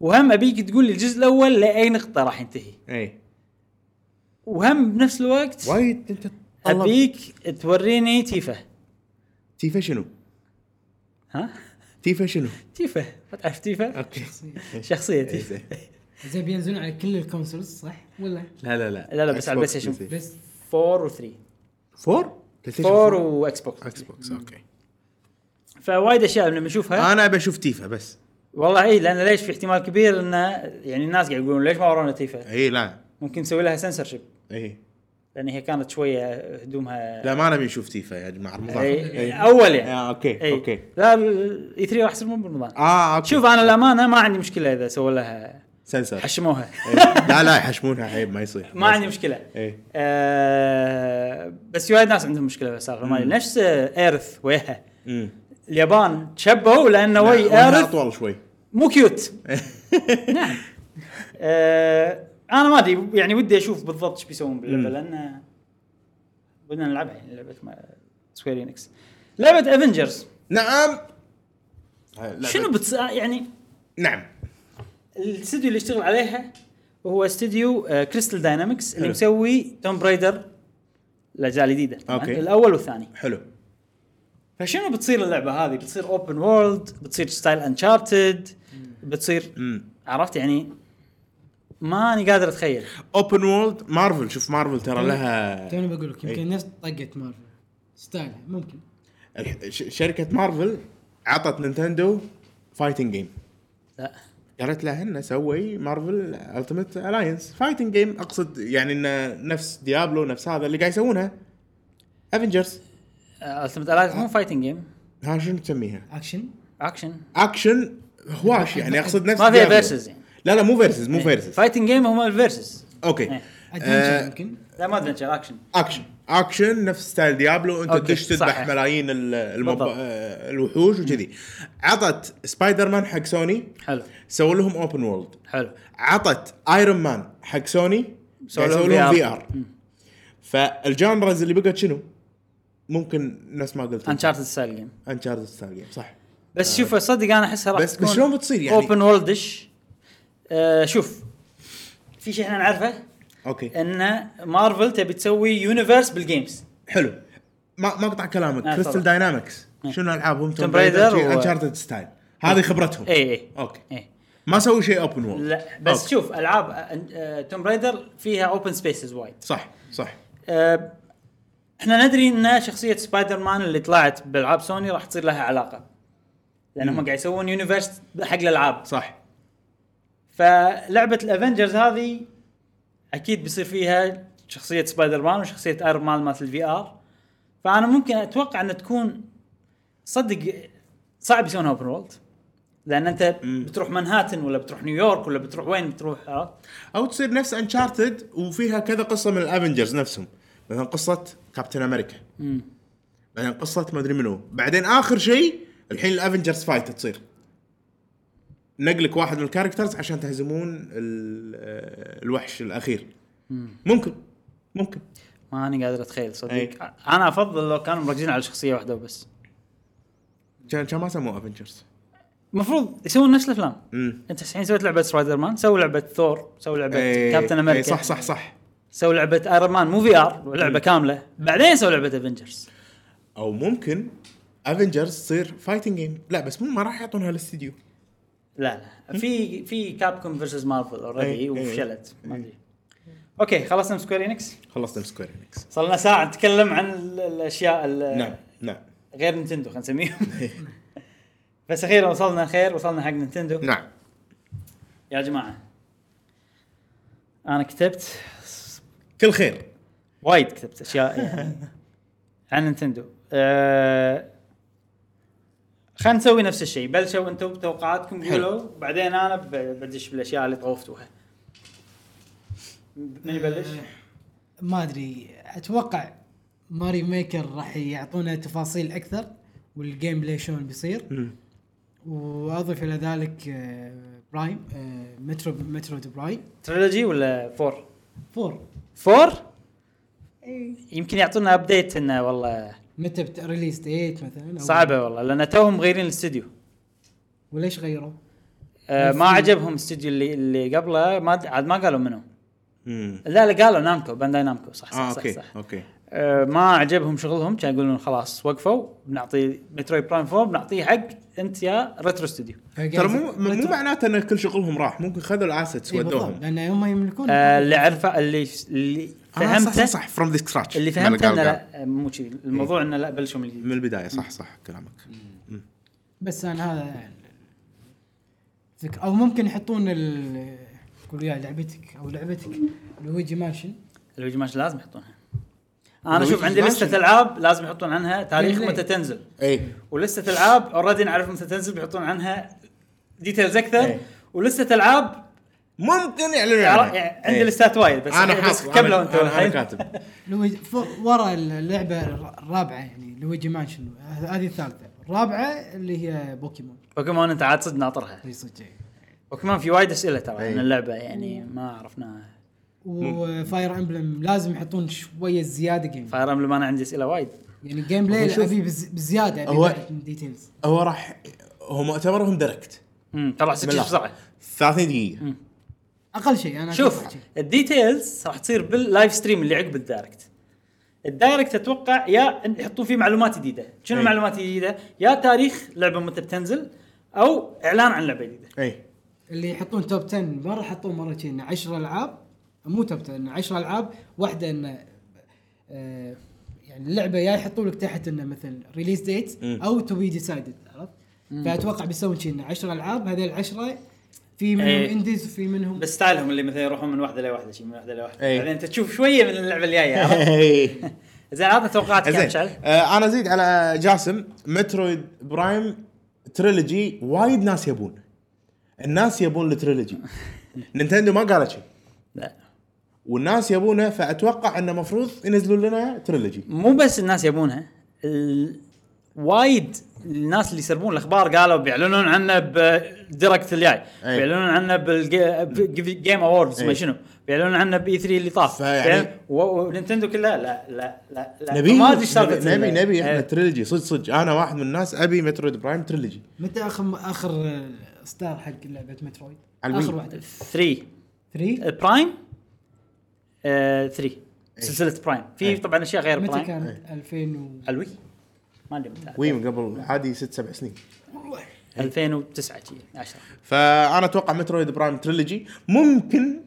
Speaker 1: وهم ابيك تقول لي الجزء الاول لاي نقطه راح ينتهي
Speaker 3: اي
Speaker 1: وهم بنفس الوقت
Speaker 3: إيه. وايد انت تطلب-
Speaker 1: ابيك توريني تيفه
Speaker 3: تيفا شنو؟
Speaker 1: ها
Speaker 3: تيفا شنو؟
Speaker 1: تيفه ما تعرف تيفه
Speaker 3: اوكي
Speaker 1: شخصيه
Speaker 3: أه. إيه،
Speaker 1: تيفه
Speaker 3: زين.
Speaker 2: زين بينزلون على كل الكونسولز صح ولا
Speaker 3: لا لا لا
Speaker 1: لا، لا، بس على البلاي ستيشن.
Speaker 3: Xbox، PlayStation.
Speaker 2: بس
Speaker 1: 4 و3
Speaker 3: فور؟ بلاي ستيشن
Speaker 1: 4 واكس بوكس
Speaker 3: اكس بوكس اوكي
Speaker 1: إيه؟ فوايد اشياء لما نشوفها
Speaker 3: انا ابي اشوف تيفا بس
Speaker 1: والله اي لان ليش في احتمال كبير انه يعني الناس قاعد يقولون ليش ما ورونا تيفا
Speaker 3: اي إيه، لا إيه.
Speaker 1: ممكن نسوي لها سنسور شيب
Speaker 3: اي
Speaker 1: لان هي كانت شويه هدومها
Speaker 3: لا ما نبي نشوف تيفا يا جماعه رمضان
Speaker 1: أي-
Speaker 3: إي.
Speaker 1: اول يعني
Speaker 3: آه، اوكي
Speaker 1: أي.
Speaker 3: اوكي
Speaker 1: لا الاي 3 راح يصير مو برمضان
Speaker 3: اه اوكي
Speaker 1: شوف انا الامانه ما عندي مشكله اذا سووا لها
Speaker 3: سنسر
Speaker 1: حشموها
Speaker 3: إي. لا لا يحشمونها عيب ما يصير
Speaker 1: ما عندي مشكله
Speaker 3: اي
Speaker 1: آه بس في وايد ناس عندهم مشكله بالسالفه مالي نفس ايرث ويها
Speaker 3: امم
Speaker 1: آه، اليابان تشبهوا لانه
Speaker 3: لا،
Speaker 1: وي
Speaker 3: وجهها
Speaker 1: ايرث
Speaker 3: اطول شوي
Speaker 1: مو
Speaker 3: <laughs>
Speaker 1: كيوت نعم آه انا ما ادري يعني ودي اشوف بالضبط ايش بيسوون باللعبه
Speaker 3: مم.
Speaker 1: لان بدنا نلعبها يعني لعبه سكويرينكس لعبه افنجرز
Speaker 3: نعم آه، لا،
Speaker 1: شنو
Speaker 3: بس-
Speaker 1: بتس... يعني
Speaker 3: نعم
Speaker 1: الاستوديو اللي يشتغل عليها هو استوديو آه، كريستال داينامكس اللي
Speaker 3: حلو.
Speaker 1: مسوي توم برايدر الاجزاء الجديده طبعاً،
Speaker 3: أوكي.
Speaker 1: الاول والثاني
Speaker 3: حلو
Speaker 1: فشنو بتصير اللعبه هذه بتصير اوبن وورلد بتصير ستايل انشارتد بتصير
Speaker 3: امم
Speaker 1: عرفت يعني ماني قادر اتخيل
Speaker 3: اوبن وورلد مارفل شوف مارفل ترى لها
Speaker 2: توني بقول لك
Speaker 3: إي.
Speaker 2: يمكن نفس طقه مارفل ستايلها ممكن
Speaker 3: الح- ش- شركه مارفل عطت نينتندو فايتنج جيم
Speaker 1: لا
Speaker 3: قالت لها انه سوي مارفل التيمت الاينس فايتنج جيم اقصد يعني انه نفس ديابلو نفس هذا اللي قاعد يسوونها افنجرز
Speaker 1: التمت الايز مو فايتنج جيم
Speaker 3: ها شنو تسميها؟
Speaker 2: اكشن
Speaker 1: اكشن
Speaker 3: اكشن هواش يعني اقصد نفس
Speaker 1: ما فيها
Speaker 3: ديابلو.
Speaker 1: فيرسز يعني
Speaker 3: لا لا مو فيرسز مو فيرسز
Speaker 1: فايتنج جيم هم الفيرسز
Speaker 3: اوكي
Speaker 1: إيه.
Speaker 2: ادفنشر
Speaker 3: آه،
Speaker 2: يمكن
Speaker 1: لا ما ادفنشر اكشن
Speaker 3: اكشن اكشن أه، نفس ستايل ديابلو انت
Speaker 1: أوكي،
Speaker 3: تدش تذبح
Speaker 1: صحيح.
Speaker 3: ملايين ال- المب...
Speaker 1: بالضبط.
Speaker 3: آه، الوحوش وكذي عطت سبايدر مان حق سوني
Speaker 1: حلو
Speaker 3: سووا لهم اوبن وورلد
Speaker 1: حلو
Speaker 3: عطت ايرون مان حق سوني
Speaker 1: سووا
Speaker 3: سووا
Speaker 1: لهم
Speaker 3: لهم
Speaker 1: VR.
Speaker 3: في ار فالجانرز اللي بقت شنو؟ ممكن نفس ما قلت
Speaker 1: انشارتد ستايل جيم
Speaker 3: انشارتد ستايل جيم صح
Speaker 1: بس شوف صدق انا احسها راح
Speaker 3: آه. بس- بس شلون بتصير يعني؟
Speaker 1: اوبن وورلدش آه شوف في شيء احنا نعرفه
Speaker 3: اوكي
Speaker 1: ان مارفل تبي تسوي يونيفرس بالجيمز
Speaker 3: حلو ما ما اقطع كلامك
Speaker 1: آه،
Speaker 3: كريستال
Speaker 1: تفضل.
Speaker 3: داينامكس شنو العابهم؟ توم
Speaker 1: برايدر
Speaker 3: برايدر
Speaker 1: و- آه.
Speaker 3: انشارتد ستايل هذه خبرتهم
Speaker 1: اي اي
Speaker 3: اوكي
Speaker 1: اي
Speaker 3: ما سووا شيء اوبن وورلد
Speaker 1: إيه. لا بس
Speaker 3: أوكي.
Speaker 1: شوف العاب توم برايدر فيها اوبن سبيسز وايد
Speaker 3: صح صح
Speaker 1: آه، احنا ندري ان شخصيه سبايدر مان اللي طلعت بالعاب سوني راح تصير لها علاقه لان هم قاعد يسوون يونيفرس حق الالعاب
Speaker 3: صح
Speaker 1: فلعبه الافنجرز هذه اكيد بيصير فيها شخصيه سبايدر مان وشخصيه ايرون مان مالت الفي ار فانا ممكن اتوقع انها تكون صدق صعب يسوونها اوبن وورلد لان انت بتروح منهاتن ولا بتروح نيويورك ولا بتروح وين بتروح عرفت؟
Speaker 3: او تصير نفس انشارتد وفيها كذا قصه من الافنجرز نفسهم مثلا قصه كابتن امريكا بعدين قصه ما ادري منو بعدين اخر شيء الحين الافنجرز فايت تصير نقلك واحد من الكاركترز عشان تهزمون ال- آه، الوحش الاخير ممكن ممكن
Speaker 1: ماني قادر اتخيل صدق
Speaker 3: أي.
Speaker 1: انا افضل لو كانوا مركزين على شخصيه واحده وبس
Speaker 3: كان كان ما سموه افنجرز
Speaker 1: المفروض يسوون نفس الافلام
Speaker 3: امم
Speaker 1: انت الحين سويت لعبه سبايدر مان سوي لعبه ثور سوي لعبه
Speaker 3: إيه،
Speaker 1: كابتن
Speaker 3: إيه،
Speaker 1: امريكا
Speaker 3: صح صح صح
Speaker 1: سوي لعبه ايرون مان مو في ار لعبه كامله بعدين سوي لعبه افنجرز
Speaker 3: او ممكن افنجرز تصير فايتنج جيم لا بس مو ما راح يعطونها الاستديو
Speaker 1: لا لا في في كابكوم فيرسز مارفل اوريدي
Speaker 3: أي، أي.
Speaker 1: وفشلت ما ادري اوكي خلصنا من سكوير انكس
Speaker 3: خلصنا سكوير انكس
Speaker 1: صار لنا ساعه نتكلم عن ال- الاشياء ال-
Speaker 3: نعم إيه. نعم
Speaker 1: غير نينتندو خلينا
Speaker 3: <laughs>
Speaker 1: نسميهم بس اخيرا وصلنا خير وصلنا حق نينتندو
Speaker 3: نعم
Speaker 1: يا جماعه انا كتبت
Speaker 3: كل خير
Speaker 1: وايد كتبت اشياء يعني عن نينتندو أه خلينا نسوي نفس الشيء بلشوا انتم بتوقعاتكم
Speaker 3: حلو.
Speaker 1: قولوا بعدين انا ب- بدش بالاشياء اللي طوفتوها من يبلش؟
Speaker 2: آه، ما ادري اتوقع ماري ميكر راح يعطونا تفاصيل اكثر والجيم بلاي شلون بيصير واضف الى ذلك آه، برايم آه، مترو مترود برايم
Speaker 1: تريلوجي ولا فور؟
Speaker 2: فور
Speaker 1: فور؟ يمكن يعطونا ابديت انه والله
Speaker 2: متى بت- ريليز ديت مثلا أو-
Speaker 1: صعبه والله لان توهم مغيرين الاستديو
Speaker 2: وليش غيروا؟
Speaker 1: آه ما عجبهم الاستوديو اللي اللي قبله ما أد- عاد ما قالوا منو
Speaker 3: مم.
Speaker 1: لا لا قالوا نامكو بانداي نامكو صح صح
Speaker 3: اه
Speaker 1: صح,
Speaker 3: اوكي
Speaker 1: صح.
Speaker 3: اوكي
Speaker 1: آه، ما عجبهم شغلهم كانوا يقولون خلاص وقفوا بنعطي متروي برايم 4 بنعطيه حق انت يا ريترو استوديو
Speaker 3: ترى مو مو معناته ان كل شغلهم راح ممكن خذوا الاسيتس
Speaker 1: إيه،
Speaker 3: ودوهم
Speaker 2: لان إيه، هم يملكون
Speaker 1: آه، اللي عرفه اللي اللي
Speaker 3: آه، صح صح
Speaker 1: فهمته
Speaker 3: صح فروم ذا سكراتش
Speaker 1: اللي فهمته انه لا آه، مو كذي الموضوع انه لا بلشوا من
Speaker 3: من
Speaker 1: الجديد
Speaker 3: البدايه صح صح كلامك
Speaker 2: بس انا هذا فكرة او ممكن يحطون ال يقول يا لعبتك او لعبتك لويجي مانشن
Speaker 1: الويجي مانشن لازم يحطونها انا
Speaker 3: الويجي
Speaker 1: اشوف عندي
Speaker 3: مانشن.
Speaker 1: لسته العاب لازم يحطون عنها تاريخ
Speaker 3: إيه،
Speaker 2: ليه؟
Speaker 1: متى تنزل
Speaker 3: اي
Speaker 1: ولسته العاب اوريدي نعرف متى تنزل بيحطون عنها ديتيلز اكثر
Speaker 3: إيه.
Speaker 1: ولسته العاب
Speaker 3: ممكن يعلنون
Speaker 1: يعني
Speaker 3: عنها.
Speaker 1: عندي
Speaker 3: إيه.
Speaker 1: لستات وايد بس
Speaker 3: انا
Speaker 1: بس
Speaker 3: حاط
Speaker 1: كملوا
Speaker 3: انا
Speaker 1: انت
Speaker 3: أنا
Speaker 1: الحين.
Speaker 3: كاتب
Speaker 2: لويجي ف- ورا اللعبه الر- الرابعه يعني لويجي مانشن هذه الثالثه الرابعه اللي هي بوكيمون
Speaker 1: بوكيمون انت عاد صدق ناطرها
Speaker 2: اللي صدق
Speaker 1: بوكيمون في وايد اسئله ترى
Speaker 3: إيه.
Speaker 1: عن اللعبه يعني ما عرفناها
Speaker 2: وفاير امبلم لازم يحطون شويه زياده جيم
Speaker 1: فاير امبلم انا عندي اسئله وايد
Speaker 2: يعني الجيم
Speaker 3: هو
Speaker 2: بلاي
Speaker 3: شوف-
Speaker 2: ابي بز- بزياده ابي
Speaker 3: هو-
Speaker 2: بعد من ديتيلز
Speaker 3: هو راح هو مؤتمرهم دايركت
Speaker 1: امم ترى راح تصير
Speaker 3: بالله.
Speaker 1: بسرعه
Speaker 3: 30 دقيقه
Speaker 2: اقل شيء انا أتوقع
Speaker 1: شوف
Speaker 2: شيء.
Speaker 1: الديتيلز راح تصير باللايف ستريم اللي عقب الدايركت الدايركت اتوقع يا إن- يحطون فيه معلومات جديده شنو
Speaker 3: إيه.
Speaker 1: المعلومات الجديده يا تاريخ لعبه متى بتنزل او اعلان عن لعبه جديده
Speaker 3: اي
Speaker 2: اللي يحطون توب 10 مره حطوا مرتين 10 العاب مو توب 10 10 العاب واحده انه آه، يعني اللعبه يا يحطوا لك تحت انه مثل ريليز ديت
Speaker 3: مم.
Speaker 2: او تو بي ديسايدد عرفت؟ فاتوقع بيسوون شيء انه 10 العاب هذه العشره في منهم
Speaker 1: إيه.
Speaker 2: انديز وفي منهم
Speaker 1: بستايلهم اللي مثلا يروحون من واحده لواحده شي من واحده لواحده
Speaker 3: إيه.
Speaker 1: بعدين انت تشوف شويه من اللعبه الجايه عرفت؟ <laughs> زين هذا توقعاتي كانت
Speaker 3: زين
Speaker 1: شعل
Speaker 3: آه، انا ازيد على جاسم مترويد برايم تريلوجي وايد ناس يبون الناس
Speaker 1: <laughs>
Speaker 3: يبون التريلوجي نينتندو ما قالت شيء
Speaker 1: لا
Speaker 3: والناس يبونه فاتوقع انه المفروض ينزلون لنا تريلوجي
Speaker 1: مو بس الناس يبونها ال... وايد الناس اللي يسربون الاخبار قالوا بيعلنون عنه بالديركت الجاي
Speaker 3: أي.
Speaker 1: بيعلنون عنه بالجيم اووردز ما
Speaker 3: أي.
Speaker 1: شنو بيعلنون عنه باي 3 اللي طاف
Speaker 3: فيعني-
Speaker 1: يعني و... ونينتندو كلها لا لا لا, لا.
Speaker 3: نبي
Speaker 1: ما ادري ايش سالفه
Speaker 3: نبي نبي احنا
Speaker 1: إيه.
Speaker 3: تريلوجي صدق صدق انا واحد من الناس ابي مترويد برايم تريلوجي
Speaker 2: متى اخر اخر آه، ستار حق لعبه مترويد؟
Speaker 3: على الوي.
Speaker 2: اخر واحده
Speaker 1: 3
Speaker 2: 3
Speaker 1: برايم آه، 3 سلسله برايم في
Speaker 3: أي.
Speaker 1: طبعا اشياء غير
Speaker 2: متى
Speaker 1: برايم
Speaker 3: إيه.
Speaker 2: كانت 2000 و
Speaker 1: الوي ما ادري متى
Speaker 3: وي من قبل عادي ست سبع سنين
Speaker 1: 2009 شي 10
Speaker 3: فانا اتوقع مترويد برايم تريلوجي ممكن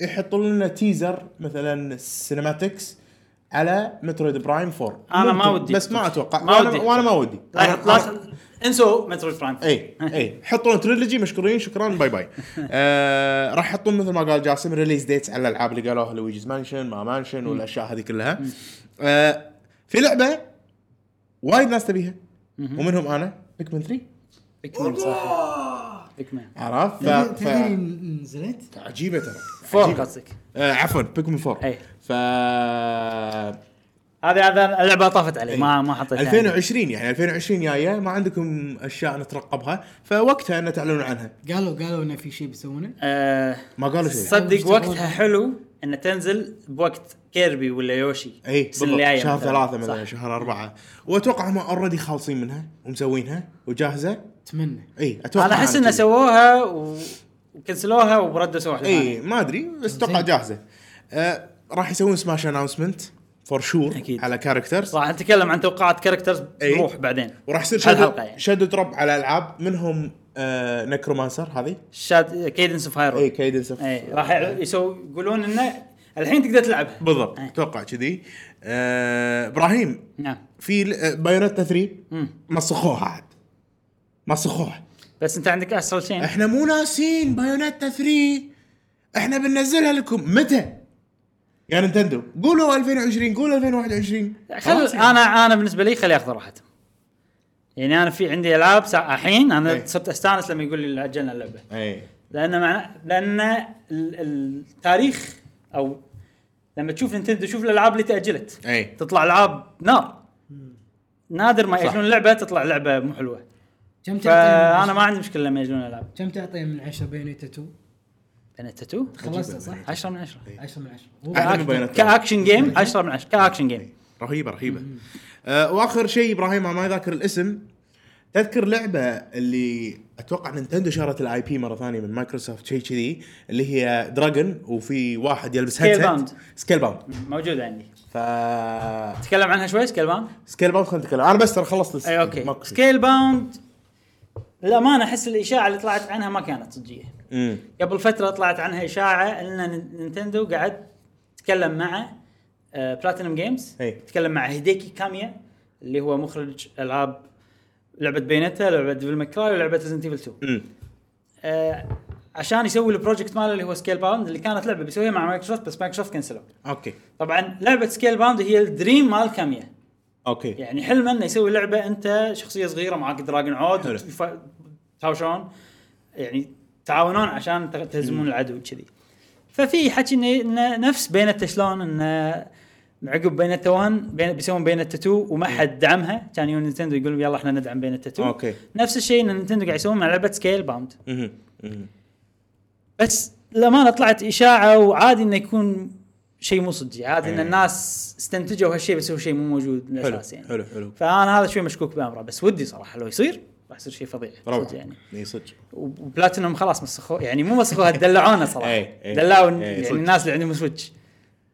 Speaker 3: يحطوا لنا تيزر مثلا سينماتكس على مترويد برايم 4
Speaker 1: أنا ما
Speaker 3: ممكن،
Speaker 1: ودي.
Speaker 3: بس ما اتوقع
Speaker 1: ما
Speaker 3: ما
Speaker 1: ودي.
Speaker 3: ودي وانا ما ودي
Speaker 1: لا يحط- لا يحط- انسوا مترويد برايم
Speaker 3: اي اي إيه. حطوا تريلوجي مشكورين شكرا باي باي
Speaker 1: <laughs>
Speaker 3: آه راح يحطون مثل ما قال جاسم ريليز ديتس على الالعاب اللي قالوها لويجيز مانشن ما مانشن والاشياء هذه كلها آه في لعبه وايد ناس تبيها ومنهم انا بيكمن 3
Speaker 1: بيكمان صح بيكمان
Speaker 3: عرفت
Speaker 2: تدري-
Speaker 3: ف...
Speaker 2: تدري
Speaker 3: ف...
Speaker 2: نزلت؟
Speaker 3: عجيبه ترى
Speaker 1: فور
Speaker 3: عجيبة.
Speaker 1: قصدك
Speaker 3: آه عفوا بيكمن 4
Speaker 1: أي.
Speaker 3: ف
Speaker 1: هذه هذا اللعبه طافت علي
Speaker 3: أي.
Speaker 1: ما ما حطيتها
Speaker 3: 2020 يعني 2020 جايه ما عندكم اشياء نترقبها فوقتها ان تعلنون عنها
Speaker 2: قالوا قالوا انه في شيء بيسوونه
Speaker 1: آه،
Speaker 3: ما قالوا شيء
Speaker 1: صدق وقتها حلو انها تنزل بوقت كيربي ولا يوشي
Speaker 3: اي
Speaker 1: السنة الجاية
Speaker 3: إيه، بالضبط شهر
Speaker 1: مثلاً.
Speaker 3: ثلاثة
Speaker 1: صح.
Speaker 3: مثلا شهر أربعة وأتوقع هم اوريدي خالصين منها ومسوينها وجاهزة
Speaker 2: اتمنى
Speaker 3: اي أتوقع
Speaker 1: انا احس انه
Speaker 3: كذي.
Speaker 1: سووها و- وكنسلوها وردوا سووا واحده
Speaker 3: اي
Speaker 1: ثانيه
Speaker 3: إيه، ما أدري بس أتوقع
Speaker 2: زين.
Speaker 3: جاهزة آه راح يسوون سماش أناونسمنت فور شور
Speaker 1: أكيد.
Speaker 3: على كاركترز
Speaker 1: راح نتكلم عن توقعات كاركترز
Speaker 3: أي.
Speaker 1: بروح بعدين
Speaker 3: وراح يصير شادو,
Speaker 1: هالحلقة يعني.
Speaker 3: شادو دروب على ألعاب منهم آه نكرومانسر هذه إيه،
Speaker 1: شاد كيدنس اوف
Speaker 3: اي
Speaker 1: هايرو
Speaker 3: كايدنس
Speaker 1: اي إيه، راح يسو يقولون انه الحين تقدر تلعبها
Speaker 3: بالضبط
Speaker 1: أي.
Speaker 3: أتوقع كذي آه إبراهيم
Speaker 1: نعم
Speaker 3: في آه، بايونتا 3
Speaker 1: مم.
Speaker 3: مسخوها عاد مسخوها
Speaker 1: بس انت عندك اسهل شيء
Speaker 3: احنا مو ناسين بايونيتا 3 احنا بننزلها لكم متى؟ يا نينتندو قولوا 2020 قولوا 2021
Speaker 1: خل
Speaker 3: خلاص يعني.
Speaker 1: انا انا بالنسبه لي خلي اخذ راحتهم يعني انا في عندي العاب ساعة الحين انا
Speaker 3: إيه.
Speaker 1: صرت استانس لما يقول لي اجلنا اللعبه
Speaker 3: اي
Speaker 1: لان مع لان ال- التاريخ او لما تشوف نتندو شوف الالعاب اللي تاجلت
Speaker 3: اي
Speaker 1: تطلع العاب نار نادر ما
Speaker 3: إيه. صح.
Speaker 1: ياجلون لعبه تطلع لعبه مو حلوه
Speaker 2: كم تعطي
Speaker 1: فانا
Speaker 2: من
Speaker 1: ما عندي مشكله لما ياجلون العاب
Speaker 2: كم تعطي من 10 بينيتا 2
Speaker 1: بنت تو
Speaker 2: خلصتها صح؟
Speaker 1: 10 من 10
Speaker 3: إيه.
Speaker 2: 10 من 10
Speaker 1: أه.
Speaker 3: أحلى من Bayonetta.
Speaker 1: كاكشن
Speaker 3: إيه.
Speaker 1: جيم 10 من 10 كاكشن جيم
Speaker 3: رهيبه رهيبه آه واخر شيء ابراهيم أنا ما يذاكر الاسم تذكر لعبه اللي اتوقع نينتندو شرت الاي بي مره ثانيه من مايكروسوفت شيء كذي اللي هي دراجون وفي واحد يلبس
Speaker 1: Scale bound.
Speaker 3: سكيل باوند
Speaker 1: موجوده عندي
Speaker 3: ف
Speaker 1: تتكلم عنها شوي سكيل باوند
Speaker 3: سكيل باوند خلينا نتكلم انا بس ترى خلصت
Speaker 1: اي اوكي سكيل باوند للامانه احس الاشاعه اللي طلعت عنها ما كانت صجيه
Speaker 3: امم
Speaker 1: قبل فتره طلعت عنها اشاعه ان نينتندو قعد تتكلم مع آه، بلاتينوم جيمز
Speaker 3: إي.
Speaker 1: تكلم مع هيديكي كاميا اللي هو مخرج العاب لعبه بينتا لعبه ديفل ماكراي ولعبه ريزنت ايفل 2
Speaker 3: امم
Speaker 1: آه، عشان يسوي البروجكت ماله اللي هو سكيل باوند اللي كانت لعبه بيسويها مع مايكروسوفت بس مايكروسوفت كنسلوا
Speaker 3: اوكي
Speaker 1: طبعا لعبه سكيل باوند هي الدريم مال كاميا
Speaker 3: اوكي
Speaker 1: يعني حلمه انه يسوي لعبه انت شخصيه صغيره معاك دراجون عود
Speaker 3: حلو.
Speaker 1: وتف- تهاوشون يعني تعاونون عشان ت- تهزمون العدو كذي ففي حكي انه إنه نفس بينت شلون انه عقب بينت 1 بين بيسوون بينت 2 وما حد دعمها كان يون نينتندو يقولون يلا احنا ندعم بينت 2
Speaker 3: أوكي.
Speaker 1: نفس الشيء ان نينتندو قاعد يسوون مع لعبه سكيل باوند
Speaker 3: امم امم
Speaker 1: بس لما طلعت اشاعه وعادي انه يكون شيء مو صدق عادي ان
Speaker 3: إيه.
Speaker 1: الناس استنتجوا هالشيء بس هو شيء مو موجود من
Speaker 3: حلو
Speaker 1: الاساس يعني
Speaker 3: حلو حلو
Speaker 1: فانا هذا شوي مشكوك بامره بس ودي صراحه لو يصير راح يصير شيء فظيع صدق
Speaker 3: روعه
Speaker 1: يعني
Speaker 3: اي إيه، صدق
Speaker 1: و- وبلاتينوم خلاص مسخوا يعني مو مسخوها دلعونا صراحه
Speaker 3: إيه، إيه،
Speaker 1: دلعوا
Speaker 3: إيه،
Speaker 1: يعني
Speaker 3: صدق.
Speaker 1: الناس اللي عندهم سويتش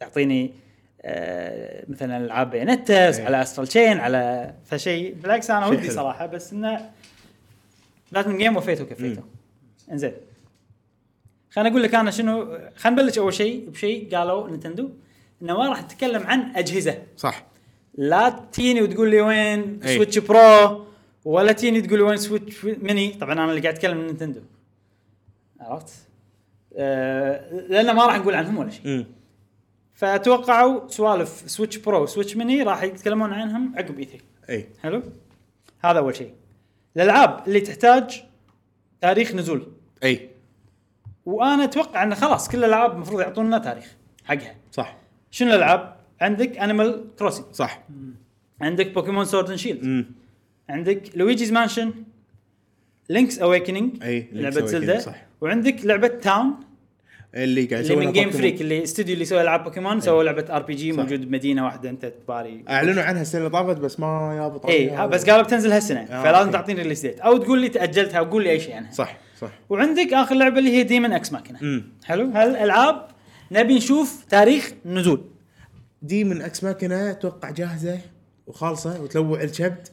Speaker 1: تعطيني آه مثلا العاب بيانتس
Speaker 3: إيه.
Speaker 1: على استرال تشين على فشيء بالعكس انا
Speaker 3: شيء
Speaker 1: ودي
Speaker 3: حلو.
Speaker 1: صراحه بس انه بلاتينوم جيم وفيته كفيته انزين خليني اقول لك انا شنو خلينا نبلش اول شيء بشيء قالوا نينتندو انه ما راح نتكلم عن اجهزه
Speaker 3: صح
Speaker 1: لا تجيني وتقول لي وين
Speaker 3: أي.
Speaker 1: سويتش برو ولا تجيني تقول لي وين سويتش ميني طبعا انا اللي قاعد اتكلم عن نينتندو عرفت؟ آه لان ما راح نقول عنهم ولا شيء
Speaker 3: امم
Speaker 1: فتوقعوا سوالف سويتش برو وسويتش ميني راح يتكلمون عنهم عقب اي 3
Speaker 3: اي
Speaker 1: حلو؟ هذا اول شيء الالعاب اللي تحتاج تاريخ نزول
Speaker 3: اي
Speaker 1: وانا اتوقع انه خلاص كل الالعاب المفروض يعطونا تاريخ حقها
Speaker 3: صح
Speaker 1: شنو الالعاب؟ عندك انيمال كروسنج
Speaker 3: صح
Speaker 1: عندك بوكيمون سورد اند شيلد
Speaker 3: امم
Speaker 1: عندك لويجيز مانشن لينكس اويكننج
Speaker 3: أي، Link's
Speaker 1: لعبه
Speaker 3: Awakening،
Speaker 1: زلدا
Speaker 3: صح.
Speaker 1: وعندك لعبه تاون
Speaker 3: اللي قاعد
Speaker 1: اللي
Speaker 3: يسوي
Speaker 1: من جيم فريك اللي استوديو اللي يسوي العاب بوكيمون سووا لعبه ار بي جي موجود بمدينه واحده انت تباري
Speaker 3: اعلنوا عنها السنه اللي طافت بس ما يابط عليها.
Speaker 1: اي إيه، بس قالوا بتنزل هالسنه
Speaker 3: آه،
Speaker 1: فلازم
Speaker 3: أوكي.
Speaker 1: تعطيني ريليس ديت او تقول لي تاجلتها او قول لي اي شيء عنها
Speaker 3: صح صح
Speaker 1: وعندك اخر لعبه اللي هي ديمن اكس ماكينه
Speaker 3: امم
Speaker 1: حلو هالالعاب نبي نشوف تاريخ نزول
Speaker 3: دي من اكس ماكينه اتوقع جاهزه وخالصه وتلوع الكبد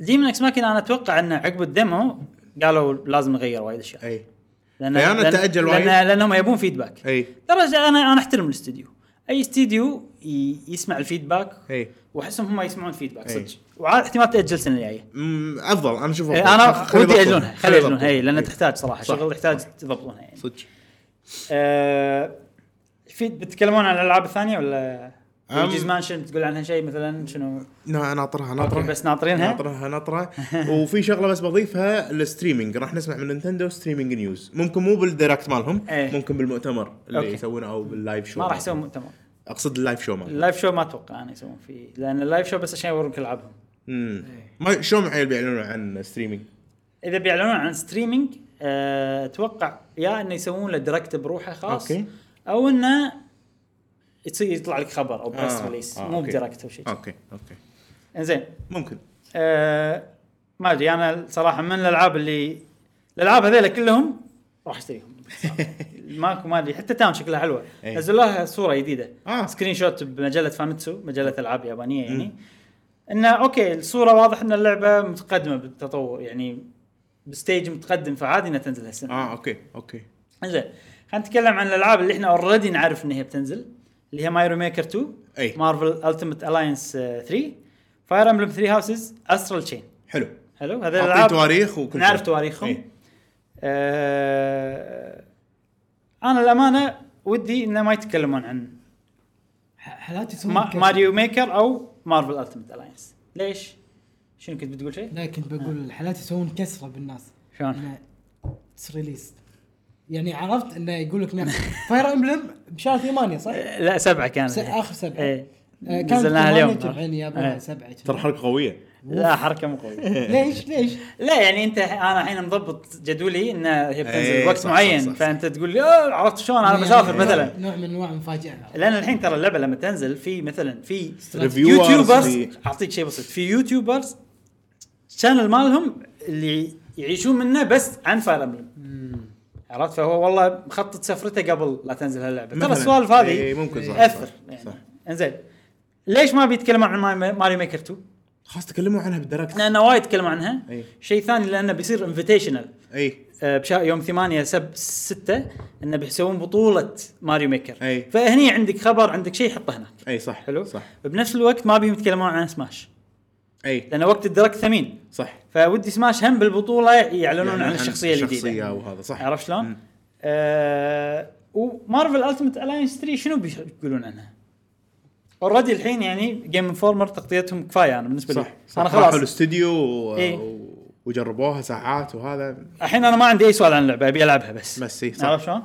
Speaker 1: ديمن اكس ماكينه انا اتوقع انه عقب الديمو قالوا لازم نغير وايد اشياء
Speaker 3: اي
Speaker 1: لان
Speaker 3: أحياناً
Speaker 1: لأن-
Speaker 3: تأجل وايد.
Speaker 1: لان لانهم يبون فيدباك
Speaker 3: اي
Speaker 1: درجة انا انا احترم الاستديو اي استديو ي- يسمع الفيدباك
Speaker 3: اي
Speaker 1: واحسهم هم يسمعون الفيدباك
Speaker 3: إي.
Speaker 1: صدق وعاد احتمال تاجل السنه الجايه
Speaker 3: أمم، افضل انا اشوف
Speaker 1: إيه،
Speaker 3: أفضل.
Speaker 1: انا
Speaker 3: خلي
Speaker 1: ودي
Speaker 3: يضبطون.
Speaker 1: ياجلونها
Speaker 3: خلي
Speaker 1: خلي ياجلونها
Speaker 3: يضبطون.
Speaker 1: اي لان
Speaker 3: إي.
Speaker 1: تحتاج صراحه
Speaker 3: صح.
Speaker 1: شغل يحتاج تضبطونها يعني
Speaker 3: صدق
Speaker 1: آه، في بتتكلمون عن الالعاب الثانيه ولا
Speaker 3: أم-
Speaker 1: ويجيز مانشن تقول عنها شيء مثلا شنو
Speaker 3: نا- ناطرها
Speaker 1: أوكي،
Speaker 3: ناطرها
Speaker 1: بس ناطرينها؟ <laughs>
Speaker 3: ناطرها ناطرها وفي شغله بس بضيفها الستريمنج راح نسمع من نينتندو ستريمنج نيوز ممكن مو بالديركت مالهم
Speaker 1: إيه.
Speaker 3: ممكن بالمؤتمر اللي
Speaker 1: أوكي.
Speaker 3: يسوونه او باللايف شو
Speaker 1: ما راح
Speaker 3: مالهم.
Speaker 1: يسوون مؤتمر
Speaker 3: اقصد اللايف شو مالهم
Speaker 1: اللايف شو ما اتوقع انا يسوون فيه لان اللايف شو بس عشان يورونك العابهم
Speaker 3: أمم. ما شلون عيل بيعلنوا عن ستريمنج
Speaker 1: اذا بيعلنون عن ستريمينج آه، اتوقع يا انه يسوون له دايركت بروحه خاص
Speaker 3: أوكي.
Speaker 1: او انه يصير يطلع لك خبر او بريس
Speaker 3: آه،
Speaker 1: ريليس
Speaker 3: آه،
Speaker 1: مو
Speaker 3: أوكي.
Speaker 1: بدايركت او شيء
Speaker 3: اوكي اوكي
Speaker 1: انزين
Speaker 3: ممكن
Speaker 1: آه، ما ادري انا صراحه من الالعاب اللي الالعاب هذيلا كلهم راح
Speaker 3: <laughs>
Speaker 1: اشتريهم ماكو ما ادري حتى تاون شكلها حلوه
Speaker 3: إي.
Speaker 1: نزلوا لها صوره جديده
Speaker 3: إيه. آه.
Speaker 1: سكرين شوت بمجله فانتسو مجله العاب يابانيه يعني انه اوكي الصوره واضح ان اللعبه متقدمه بالتطور يعني بستيج متقدم فعادي انها تنزل هالسنه
Speaker 3: اه اوكي اوكي
Speaker 1: زين خلينا نتكلم عن الالعاب اللي احنا اوريدي نعرف ان هي بتنزل اللي هي مايرو ميكر 2
Speaker 3: أي.
Speaker 1: مارفل التيمت الاينس 3 فاير امبلم 3 هاوسز استرال تشين
Speaker 3: حلو
Speaker 1: حلو هذا
Speaker 3: حاطين
Speaker 1: الالعاب
Speaker 3: تواريخ وكل شيء
Speaker 1: نعرف تواريخهم
Speaker 3: إيه.
Speaker 1: آه انا الامانه ودي انه ما يتكلمون عن
Speaker 2: حالات يسوون
Speaker 1: ما
Speaker 2: كذا.
Speaker 1: ماريو ميكر او مارفل التيمت الاينس ليش؟ شنو كنت بتقول شيء؟
Speaker 2: لا كنت بقول حالات يسوون كسره بالناس
Speaker 1: شلون؟
Speaker 2: انه اتس ريليست يعني عرفت انه
Speaker 1: <laughs>
Speaker 2: يقول لك نعم. نفس فاير امبلم بشهر ثمانية صح؟
Speaker 1: آه، لا سبعه كانت
Speaker 2: س- آخر سبعة.
Speaker 1: ايه
Speaker 2: آه، كانت
Speaker 1: نزلناها
Speaker 2: ثمانية
Speaker 1: اليوم
Speaker 2: الحين
Speaker 1: إيه.
Speaker 2: يابا سبعة
Speaker 3: ترى حركه قويه
Speaker 1: لا حركه مو قويه
Speaker 2: <laughs> ليش
Speaker 1: <laughs>
Speaker 2: ليش؟
Speaker 1: لا يعني انت انا الحين مضبط جدولي ان هي بتنزل
Speaker 3: ايه،
Speaker 1: وقت
Speaker 3: صح،
Speaker 1: معين
Speaker 3: صح، صح، صح.
Speaker 1: فانت تقول لي "آه، عرفت شلون انا بسافر مثلا
Speaker 2: يعني نوع من انواع
Speaker 1: <laughs>
Speaker 2: المفاجاه
Speaker 1: لان الحين ترى اللعبه لما تنزل في مثلا في
Speaker 3: ريفيورز
Speaker 1: يوتيوبرز
Speaker 3: في-
Speaker 1: اعطيك شيء بسيط في يوتيوبرز الشانل مالهم اللي يعيشون منه بس عن فاير امبلم عرفت فهو والله مخطط سفرته قبل لا تنزل هاللعبه ترى
Speaker 3: مثلاً.
Speaker 1: السوالف
Speaker 3: إي،
Speaker 1: هذه
Speaker 3: ممكن صح
Speaker 1: تاثر
Speaker 3: صح،
Speaker 1: يعني
Speaker 3: صح.
Speaker 1: انزين ليش ما بيتكلموا عن ماري- ماري ميكر 2؟
Speaker 3: خلاص تكلموا عنها بالدركت
Speaker 1: لانه وايد تكلموا عنها
Speaker 3: إي.
Speaker 1: شيء ثاني لانه بيصير انفيتيشنال
Speaker 3: اي
Speaker 1: بشهر آه، يوم 8 سب 6 انه بيسوون بطوله ماريو ميكر
Speaker 3: أي.
Speaker 1: فهني عندك خبر عندك شيء حطه هناك
Speaker 3: اي إيه، صح
Speaker 1: حلو
Speaker 3: صح
Speaker 1: بنفس الوقت ما بيهم يتكلمون عن سماش
Speaker 3: اي
Speaker 1: لان وقت الدرك ثمين
Speaker 3: صح
Speaker 1: فودي سماش هم بالبطوله يعلنون
Speaker 3: يعني
Speaker 1: عن الشخصيه
Speaker 3: الشخصيه
Speaker 1: الجديده
Speaker 3: وهذا صح
Speaker 1: عرفت شلون؟
Speaker 3: مم.
Speaker 1: آه ومارفل التمت الاينس 3 شنو بيش- بيقولون عنها؟ اوريدي الحين يعني جيم انفورمر تغطيتهم كفايه انا بالنسبه لي
Speaker 3: صح صح
Speaker 1: انا
Speaker 3: راحوا
Speaker 1: خلاص إيه.
Speaker 3: الاستوديو و...
Speaker 1: إي.
Speaker 3: و- وجربوها ساعات وهذا
Speaker 1: الحين انا ما عندي اي سؤال عن اللعبه ابي العبها بس
Speaker 3: بس إي، صح.
Speaker 1: عرفت شلون؟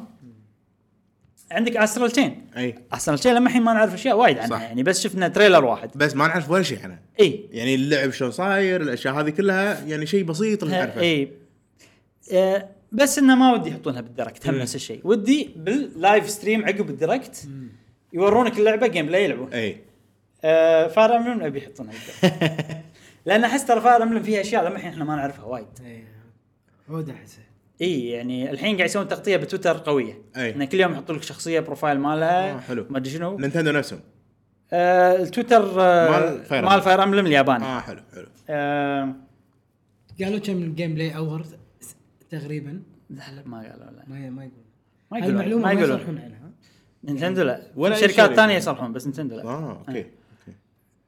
Speaker 1: عندك استرال تشين
Speaker 3: اي
Speaker 1: اصلا الشيء لما الحين ما نعرف اشياء وايد عنها
Speaker 3: صح.
Speaker 1: يعني بس شفنا تريلر واحد
Speaker 3: بس ما نعرف ولا شيء عنها
Speaker 1: اي
Speaker 3: يعني اللعب شلون صاير الاشياء هذه كلها يعني شيء بسيط اللي نعرفه
Speaker 1: اي آه، بس انه ما ودي يحطونها بالدركت هم نفس الشيء ودي باللايف ستريم عقب الدركت يورونك اللعبه جيم بلاي يلعبون
Speaker 3: اي
Speaker 1: آه فاير امبلم ابي
Speaker 3: <laughs>
Speaker 1: يحطونها بالدركت لان احس ترى فاير امبلم فيها اشياء لما الحين احنا ما نعرفها وايد
Speaker 2: إيه. عود احسه
Speaker 1: اي يعني الحين قاعد يسوون تغطيه بتويتر قويه
Speaker 3: أي.
Speaker 1: انه كل يوم يحطوا لك شخصيه بروفايل مالها
Speaker 3: آه، حلو.
Speaker 1: ما ادري شنو
Speaker 3: نينتندو نفسهم
Speaker 1: آه التويتر آه
Speaker 3: مال Fire Emblem.
Speaker 1: مال فاير امبلم الياباني آه.
Speaker 3: اه حلو حلو
Speaker 1: آه
Speaker 2: قالوا كم جيم بلاي اور تقريبا
Speaker 1: لا ما قالوا لا
Speaker 2: ما ما يقول
Speaker 1: ما يقولون-
Speaker 2: المعلومه
Speaker 1: ما
Speaker 2: ما
Speaker 1: يقولون.
Speaker 2: يصرحون عنها
Speaker 1: نينتندو لا
Speaker 3: ولا
Speaker 1: ولا
Speaker 3: أي
Speaker 1: شركات
Speaker 3: شركة.
Speaker 1: ثانيه يصرحون بس نينتندو لا
Speaker 3: اه اوكي
Speaker 1: آه.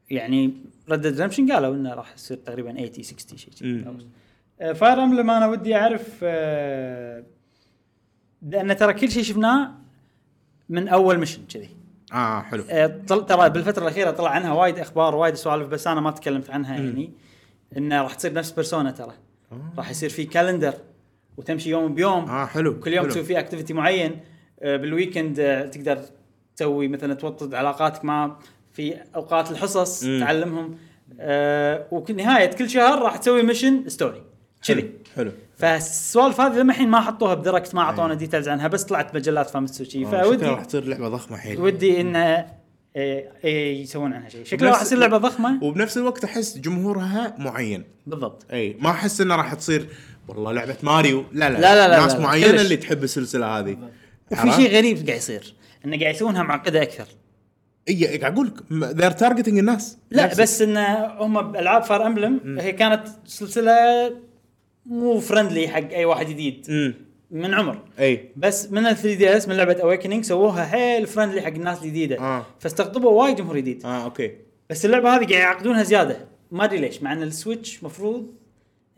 Speaker 1: يعني ريد ريدمشن قالوا انه راح يصير تقريبا 80 60 شيء كذي
Speaker 3: مم.
Speaker 1: آه، فاير امبلم انا ودي اعرف آه، لان ترى كل شيء شفناه من اول مشن كذي
Speaker 3: اه حلو
Speaker 1: آه، طل- ترى بالفتره الاخيره طلع عنها وايد اخبار وايد سوالف بس انا ما تكلمت عنها يعني انه راح تصير نفس بيرسونا ترى
Speaker 3: آه.
Speaker 1: راح يصير في كالندر وتمشي يوم بيوم
Speaker 3: اه حلو
Speaker 1: كل يوم
Speaker 3: حلو.
Speaker 1: تسوي فيه اكتيفيتي معين آه، بالويكند آه، تقدر تسوي مثلا توطد علاقاتك مع في اوقات الحصص
Speaker 3: مم.
Speaker 1: تعلمهم آه، وكنهايه كل شهر راح تسوي ميشن ستوري كذي
Speaker 3: حلو. حلو
Speaker 1: فالسوالف هذه لما الحين ما حطوها بدركت ما اعطونا ديتيلز عنها بس طلعت مجلات فامس وشي
Speaker 3: آه، أيوه. شكلها
Speaker 1: فودي
Speaker 3: راح تصير لعبه ضخمه حيل
Speaker 1: ودي انه آه، آه، يسوون عنها شيء شكلها
Speaker 3: بس-
Speaker 1: راح تصير لعبه ضخمه
Speaker 3: وبنفس الوقت احس جمهورها معين
Speaker 1: بالضبط
Speaker 3: اي ما احس انها راح تصير والله لعبه ماريو لا لا
Speaker 1: لا لا لا،
Speaker 3: ناس
Speaker 1: لا،
Speaker 3: معينه
Speaker 1: كلش.
Speaker 3: اللي تحب السلسله هذه
Speaker 1: وفي
Speaker 3: عرفت؟
Speaker 1: شيء غريب قاعد يصير انه قاعد يسوونها معقده اكثر
Speaker 3: اي قاعد اقول لك ذير تارجتنج الناس
Speaker 1: لا
Speaker 3: نفسه.
Speaker 1: بس ان هم بالعاب فار امبلم هي كانت سلسله مو فرندلي حق اي واحد جديد
Speaker 3: امم
Speaker 1: من عمر
Speaker 3: اي
Speaker 1: بس من ال 3 دي اس من لعبه اويكننج سووها حيل فرندلي حق الناس الجديده
Speaker 3: آه.
Speaker 1: فاستقطبوا وايد جمهور جديد
Speaker 3: اه اوكي
Speaker 1: بس اللعبه هذه قاعد يعقدونها زياده ما ادري ليش مع ان السويتش مفروض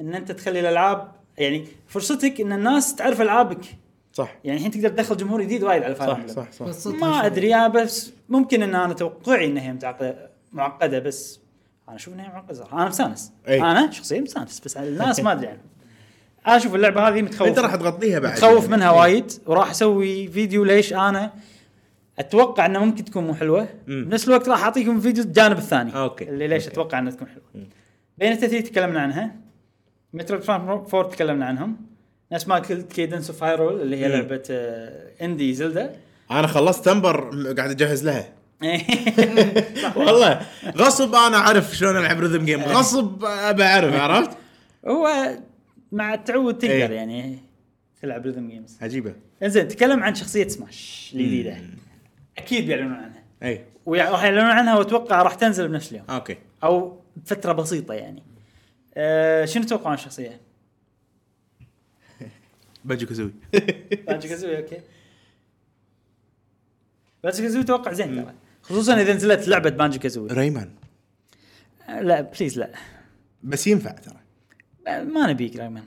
Speaker 1: ان انت تخلي الالعاب يعني فرصتك ان الناس تعرف العابك
Speaker 3: صح
Speaker 1: يعني الحين تقدر تدخل جمهور جديد وايد على فار
Speaker 3: صح
Speaker 1: امبلم
Speaker 3: صح صح
Speaker 2: بس صوتها
Speaker 1: طيب. ما
Speaker 2: شوي.
Speaker 1: ادري أنا بس ممكن ان انا توقعي انها هي متعقده معقده بس انا اشوف انها معقده صراحة. انا مستانس
Speaker 3: أي.
Speaker 1: انا شخصيا مستانس بس على الناس ما يعني. ادري عنهم انا اشوف اللعبه هذه متخوف
Speaker 3: انت طيب، راح تغطيها بعد
Speaker 1: متخوف
Speaker 3: يعني.
Speaker 1: منها
Speaker 3: إي.
Speaker 1: وايد وراح اسوي فيديو ليش انا اتوقع انها ممكن تكون مو حلوه
Speaker 3: مم.
Speaker 1: بنفس الوقت راح اعطيكم فيديو الجانب الثاني
Speaker 3: أوكي.
Speaker 1: اللي ليش
Speaker 3: أوكي.
Speaker 1: اتوقع انها تكون حلوه بين 3 تكلمنا عنها مترو فورد تكلمنا عنهم نفس ما قلت كيدنس اوف هايرول اللي هي
Speaker 3: مم.
Speaker 1: لعبه آه، اندي زلدا
Speaker 3: انا خلصت تنبر م- قاعد اجهز لها
Speaker 1: إيه.
Speaker 3: والله غصب انا اعرف شلون العب ريذم جيم غصب ابى اعرف عرفت
Speaker 1: <laughs> هو مع التعود تقدر
Speaker 3: إيه.
Speaker 1: يعني تلعب ريذم جيمز
Speaker 3: عجيبه
Speaker 1: انزين تكلم عن شخصيه سماش الجديده اكيد بيعلنون عنها
Speaker 3: اي
Speaker 1: وراح يعلنون عنها واتوقع راح تنزل بنفس اليوم
Speaker 3: اوكي
Speaker 1: او فتره بسيطه يعني أه شنو تتوقعون الشخصيه؟
Speaker 3: بجي كوزوي
Speaker 1: باتشو كازوي اوكي باتشو كازوي توقع زين ترى خصوصا اذا نزلت لعبه بانجو كازوي
Speaker 3: <laughs> ريمان
Speaker 1: أه، لا بليز لا
Speaker 3: بس ينفع ترى
Speaker 1: أه، ما نبيك رايمان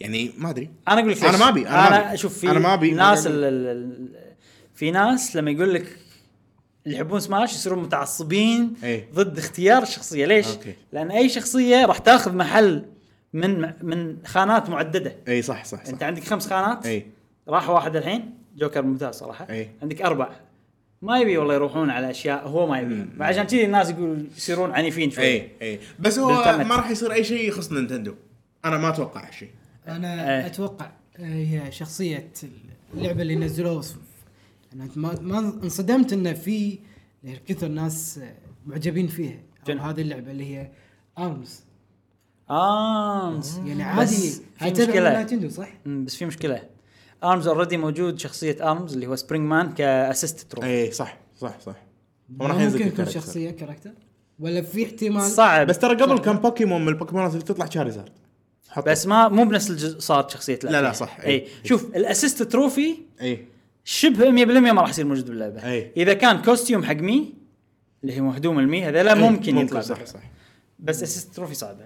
Speaker 3: يعني ما ادري
Speaker 1: انا اقول لك
Speaker 3: أنا
Speaker 1: ليش.
Speaker 3: ما أبي، أنا
Speaker 1: انا,
Speaker 3: ما أبي.
Speaker 1: اشوف في
Speaker 3: أنا ما أبي، ما
Speaker 1: ناس
Speaker 3: أبي.
Speaker 1: ال- ال- ال- في ناس لما يقول لك اللي يحبون سماش يصيرون متعصبين
Speaker 3: إيه.
Speaker 1: ضد اختيار الشخصيه ليش؟
Speaker 3: أوكي.
Speaker 1: لان اي شخصيه راح تاخذ محل من من خانات معدده
Speaker 3: اي صح صح
Speaker 1: انت
Speaker 3: صح
Speaker 1: عندك خمس خانات
Speaker 3: اي
Speaker 1: راح واحد الحين جوكر ممتاز صراحه
Speaker 3: إيه.
Speaker 1: عندك اربع ما يبي والله يروحون على اشياء هو ما يبي فعشان كذي الناس يقول يصيرون عنيفين شوي
Speaker 3: اي اي بس هو
Speaker 1: بالإنترنت.
Speaker 3: ما راح يصير اي شيء يخص نينتندو انا ما اتوقع شيء
Speaker 2: انا
Speaker 1: إيه.
Speaker 2: اتوقع آه، هي شخصيه اللعبه اللي نزلوها ص- انا ما ما انصدمت انه في كثر ناس آه، معجبين فيها أو
Speaker 1: جن.
Speaker 2: هذه اللعبه اللي هي ارمز
Speaker 1: ارمز
Speaker 2: يعني عادي
Speaker 1: آه، في
Speaker 2: تتابع
Speaker 1: مشكلة.
Speaker 2: من نايتندو صح؟
Speaker 1: بس في مشكله ارمز اوريدي موجود شخصيه ارمز اللي هو سبرينج مان كاسيست رول
Speaker 3: اي صح صح صح هو راح ينزل
Speaker 2: ممكن يكون
Speaker 3: ككاركتر.
Speaker 2: شخصيه كاركتر ولا في احتمال
Speaker 1: صعب
Speaker 3: بس
Speaker 1: بس,
Speaker 3: ترى قبل كان بوكيمون من البوكيمونات اللي تطلع شاريزارد حطه.
Speaker 1: بس ما مو بنفس الجزء صارت شخصيه
Speaker 3: لا، لا، صح، إيه.
Speaker 1: اي
Speaker 3: إي.
Speaker 1: أي. شوف الاسيست تروفي
Speaker 3: اي
Speaker 1: شبه 100% ما راح يصير موجود باللعبه
Speaker 3: أي.
Speaker 1: اذا كان كوستيوم حق مي اللي هو هدوم المي هذا لا ممكن يطلع
Speaker 3: إيه، صح
Speaker 1: بره.
Speaker 3: صح
Speaker 1: بس اسيست تروفي صعبه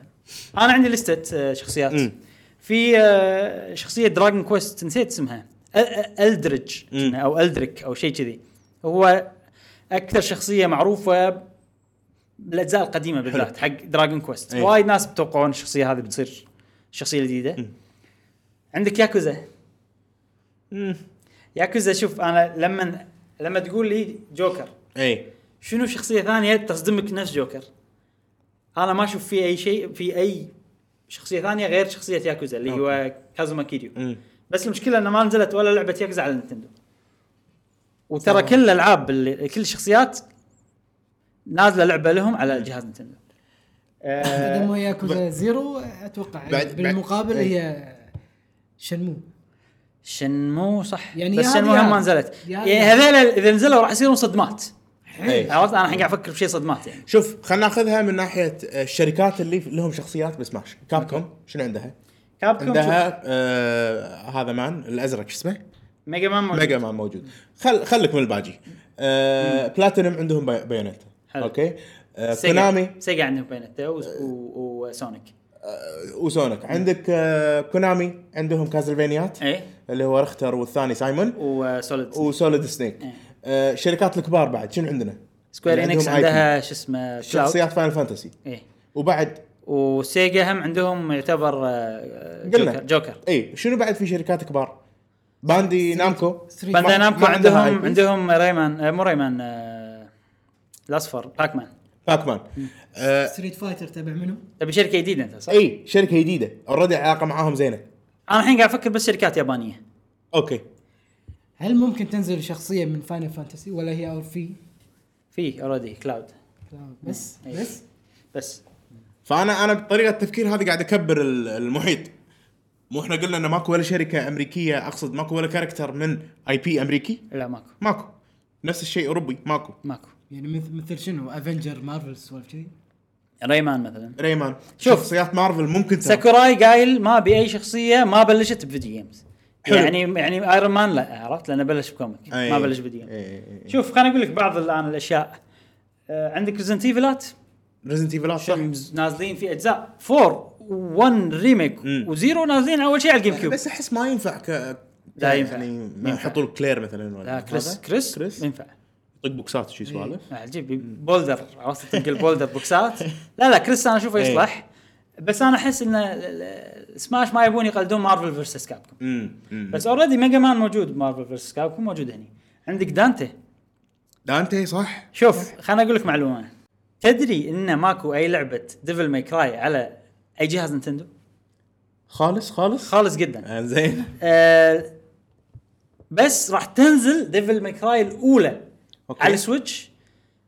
Speaker 1: انا عندي لستة آه، شخصيات
Speaker 3: مم.
Speaker 1: في آه، شخصيه دراجون كويست نسيت اسمها أ- أ- الدرج
Speaker 3: مم.
Speaker 1: او الدريك او شيء كذي هو اكثر شخصيه معروفه بالاجزاء القديمه بالذات حق دراجون كويست
Speaker 3: أي.
Speaker 1: وايد ناس بتوقعون الشخصيه هذه بتصير شخصيه جديده
Speaker 3: مم.
Speaker 1: عندك ياكوزا
Speaker 3: مم.
Speaker 1: ياكوزا شوف انا لما لما تقول لي جوكر
Speaker 3: اي
Speaker 1: شنو شخصيه ثانيه تصدمك نفس جوكر انا ما اشوف في اي شيء في اي شخصيه ثانيه غير شخصيه ياكوزا اللي هو كازوما كيريو
Speaker 3: مم.
Speaker 1: بس المشكله انه ما نزلت ولا لعبه ياكوزا على نينتندو وترى كل الالعاب اللي- كل الشخصيات نازله لعبه لهم على جهاز نينتندو
Speaker 2: <laughs> اذا
Speaker 1: آه،
Speaker 2: ما ياكوزا زيرو اتوقع
Speaker 3: بعد- بعد-
Speaker 2: بالمقابل
Speaker 3: إيه.
Speaker 2: هي شنمو
Speaker 1: شنمو صح يعني
Speaker 2: يعني
Speaker 1: بس
Speaker 2: يا هذه
Speaker 1: شنمو
Speaker 2: يا
Speaker 1: هم ما
Speaker 2: هذه.
Speaker 1: نزلت
Speaker 2: يا
Speaker 1: يعني
Speaker 2: هذه.
Speaker 1: هذول اذا نزلوا راح يصيرون صدمات
Speaker 3: إي.
Speaker 1: عرفت انا الحين قاعد افكر بشيء صدمات يعني
Speaker 3: شوف خلينا ناخذها من ناحيه آه، الشركات اللي لهم شخصيات بسماش كابكوم شنو عندها؟
Speaker 1: كابكوم شوف،
Speaker 3: عندها آه هذا مان الازرق شو اسمه؟
Speaker 1: ميجا مان موجود.
Speaker 3: ميجا مان موجود خل خلك من الباجي آه بلاتينم عندهم باي- بايونيتا
Speaker 1: حلو.
Speaker 3: اوكي آه
Speaker 1: سيجا.
Speaker 3: كونامي
Speaker 1: سيجا عندهم بينتا و- و- وسونيك
Speaker 3: وسونيك عندك آه كونامي عندهم كازلفينيات
Speaker 1: اي
Speaker 3: اللي هو رختر والثاني سايمون
Speaker 1: وسوليد
Speaker 3: وسوليد سنيك
Speaker 1: إيه.
Speaker 3: آه شركات الكبار بعد شنو عندنا؟
Speaker 1: سكوير
Speaker 3: اللي
Speaker 1: انكس
Speaker 3: يعني عندهم
Speaker 1: عندها شو اسمه كلاود
Speaker 3: شخصيات فاينل فانتسي
Speaker 1: اي
Speaker 3: وبعد
Speaker 1: وسيجا هم عندهم يعتبر آه،
Speaker 3: قلنا
Speaker 1: جوكر جوكر
Speaker 3: اي إيه، شنو بعد في شركات كبار؟ باندي نامكو
Speaker 2: ستريت
Speaker 3: ما-
Speaker 1: باندا نامكو
Speaker 3: ما عندها
Speaker 1: عندهم
Speaker 3: IPs.
Speaker 1: عندهم ريمان آه، مو ريمان آه، الاصفر باكمان
Speaker 3: باكمان آه إيه،
Speaker 2: ستريت فايتر تابع منه
Speaker 1: تبي شركه جديده انت صح؟
Speaker 3: اي شركه جديده اوريدي علاقه معاهم زينه
Speaker 1: انا الحين قاعد افكر بس شركات يابانيه
Speaker 3: اوكي
Speaker 2: هل ممكن تنزل شخصيه من فاينل فانتسي ولا هي اور في
Speaker 1: في اوريدي كلاود
Speaker 2: بس
Speaker 1: إيه.
Speaker 2: بس
Speaker 1: بس
Speaker 3: فانا انا بطريقه التفكير هذه قاعد اكبر ال- المحيط مو احنا قلنا انه ماكو ولا شركه امريكيه اقصد ماكو ولا كاركتر من اي بي امريكي
Speaker 1: لا ماكو
Speaker 3: ماكو نفس الشيء اوروبي ماكو
Speaker 1: ماكو
Speaker 2: يعني مثل مثل شنو افنجر مارفل سوالف كذي
Speaker 1: ريمان مثلا
Speaker 3: ريمان
Speaker 1: شوف.
Speaker 3: شخصيات مارفل ممكن ترى.
Speaker 1: ساكوراي قايل ما ابي اي شخصيه ما بلشت بفيديو جيمز
Speaker 3: حلو.
Speaker 1: يعني يعني ايرون مان لا عرفت لانه بلش بكوميك
Speaker 3: أي.
Speaker 1: ما بلش فيديو جيمز
Speaker 3: اي اي اي
Speaker 1: شوف خليني اقول لك بعض الان الاشياء آه، عندك ريزنت ايفلات
Speaker 3: ريزنت ايفل صح
Speaker 1: نازلين في اجزاء 4 و1 ريميك
Speaker 3: مم.
Speaker 1: وزيرو نازلين اول شيء على الجيم كيوب
Speaker 3: يعني بس احس ما ينفع ك
Speaker 1: لا ينفع.
Speaker 3: يعني ما
Speaker 1: ينفع.
Speaker 3: يحطوا لك كلير مثلا ولا
Speaker 1: لا إيه. كريس
Speaker 3: هذا؟
Speaker 1: كريس
Speaker 3: كريس
Speaker 1: ينفع
Speaker 3: يطق بوكسات
Speaker 1: إيه.
Speaker 3: شي سوالف
Speaker 1: لا، عجيب بولدر عرفت تنقل بولدر
Speaker 3: <laughs>
Speaker 1: بوكسات لا لا كريس انا اشوفه
Speaker 3: إيه.
Speaker 1: يصلح بس انا احس ان ال- ال- سماش ما يبون يقلدون مارفل فيرسس كابكم
Speaker 3: امم أمم.
Speaker 1: بس اوريدي ميجا مان موجود مارفل فيرسس كابكم موجود هني عندك دانتي
Speaker 3: دانتي صح
Speaker 1: شوف خليني اقول لك معلومه تدري ان ماكو اي لعبه ديفل ماي كراي على اي جهاز نتندو
Speaker 3: خالص خالص
Speaker 1: خالص جدا
Speaker 3: آه، زين
Speaker 1: آه بس راح تنزل ديفل ماي كراي الاولى
Speaker 3: أوكي.
Speaker 1: على السويتش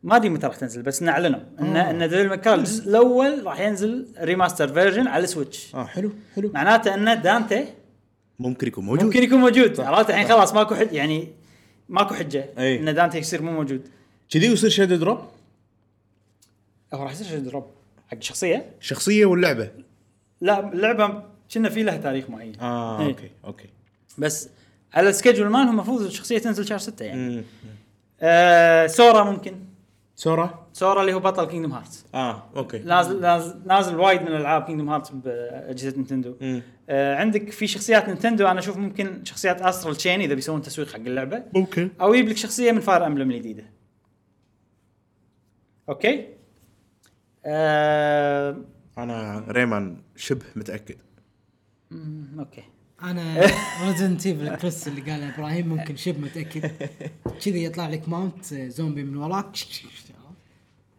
Speaker 1: ما ادري متى راح تنزل بس انه اعلنوا ان
Speaker 3: آه.
Speaker 1: ان ديفل ماي كراي الجزء الاول راح ينزل ريماستر فيرجن على السويتش
Speaker 3: اه حلو حلو
Speaker 1: معناته ان دانتي
Speaker 3: ممكن يكون موجود
Speaker 1: ممكن يكون موجود عرفت الحين خلاص ماكو حج يعني ماكو حجه
Speaker 3: أي.
Speaker 1: ان دانتي يصير مو موجود
Speaker 3: كذي يصير شادو دروب
Speaker 1: هو راح يصير دروب حق شخصيه
Speaker 3: شخصيه واللعبه
Speaker 1: لا اللعبه كنا في لها تاريخ معين
Speaker 3: اه
Speaker 1: إيه.
Speaker 3: اوكي اوكي
Speaker 1: بس على السكجول مالهم المفروض الشخصيه تنزل شهر 6 يعني
Speaker 3: مم.
Speaker 1: آه سورا ممكن
Speaker 3: سورا
Speaker 1: سورا اللي هو بطل كينجدم هارتس
Speaker 3: اه اوكي
Speaker 1: نازل نازل, نازل وايد من العاب كينجدم هارتس باجهزه نينتندو
Speaker 3: مم.
Speaker 1: آه عندك في شخصيات نينتندو انا اشوف ممكن شخصيات استرال تشين اذا بيسوون تسويق حق اللعبه
Speaker 3: ممكن
Speaker 1: او يجيب لك شخصيه من فاير امبلم الجديده اوكي آه
Speaker 3: انا ريمان شبه متاكد
Speaker 1: مم، اوكي
Speaker 2: <laughs> انا ريزنت ايفل كريس اللي قاله ابراهيم ممكن شبه متاكد كذي يطلع لك ماونت آه، زومبي من وراك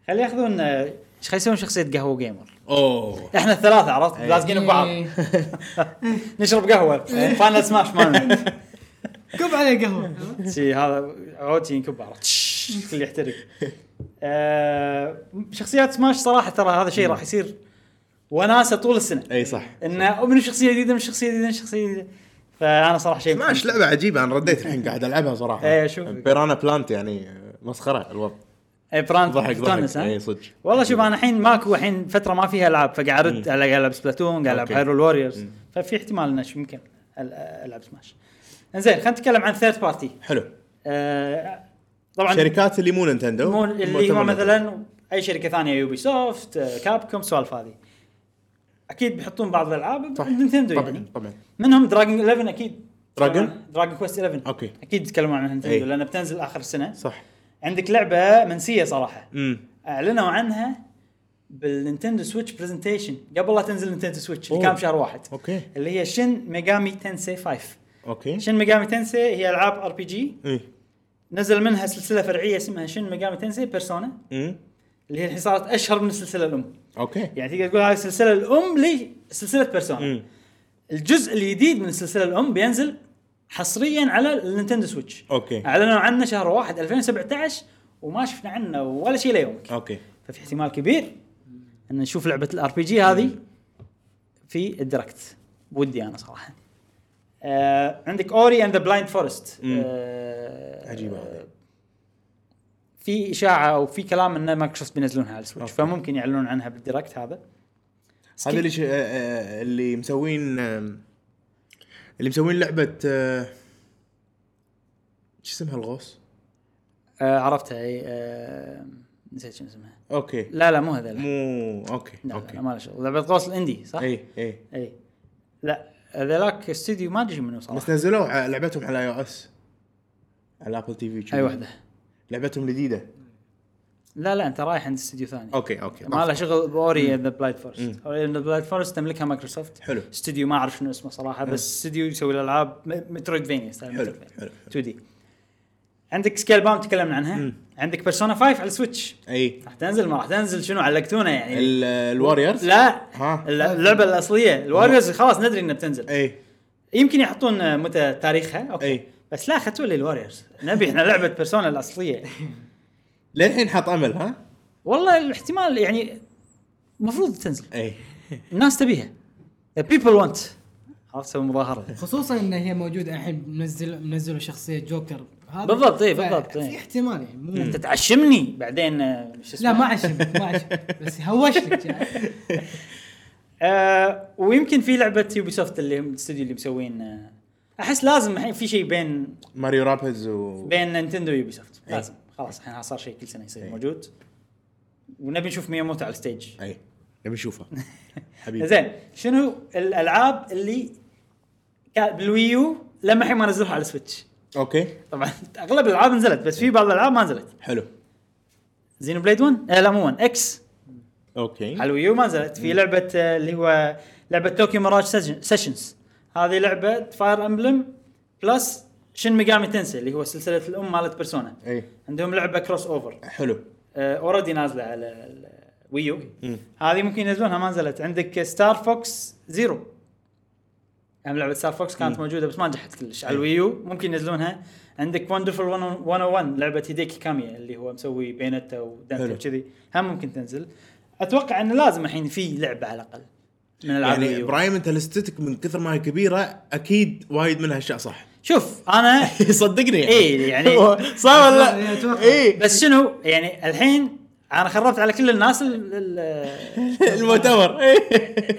Speaker 1: خلي ياخذون آه، خلي يسوون شخصيه قهوه جيمر
Speaker 3: اوه
Speaker 1: احنا الثلاثه عرفت لازقين ببعض
Speaker 2: إيه.
Speaker 1: نشرب قهوه فاينل سماش مالنا
Speaker 2: <laughs> كب عليه قهوه
Speaker 1: <laughs> شي هذا عوتي ينكب عرفت شش، اللي <laughs> يحترق آه، شخصيات سماش صراحه ترى هذا شيء راح يصير وناسه طول السنه
Speaker 3: اي صح
Speaker 1: انه من شخصيه جديده من شخصيه جديده من شخصيه جديده فانا صراحه شيء
Speaker 3: سماش لعبه عجيبه انا رديت
Speaker 1: <laughs>
Speaker 3: الحين قاعد العبها صراحه
Speaker 1: إيه، شوف.
Speaker 3: بيرانا بلانت يعني مسخره الوضع
Speaker 1: اي براند
Speaker 3: ضحك
Speaker 1: تونس،
Speaker 3: ضحك
Speaker 1: إيه، ها؟
Speaker 3: اي صدق
Speaker 1: والله شوف انا الحين ماكو الحين فتره ما فيها العاب فقاعد ارد على- قاعد العب سبلاتون قاعد العب
Speaker 3: أوكي.
Speaker 1: هايرول ووريرز ففي احتمال انه شو يمكن ال- العب سماش انزين خلينا نتكلم عن ثيرد بارتي
Speaker 3: حلو
Speaker 1: آه طبعا
Speaker 3: شركات اللي مو نينتندو
Speaker 1: مو اللي
Speaker 3: مؤتمر
Speaker 1: هو
Speaker 3: نينتندو.
Speaker 1: مثلا اي شركه ثانيه يوبي سوفت كاب كوم آه، سوالف هذه اكيد بيحطون بعض الالعاب
Speaker 3: صح.
Speaker 1: نينتندو
Speaker 3: طبعا
Speaker 1: يعني
Speaker 3: طبعا
Speaker 1: منهم دراجون 11 اكيد
Speaker 3: دراجون؟
Speaker 1: دراجون كويست 11
Speaker 3: أوكي. إيه.
Speaker 1: اكيد يتكلمون عن نينتندو
Speaker 3: إي.
Speaker 1: لان بتنزل اخر السنه
Speaker 3: صح
Speaker 1: عندك لعبه منسيه صراحه
Speaker 3: امم
Speaker 1: اعلنوا عنها بالنينتندو سويتش برزنتيشن قبل لا تنزل نينتندو سويتش اللي
Speaker 3: أوه.
Speaker 1: كان بشهر واحد
Speaker 3: اوكي
Speaker 1: اللي هي شن ميجامي تنسي 5
Speaker 3: اوكي
Speaker 1: شن ميجامي تنسي هي العاب ار بي جي
Speaker 3: اي
Speaker 1: نزل منها سلسله فرعيه اسمها شن ميجامي تنسي بيرسونا
Speaker 3: امم
Speaker 1: اللي هي الحين صارت اشهر من السلسله الام
Speaker 3: اوكي
Speaker 1: يعني تقدر تقول هاي السلسله الام لسلسله بيرسونا
Speaker 3: امم
Speaker 1: الجزء الجديد من السلسله الام بينزل حصريا على النينتندو سويتش
Speaker 3: اوكي
Speaker 1: اعلنوا عنه شهر واحد 2017 وما شفنا عنه ولا شيء ليومك
Speaker 3: اوكي
Speaker 1: ففي احتمال كبير ان نشوف لعبه الار بي جي هذه في الدركت ودي انا صراحه آه عندك اوري اند ذا بلايند فورست
Speaker 3: مم. عجيبه هذه
Speaker 1: آه، في اشاعه او في كلام ان مايكروسوفت بينزلونها على السويتش
Speaker 3: أوكي.
Speaker 1: فممكن يعلنون عنها بالديركت هذا
Speaker 3: هذا اللي ش... آه، آه، اللي مسوين آم، اللي مسوين لعبه آه، شو اسمها الغوص؟
Speaker 1: آه عرفتها اي آه نسيت شنو اسمها
Speaker 3: اوكي
Speaker 1: لا لا مو هذا لا لا,
Speaker 3: مو اوكي
Speaker 1: لا,
Speaker 3: اوكي إيه،
Speaker 1: ما له شغل لعبه غوص الاندي صح؟
Speaker 3: اي اي
Speaker 1: اي لا هذاك استوديو ما ادري منو صراحه
Speaker 3: بس نزلوا ع- لعبتهم على اي او اس على ابل تي في شو.
Speaker 1: اي واحده
Speaker 3: لعبتهم الجديده
Speaker 1: لا لا انت رايح عند استوديو ثاني
Speaker 3: اوكي اوكي
Speaker 1: ما له شغل باوري ذا بلايد
Speaker 3: مم.
Speaker 1: فورست اوري ذا بلايد فورست تملكها مايكروسوفت
Speaker 3: حلو.
Speaker 1: استوديو ما اعرف شنو اسمه صراحه بس استوديو يسوي الالعاب م- مترويدفينيا ستايل
Speaker 3: حلو،
Speaker 1: مترويدفينيا.
Speaker 3: حلو،
Speaker 1: 2 دي عندك سكيل باوند تكلمنا عنها عندك بيرسونا 5 على السويتش
Speaker 3: اي
Speaker 1: راح تنزل ما راح تنزل شنو علقتونا يعني
Speaker 3: إيه. ال- الواريرز
Speaker 1: لا
Speaker 3: ها.
Speaker 1: اللعبه الاصليه الواريرز خلاص ندري انها بتنزل
Speaker 3: اي
Speaker 1: يمكن يحطون متى تاريخها اوكي
Speaker 3: أي.
Speaker 1: بس لا خطوه للواريرز نبي احنا لعبه بيرسونا الاصليه
Speaker 3: للحين حاط امل ها
Speaker 1: والله الاحتمال يعني المفروض تنزل
Speaker 3: اي
Speaker 1: الناس تبيها بيبل وانت عرفت تسوي مظاهره
Speaker 2: خصوصا ان هي موجوده الحين منزل منزلوا شخصيه جوكر هذا
Speaker 1: بالضبط، إيه،
Speaker 2: ف-
Speaker 1: بالضبط، إيه.
Speaker 2: في احتمال يعني مو
Speaker 1: انت تعشمني بعدين آه، شو اسمه
Speaker 2: لا ما عشم ما عشم بس هوش لك يعني.
Speaker 1: آه ويمكن في لعبه يوبي سوفت اللي هم الاستوديو اللي مسوين آه احس لازم الحين في شيء بين
Speaker 3: ماريو رابيدز و
Speaker 1: بين نينتندو ويوبي سوفت
Speaker 3: إيه.
Speaker 1: لازم خلاص الحين صار شيء كل سنه يصير
Speaker 3: إيه.
Speaker 1: موجود ونبي نشوف مياموتو على الستيج
Speaker 3: اي إيه. نبي
Speaker 1: <laughs>
Speaker 3: نشوفها حبيبي
Speaker 1: زين شنو الالعاب اللي كان بالويو لما الحين ما نزلوها على السويتش
Speaker 3: اوكي
Speaker 1: طبعا اغلب الالعاب نزلت بس في بعض الالعاب ما نزلت
Speaker 3: حلو
Speaker 1: زينو بليد 1 آه لا مو 1 اكس
Speaker 3: اوكي
Speaker 1: على الويو ما نزلت في لعبه آه، اللي هو لعبه توكيو مراج سيشنز هذه لعبه فاير امبلم بلس شن ميجامي تنسي اللي هو سلسله الام مالت بيرسونا
Speaker 3: اي
Speaker 1: عندهم لعبه كروس اوفر
Speaker 3: حلو
Speaker 1: اوريدي نازله آه، على الويو
Speaker 3: مم.
Speaker 1: هذه ممكن ينزلونها ما نزلت عندك ستار فوكس زيرو هم لعبه ستار فوكس كانت موجوده بس ما نجحت كلش على الويو ممكن ينزلونها عندك وندرفul 101 لعبه هيديكي كاميا اللي هو مسوي بينتا ودنتا
Speaker 3: حلو.
Speaker 1: وكذي هم ممكن تنزل اتوقع انه لازم الحين في لعبه على الاقل من العاب
Speaker 3: يعني
Speaker 1: يعني
Speaker 3: ابراهيم انت الاستاتيك من كثر ما هي كبيره اكيد وايد منها اشياء
Speaker 1: <laughs>
Speaker 3: صح <laughs>
Speaker 1: شوف انا
Speaker 3: صدقني يعني
Speaker 1: إيه، يعني-
Speaker 3: صح ولا إيه،
Speaker 2: يعني أتوقع.
Speaker 3: اي
Speaker 1: بس شنو يعني الحين انا خربت على كل الناس ال- ال-
Speaker 3: المؤتمر <laughs> إيه.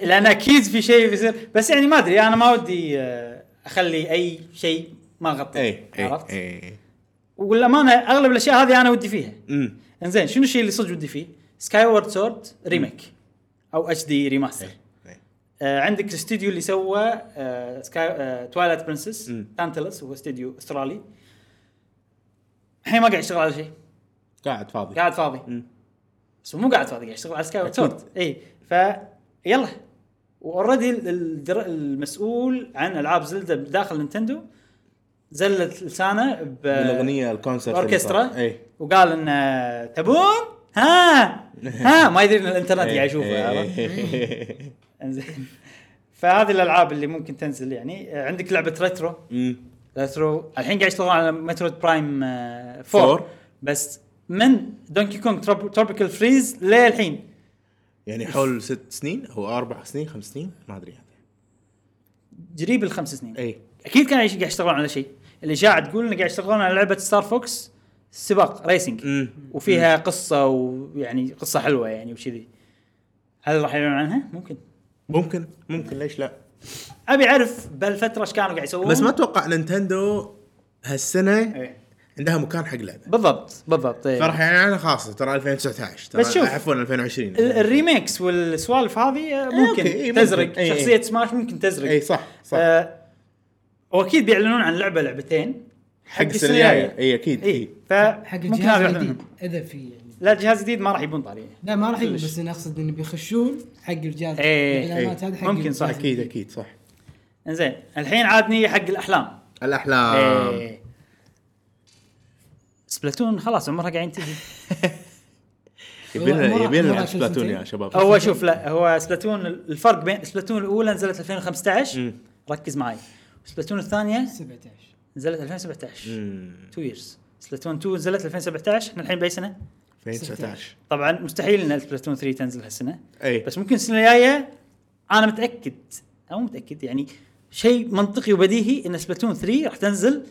Speaker 1: لان اكيد في شيء بيصير بس يعني ما ادري انا ما ودي آه، اخلي اي شيء ما غطيه
Speaker 3: اي
Speaker 1: إيه، عرفت؟
Speaker 3: اي اي
Speaker 1: والامانه اغلب الاشياء هذه انا ودي فيها
Speaker 3: امم
Speaker 1: انزين شنو الشيء اللي صدق ودي فيه؟ سكاي وورد سورد ريميك او اتش دي ريماستر
Speaker 3: إيه.
Speaker 1: آه عندك الاستوديو اللي سوى آه سكاي آه توايلايت برنسس
Speaker 3: مم.
Speaker 1: تانتلس هو استوديو استرالي الحين ما قاعد يشتغل على شيء
Speaker 3: قاعد فاضي
Speaker 1: قاعد فاضي
Speaker 3: مم.
Speaker 1: بس مو قاعد فاضي قاعد يشتغل على سكاي وورد
Speaker 3: أكيد.
Speaker 1: سورد اي ف يلا واوريدي الدر... المسؤول عن العاب زلدة داخل نينتندو زلت لسانه ب
Speaker 3: الاغنيه الكونسرت اللي صار. إيه.
Speaker 1: اوركسترا
Speaker 3: اي
Speaker 1: وقال ان تبون ها ها ما يدري ان الانترنت
Speaker 3: إيه.
Speaker 1: قاعد يشوفه عرفت؟
Speaker 3: عرفت؟
Speaker 1: انزين فهذه الالعاب اللي ممكن تنزل يعني آه، عندك لعبه ريترو ريترو الحين قاعد يشتغلون على آه، مترويد برايم 4
Speaker 3: فور.
Speaker 1: بس من دونكي كونغ تروبيكال فريز للحين
Speaker 3: يعني حول ست سنين او اربع سنين خمس سنين ما إيه، ادري
Speaker 1: قريب الخمس سنين
Speaker 3: اي
Speaker 1: اكيد كان قاعد يشتغلون على شيء الاشاعه تقول انه قاعد يشتغلون على لعبه ستار فوكس سباق ريسنج
Speaker 3: امم
Speaker 1: وفيها قصه ويعني قصه حلوه يعني وكذي هل راح يعلنون عنها؟ ممكن
Speaker 3: ممكن ممكن ليش لا
Speaker 1: ابي اعرف بهالفتره ايش كانوا قاعد يسوون
Speaker 3: بس ما اتوقع نينتندو هالسنه
Speaker 1: إيه.
Speaker 3: عندها مكان حق لعبه
Speaker 1: بالضبط بالضبط إيه.
Speaker 3: فراح يعني انا خاصه ترى 2019 ترى
Speaker 1: بس شوف.
Speaker 3: عفوا 2020
Speaker 1: ال- الريميكس والسوالف هذه آه،
Speaker 3: إيه،
Speaker 1: ممكن
Speaker 3: أوكي، إيه، ممكن.
Speaker 1: تزرق
Speaker 3: إيه، إيه.
Speaker 1: شخصيه سماش ممكن تزرق
Speaker 3: اي صح صح
Speaker 1: آه، واكيد بيعلنون عن لعبه لعبتين
Speaker 3: حق إيه. السنه الجايه اي اكيد
Speaker 1: اي
Speaker 3: اي
Speaker 2: حق
Speaker 1: فممكن هذا
Speaker 2: الجهاز
Speaker 1: واحدة
Speaker 2: الجديد
Speaker 1: منهم.
Speaker 2: اذا في يعني
Speaker 1: لا جهاز جديد ما راح يبون طاريه
Speaker 2: لا ما راح يجي
Speaker 1: كلش.
Speaker 2: بس انا اقصد انه بيخشون حق الجهاز
Speaker 1: إيه،
Speaker 2: الإعلانات
Speaker 3: إيه.
Speaker 2: هذه حق
Speaker 1: ممكن صح،
Speaker 2: الجهاز.
Speaker 3: اكيد اكيد صح
Speaker 1: انزين الحين عادني حق الاحلام
Speaker 3: الاحلام
Speaker 1: إيه. سبلاتون خلاص عمرها قاعد
Speaker 3: <laughs>
Speaker 1: تجي
Speaker 3: يبي لنا
Speaker 2: مرة-
Speaker 3: يبي
Speaker 2: مرة
Speaker 3: لنا
Speaker 2: كل
Speaker 3: سبلاتون يا
Speaker 2: سنتين.
Speaker 3: شباب
Speaker 1: هو شوف لا هو سبلاتون الفرق بين سبلاتون الاولى نزلت 2015
Speaker 3: مم.
Speaker 1: ركز معي سبلاتون الثانيه
Speaker 2: 17
Speaker 1: نزلت 2017
Speaker 3: مم.
Speaker 1: 2 ييرز سبلاتون 2 نزلت 2017 احنا الحين باي سنه
Speaker 3: 2019
Speaker 1: طبعا مستحيل ان سبلاتون 3 تنزل هالسنه
Speaker 3: اي
Speaker 1: بس ممكن السنه الجايه انا متاكد او متاكد يعني شيء منطقي وبديهي ان سبلاتون 3 راح تنزل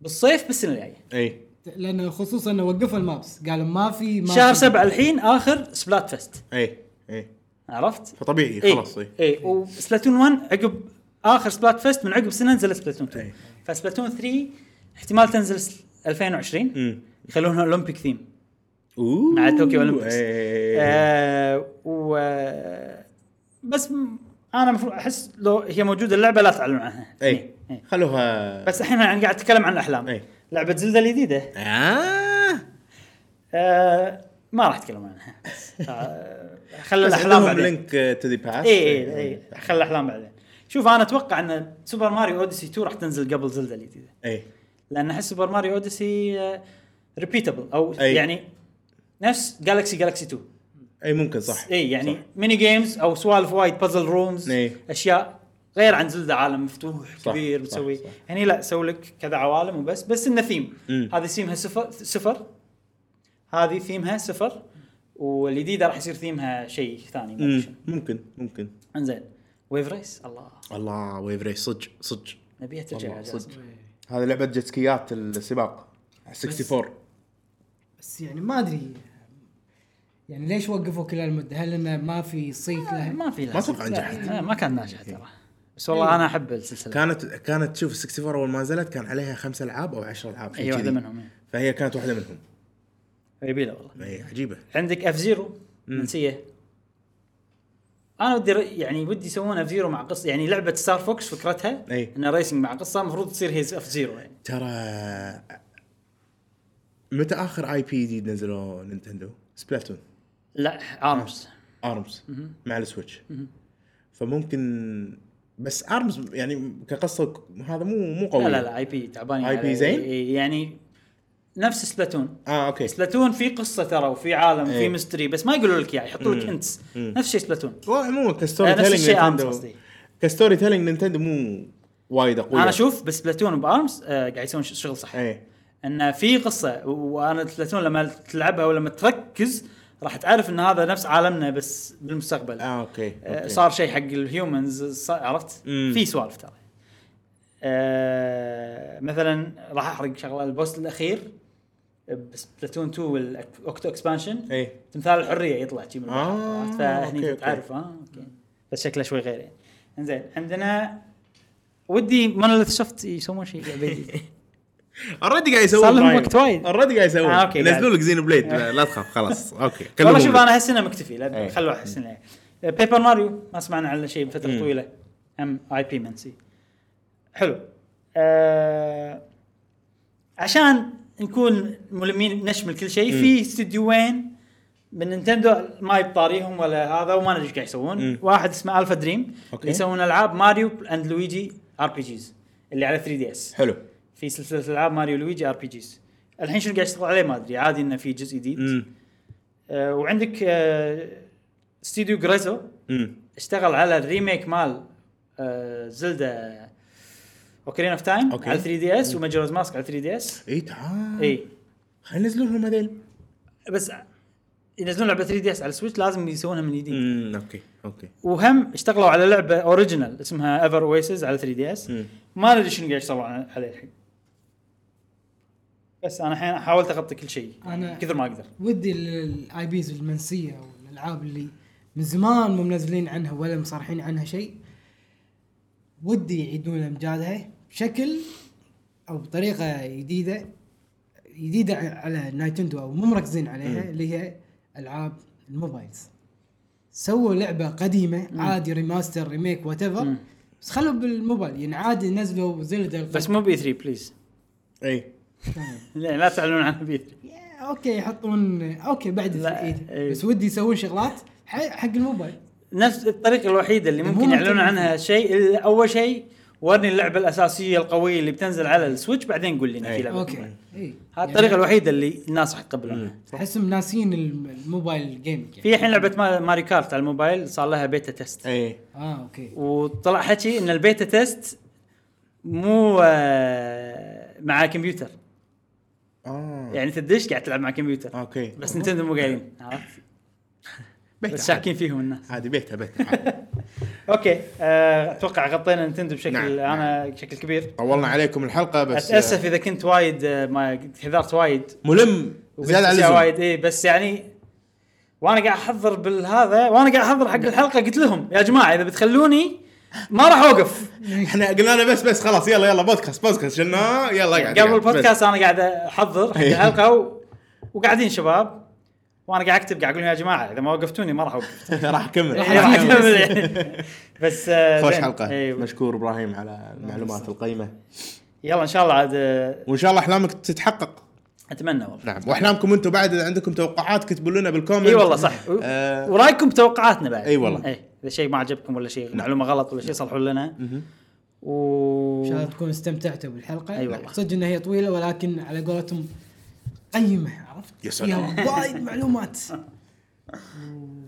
Speaker 1: بالصيف بالسنه الجايه
Speaker 3: اي
Speaker 2: لانه خصوصا انه وقفوا المابس قالوا ما في ما
Speaker 1: شهر
Speaker 2: في-
Speaker 1: سبعة الحين اخر سبلات فيست
Speaker 3: اي اي
Speaker 1: عرفت؟
Speaker 3: فطبيعي خلاص اي
Speaker 1: اي إيه. وسبلاتون 1 عقب اخر سبلات فيست من عقب سنه نزلت سبلاتون 2
Speaker 3: إيه.
Speaker 1: فسبلاتون 3 احتمال تنزل س- 2020
Speaker 3: مم.
Speaker 1: يخلونها اولمبيك ثيم
Speaker 3: اوه
Speaker 1: مع طوكيو أولمبيكس.
Speaker 3: إيه.
Speaker 1: آه و آه، بس م- انا المفروض احس لو هي موجوده اللعبه لا تعلن عنها
Speaker 3: اي
Speaker 1: إيه.
Speaker 3: خلوها
Speaker 1: بس الحين انا قاعد اتكلم عن الاحلام
Speaker 3: إيه.
Speaker 1: لعبه زلده الجديده
Speaker 3: آه.
Speaker 1: آه ما راح اتكلم
Speaker 3: <laughs>
Speaker 1: عنها آه خلي
Speaker 3: بس
Speaker 1: الاحلام
Speaker 3: عندهم
Speaker 1: بعدين
Speaker 3: لينك تو ذا باست
Speaker 1: اي اي اي خلي الاحلام إيه. بعدين شوف انا اتوقع ان سوبر ماريو اوديسي 2 راح تنزل قبل زلده الجديده
Speaker 3: اي
Speaker 1: لان احس سوبر ماريو اوديسي ريبيتبل او
Speaker 3: إيه.
Speaker 1: آه، يعني نفس جالكسي جالكسي 2
Speaker 3: اي ممكن صح
Speaker 1: اي يعني
Speaker 3: صح.
Speaker 1: ميني جيمز او سوالف وايد بازل رومز
Speaker 3: إي.
Speaker 1: اشياء غير عن زلده عالم مفتوح
Speaker 3: صح،
Speaker 1: كبير
Speaker 3: صح،
Speaker 1: بتسوي
Speaker 3: صح.
Speaker 1: هني لا سوي لك كذا عوالم وبس بس انه ثيم
Speaker 3: مم.
Speaker 1: هذه ثيمها صفر صفر هذه ثيمها صفر والجديده راح يصير ثيمها شيء ثاني ما أدري شنو.
Speaker 3: مم. ممكن ممكن
Speaker 1: انزين ويف ريس الله
Speaker 3: الله ويف ريس صدق صدق
Speaker 1: نبيها ترجع
Speaker 3: والله
Speaker 1: يا جاسم.
Speaker 3: صدق. هذه لعبه جتسكيات السباق 64
Speaker 2: بس يعني ما ادري يعني ليش وقفوا كل هالمده؟ هل انه ما في صيت لها؟
Speaker 1: ما في لها
Speaker 3: ما أتوقع
Speaker 1: لا،
Speaker 3: نجحت. إيه.
Speaker 1: لا، ما كان ناجح ترى بس والله انا احب السلسله
Speaker 3: كانت كانت شوف 64 اول ما نزلت كان عليها خمس العاب او 10 العاب شيء
Speaker 1: اي واحده
Speaker 3: كذي.
Speaker 1: منهم إي.
Speaker 3: فهي كانت واحده منهم
Speaker 1: يبي له والله
Speaker 3: هي عجيبه
Speaker 1: عندك اف زيرو منسيه انا ودي ر- يعني ودي يسوون اف زيرو مع قصه يعني لعبه ستار فوكس فكرتها
Speaker 3: أي.
Speaker 1: انها ريسنج مع قصه المفروض تصير هي اف زيرو يعني
Speaker 3: ترى متى اخر اي بي جديد نزلوه نينتندو؟ سبلاتون
Speaker 1: لا ارمز
Speaker 3: ارمز مع السويتش فممكن بس ارمز يعني كقصه ك- هذا مو مو قوي
Speaker 1: لا لا لا اي بي تعبان
Speaker 3: IP
Speaker 1: على-
Speaker 3: زين؟
Speaker 1: إي- يعني نفس سبلاتون
Speaker 3: اه اوكي
Speaker 1: سبلاتون في قصه ترى وفي عالم وفي
Speaker 3: أي.
Speaker 1: مستري بس ما يقولوا لك اياها يحطوا لك
Speaker 3: إيه. مم.
Speaker 1: انتس
Speaker 3: مم.
Speaker 1: نفس شيء سبلاتون
Speaker 3: هو عموما كستوري
Speaker 1: آه، نفس
Speaker 3: تيلينج
Speaker 1: الشيء ARMS
Speaker 3: نينتندو
Speaker 1: قصدي.
Speaker 3: كستوري تيلينج نينتندو مو وايد قوي
Speaker 1: انا اشوف بسبلاتون وبارمز آه قاعد يسوون ش- شغل صح
Speaker 3: ايه
Speaker 1: انه في قصه وانا سبلاتون لما تلعبها ولما تركز راح تعرف ان هذا نفس عالمنا بس بالمستقبل
Speaker 3: اه اوكي,
Speaker 1: آه،
Speaker 3: أوكي.
Speaker 1: صار شيء حق الهيومنز ص- عرفت؟
Speaker 3: مم.
Speaker 1: في سوالف ترى. آه، مثلا راح احرق شغله البوست الاخير بسبلاتون 2 والاوكتو اكسبانشن
Speaker 3: ايه
Speaker 1: تمثال الحريه يطلع شي من البحر،
Speaker 3: آه،
Speaker 1: عرفت؟
Speaker 3: أوكي،
Speaker 1: فهني
Speaker 3: أوكي.
Speaker 1: تعرف اه اوكي بس شكله شوي غير يعني. انزين عندنا ودي مونوليث سوفت يسوون شيء
Speaker 3: <laughs>
Speaker 1: جديد.
Speaker 3: اوريدي قاعد يسوون
Speaker 1: صار لهم
Speaker 3: برايم.
Speaker 1: وقت وايد.
Speaker 3: اوريدي قاعد يسوون
Speaker 1: آه، أوكي،
Speaker 3: ينزلون
Speaker 1: قاعد.
Speaker 3: لك زينو بليد لا لا تخاف
Speaker 1: <laughs>
Speaker 3: خلاص اوكي
Speaker 1: والله
Speaker 3: كلمهم
Speaker 1: شوف
Speaker 3: لك.
Speaker 1: انا هالسنه مكتفي لا
Speaker 3: إيه.
Speaker 1: خلوه هالسنه بيبر ماريو ما سمعنا عنه شيء بفتره
Speaker 3: مم.
Speaker 1: طويله ام اي بي منسي حلو آه عشان نكون ملمين نشمل كل شيء في استديوين من نينتندو ما يبطاريهم ولا هذا وما ندري ايش قاعد يسوون
Speaker 3: مم.
Speaker 1: واحد اسمه الفا دريم
Speaker 3: أوكي.
Speaker 1: يسوون العاب ماريو اند لويجي ار بي جيز اللي على 3 دي اس
Speaker 3: حلو
Speaker 1: في سلسله العاب ماريو لويجي ار بي جيز الحين شنو قاعد يشتغل عليه ما ادري عادي انه في جزء جديد
Speaker 3: امم
Speaker 1: آه، وعندك آه، استديو جريزو
Speaker 3: امم
Speaker 1: اشتغل على الريميك مال آه، زلدا اوكرين اوف تايم
Speaker 3: أوكي.
Speaker 1: على 3 دي اس وماجرز ماسك على 3 دي اس
Speaker 3: اي إيه، تعال
Speaker 1: اي
Speaker 3: خلينا ننزلون لهم هذيل
Speaker 1: إيه. بس ينزلون لعبه 3 دي اس على السويتش لازم يسوونها من جديد
Speaker 3: امم اوكي اوكي
Speaker 1: وهم اشتغلوا على لعبه اوريجينال اسمها ايفر اويسز على 3 دي اس
Speaker 3: مم.
Speaker 1: ما ندري شنو قاعد يشتغلوا على- عليه الحين بس انا الحين حاولت اغطي كل شيء
Speaker 2: أنا-
Speaker 1: كثر ما اقدر
Speaker 2: ودي الاي بيز المنسيه او الالعاب اللي من زمان مو منزلين عنها ولا مصارحين عنها شيء ودي يعيدون امجادها بشكل او بطريقه جديده جديده على نايتندو او مو مركزين عليها اللي هي العاب الموبايلز سووا لعبه قديمه عادي ريماستر ريميك وات
Speaker 1: مم.
Speaker 2: بس خلوا بالموبايل يعني عادي نزلوا زلدا
Speaker 1: بس مو بي 3 بليز
Speaker 3: اي
Speaker 1: لا لا تعلنون عن بي 3
Speaker 2: يا، اوكي يحطون اوكي بعد
Speaker 1: لا،
Speaker 2: الايد
Speaker 1: إيه.
Speaker 2: بس ودي يسوون شغلات ح- حق الموبايل
Speaker 1: نفس الطريقه الوحيده اللي
Speaker 2: مو
Speaker 1: ممكن يعلنون
Speaker 2: ممكن.
Speaker 1: عنها شيء إلا اول شيء ورني اللعبه الاساسيه القويه اللي بتنزل على السويتش بعدين قول لي إن
Speaker 3: أي. يعني
Speaker 1: في لعبه
Speaker 2: اوكي اي
Speaker 1: هذه الطريقه الوحيده اللي الناس راح تقبلونها
Speaker 2: احسهم يعني ناسين الم- الموبايل جيمنج يعني
Speaker 1: في الحين لعبه ما- ماري كارت على الموبايل صار لها بيتا تيست
Speaker 3: اي
Speaker 2: اه اوكي
Speaker 1: وطلع حكي ان البيتا تيست مو آه، مع كمبيوتر
Speaker 3: اه
Speaker 1: يعني تدش قاعد تلعب مع كمبيوتر
Speaker 3: اوكي
Speaker 1: بس نتندو مو قايلين عرفت؟ بس
Speaker 3: بيتها
Speaker 1: شاكين فيهم الناس
Speaker 3: عادي بيتها بيتها عادي.
Speaker 1: اوكي آه، اتوقع غطينا نتندو
Speaker 3: نعم،
Speaker 1: بشكل
Speaker 3: نعم.
Speaker 1: انا بشكل كبير
Speaker 3: طولنا عليكم الحلقه بس يعني.
Speaker 1: اتاسف اذا كنت وايد آه، ما حذرت وايد
Speaker 3: ملم زياده على
Speaker 1: وقلت أشياء
Speaker 3: اللزوم
Speaker 1: وايد اي بس يعني وانا قاعد احضر بالهذا وانا قاعد احضر حق الحلقه قلت لهم يا جماعه اذا بتخلوني ما راح اوقف
Speaker 3: احنا قلنا له بس بس خلاص يلا يلا بودكاست بودكاست شلنا يلا قاعد
Speaker 1: يعني قبل البودكاست انا قاعد احضر حق
Speaker 3: طيب، إيه.
Speaker 1: الحلقه و... وقاعدين شباب وانا قاعد اكتب قاعد اقول لهم يا جماعه اذا ما وقفتوني ما راح اوقف
Speaker 3: <laughs> إيه، راح
Speaker 1: <laughs>
Speaker 3: اكمل
Speaker 1: يعني راح اكمل يعني. بس آه،
Speaker 3: خوش
Speaker 1: زين.
Speaker 3: حلقه
Speaker 1: إيه. آه،
Speaker 3: مشكور ابراهيم على المعلومات القيمه
Speaker 1: يلا ان شاء الله عاد آه،
Speaker 3: وان شاء الله احلامك تتحقق
Speaker 1: اتمنى والله
Speaker 3: نعم واحلامكم انتم بعد اذا عندكم توقعات كتبوا لنا بالكومنت
Speaker 1: اي إيه والله صح و-
Speaker 3: آه.
Speaker 1: ورايكم بتوقعاتنا بعد
Speaker 3: إي والله. نعم.
Speaker 1: اي اذا شيء ما عجبكم ولا شيء معلومه غلط ولا شيء صلحوا لنا
Speaker 2: ان شاء الله
Speaker 1: و
Speaker 2: تكونوا استمتعتوا بالحلقه
Speaker 1: أي والله.
Speaker 2: صدق انها هي طويله ولكن على قولتهم قيمه عرفت؟
Speaker 3: يا سلام.
Speaker 2: فيها وايد معلومات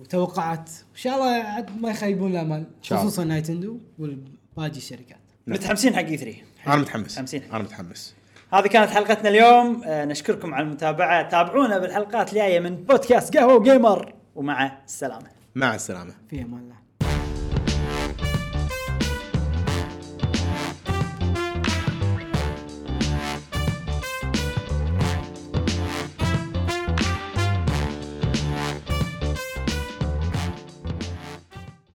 Speaker 2: وتوقعات ان شاء الله عاد ما يخيبون الامل
Speaker 3: شاء الله.
Speaker 2: خصوصا نايتندو والباقي الشركات
Speaker 3: نعم.
Speaker 1: متحمسين حق اي 3
Speaker 3: انا متحمس
Speaker 1: خمسين.
Speaker 3: انا متحمس
Speaker 1: هذه كانت حلقتنا اليوم آه، نشكركم على المتابعه تابعونا بالحلقات الجايه من بودكاست قهوه وجيمر ومع السلامه
Speaker 3: مع السلامه
Speaker 2: في امان الله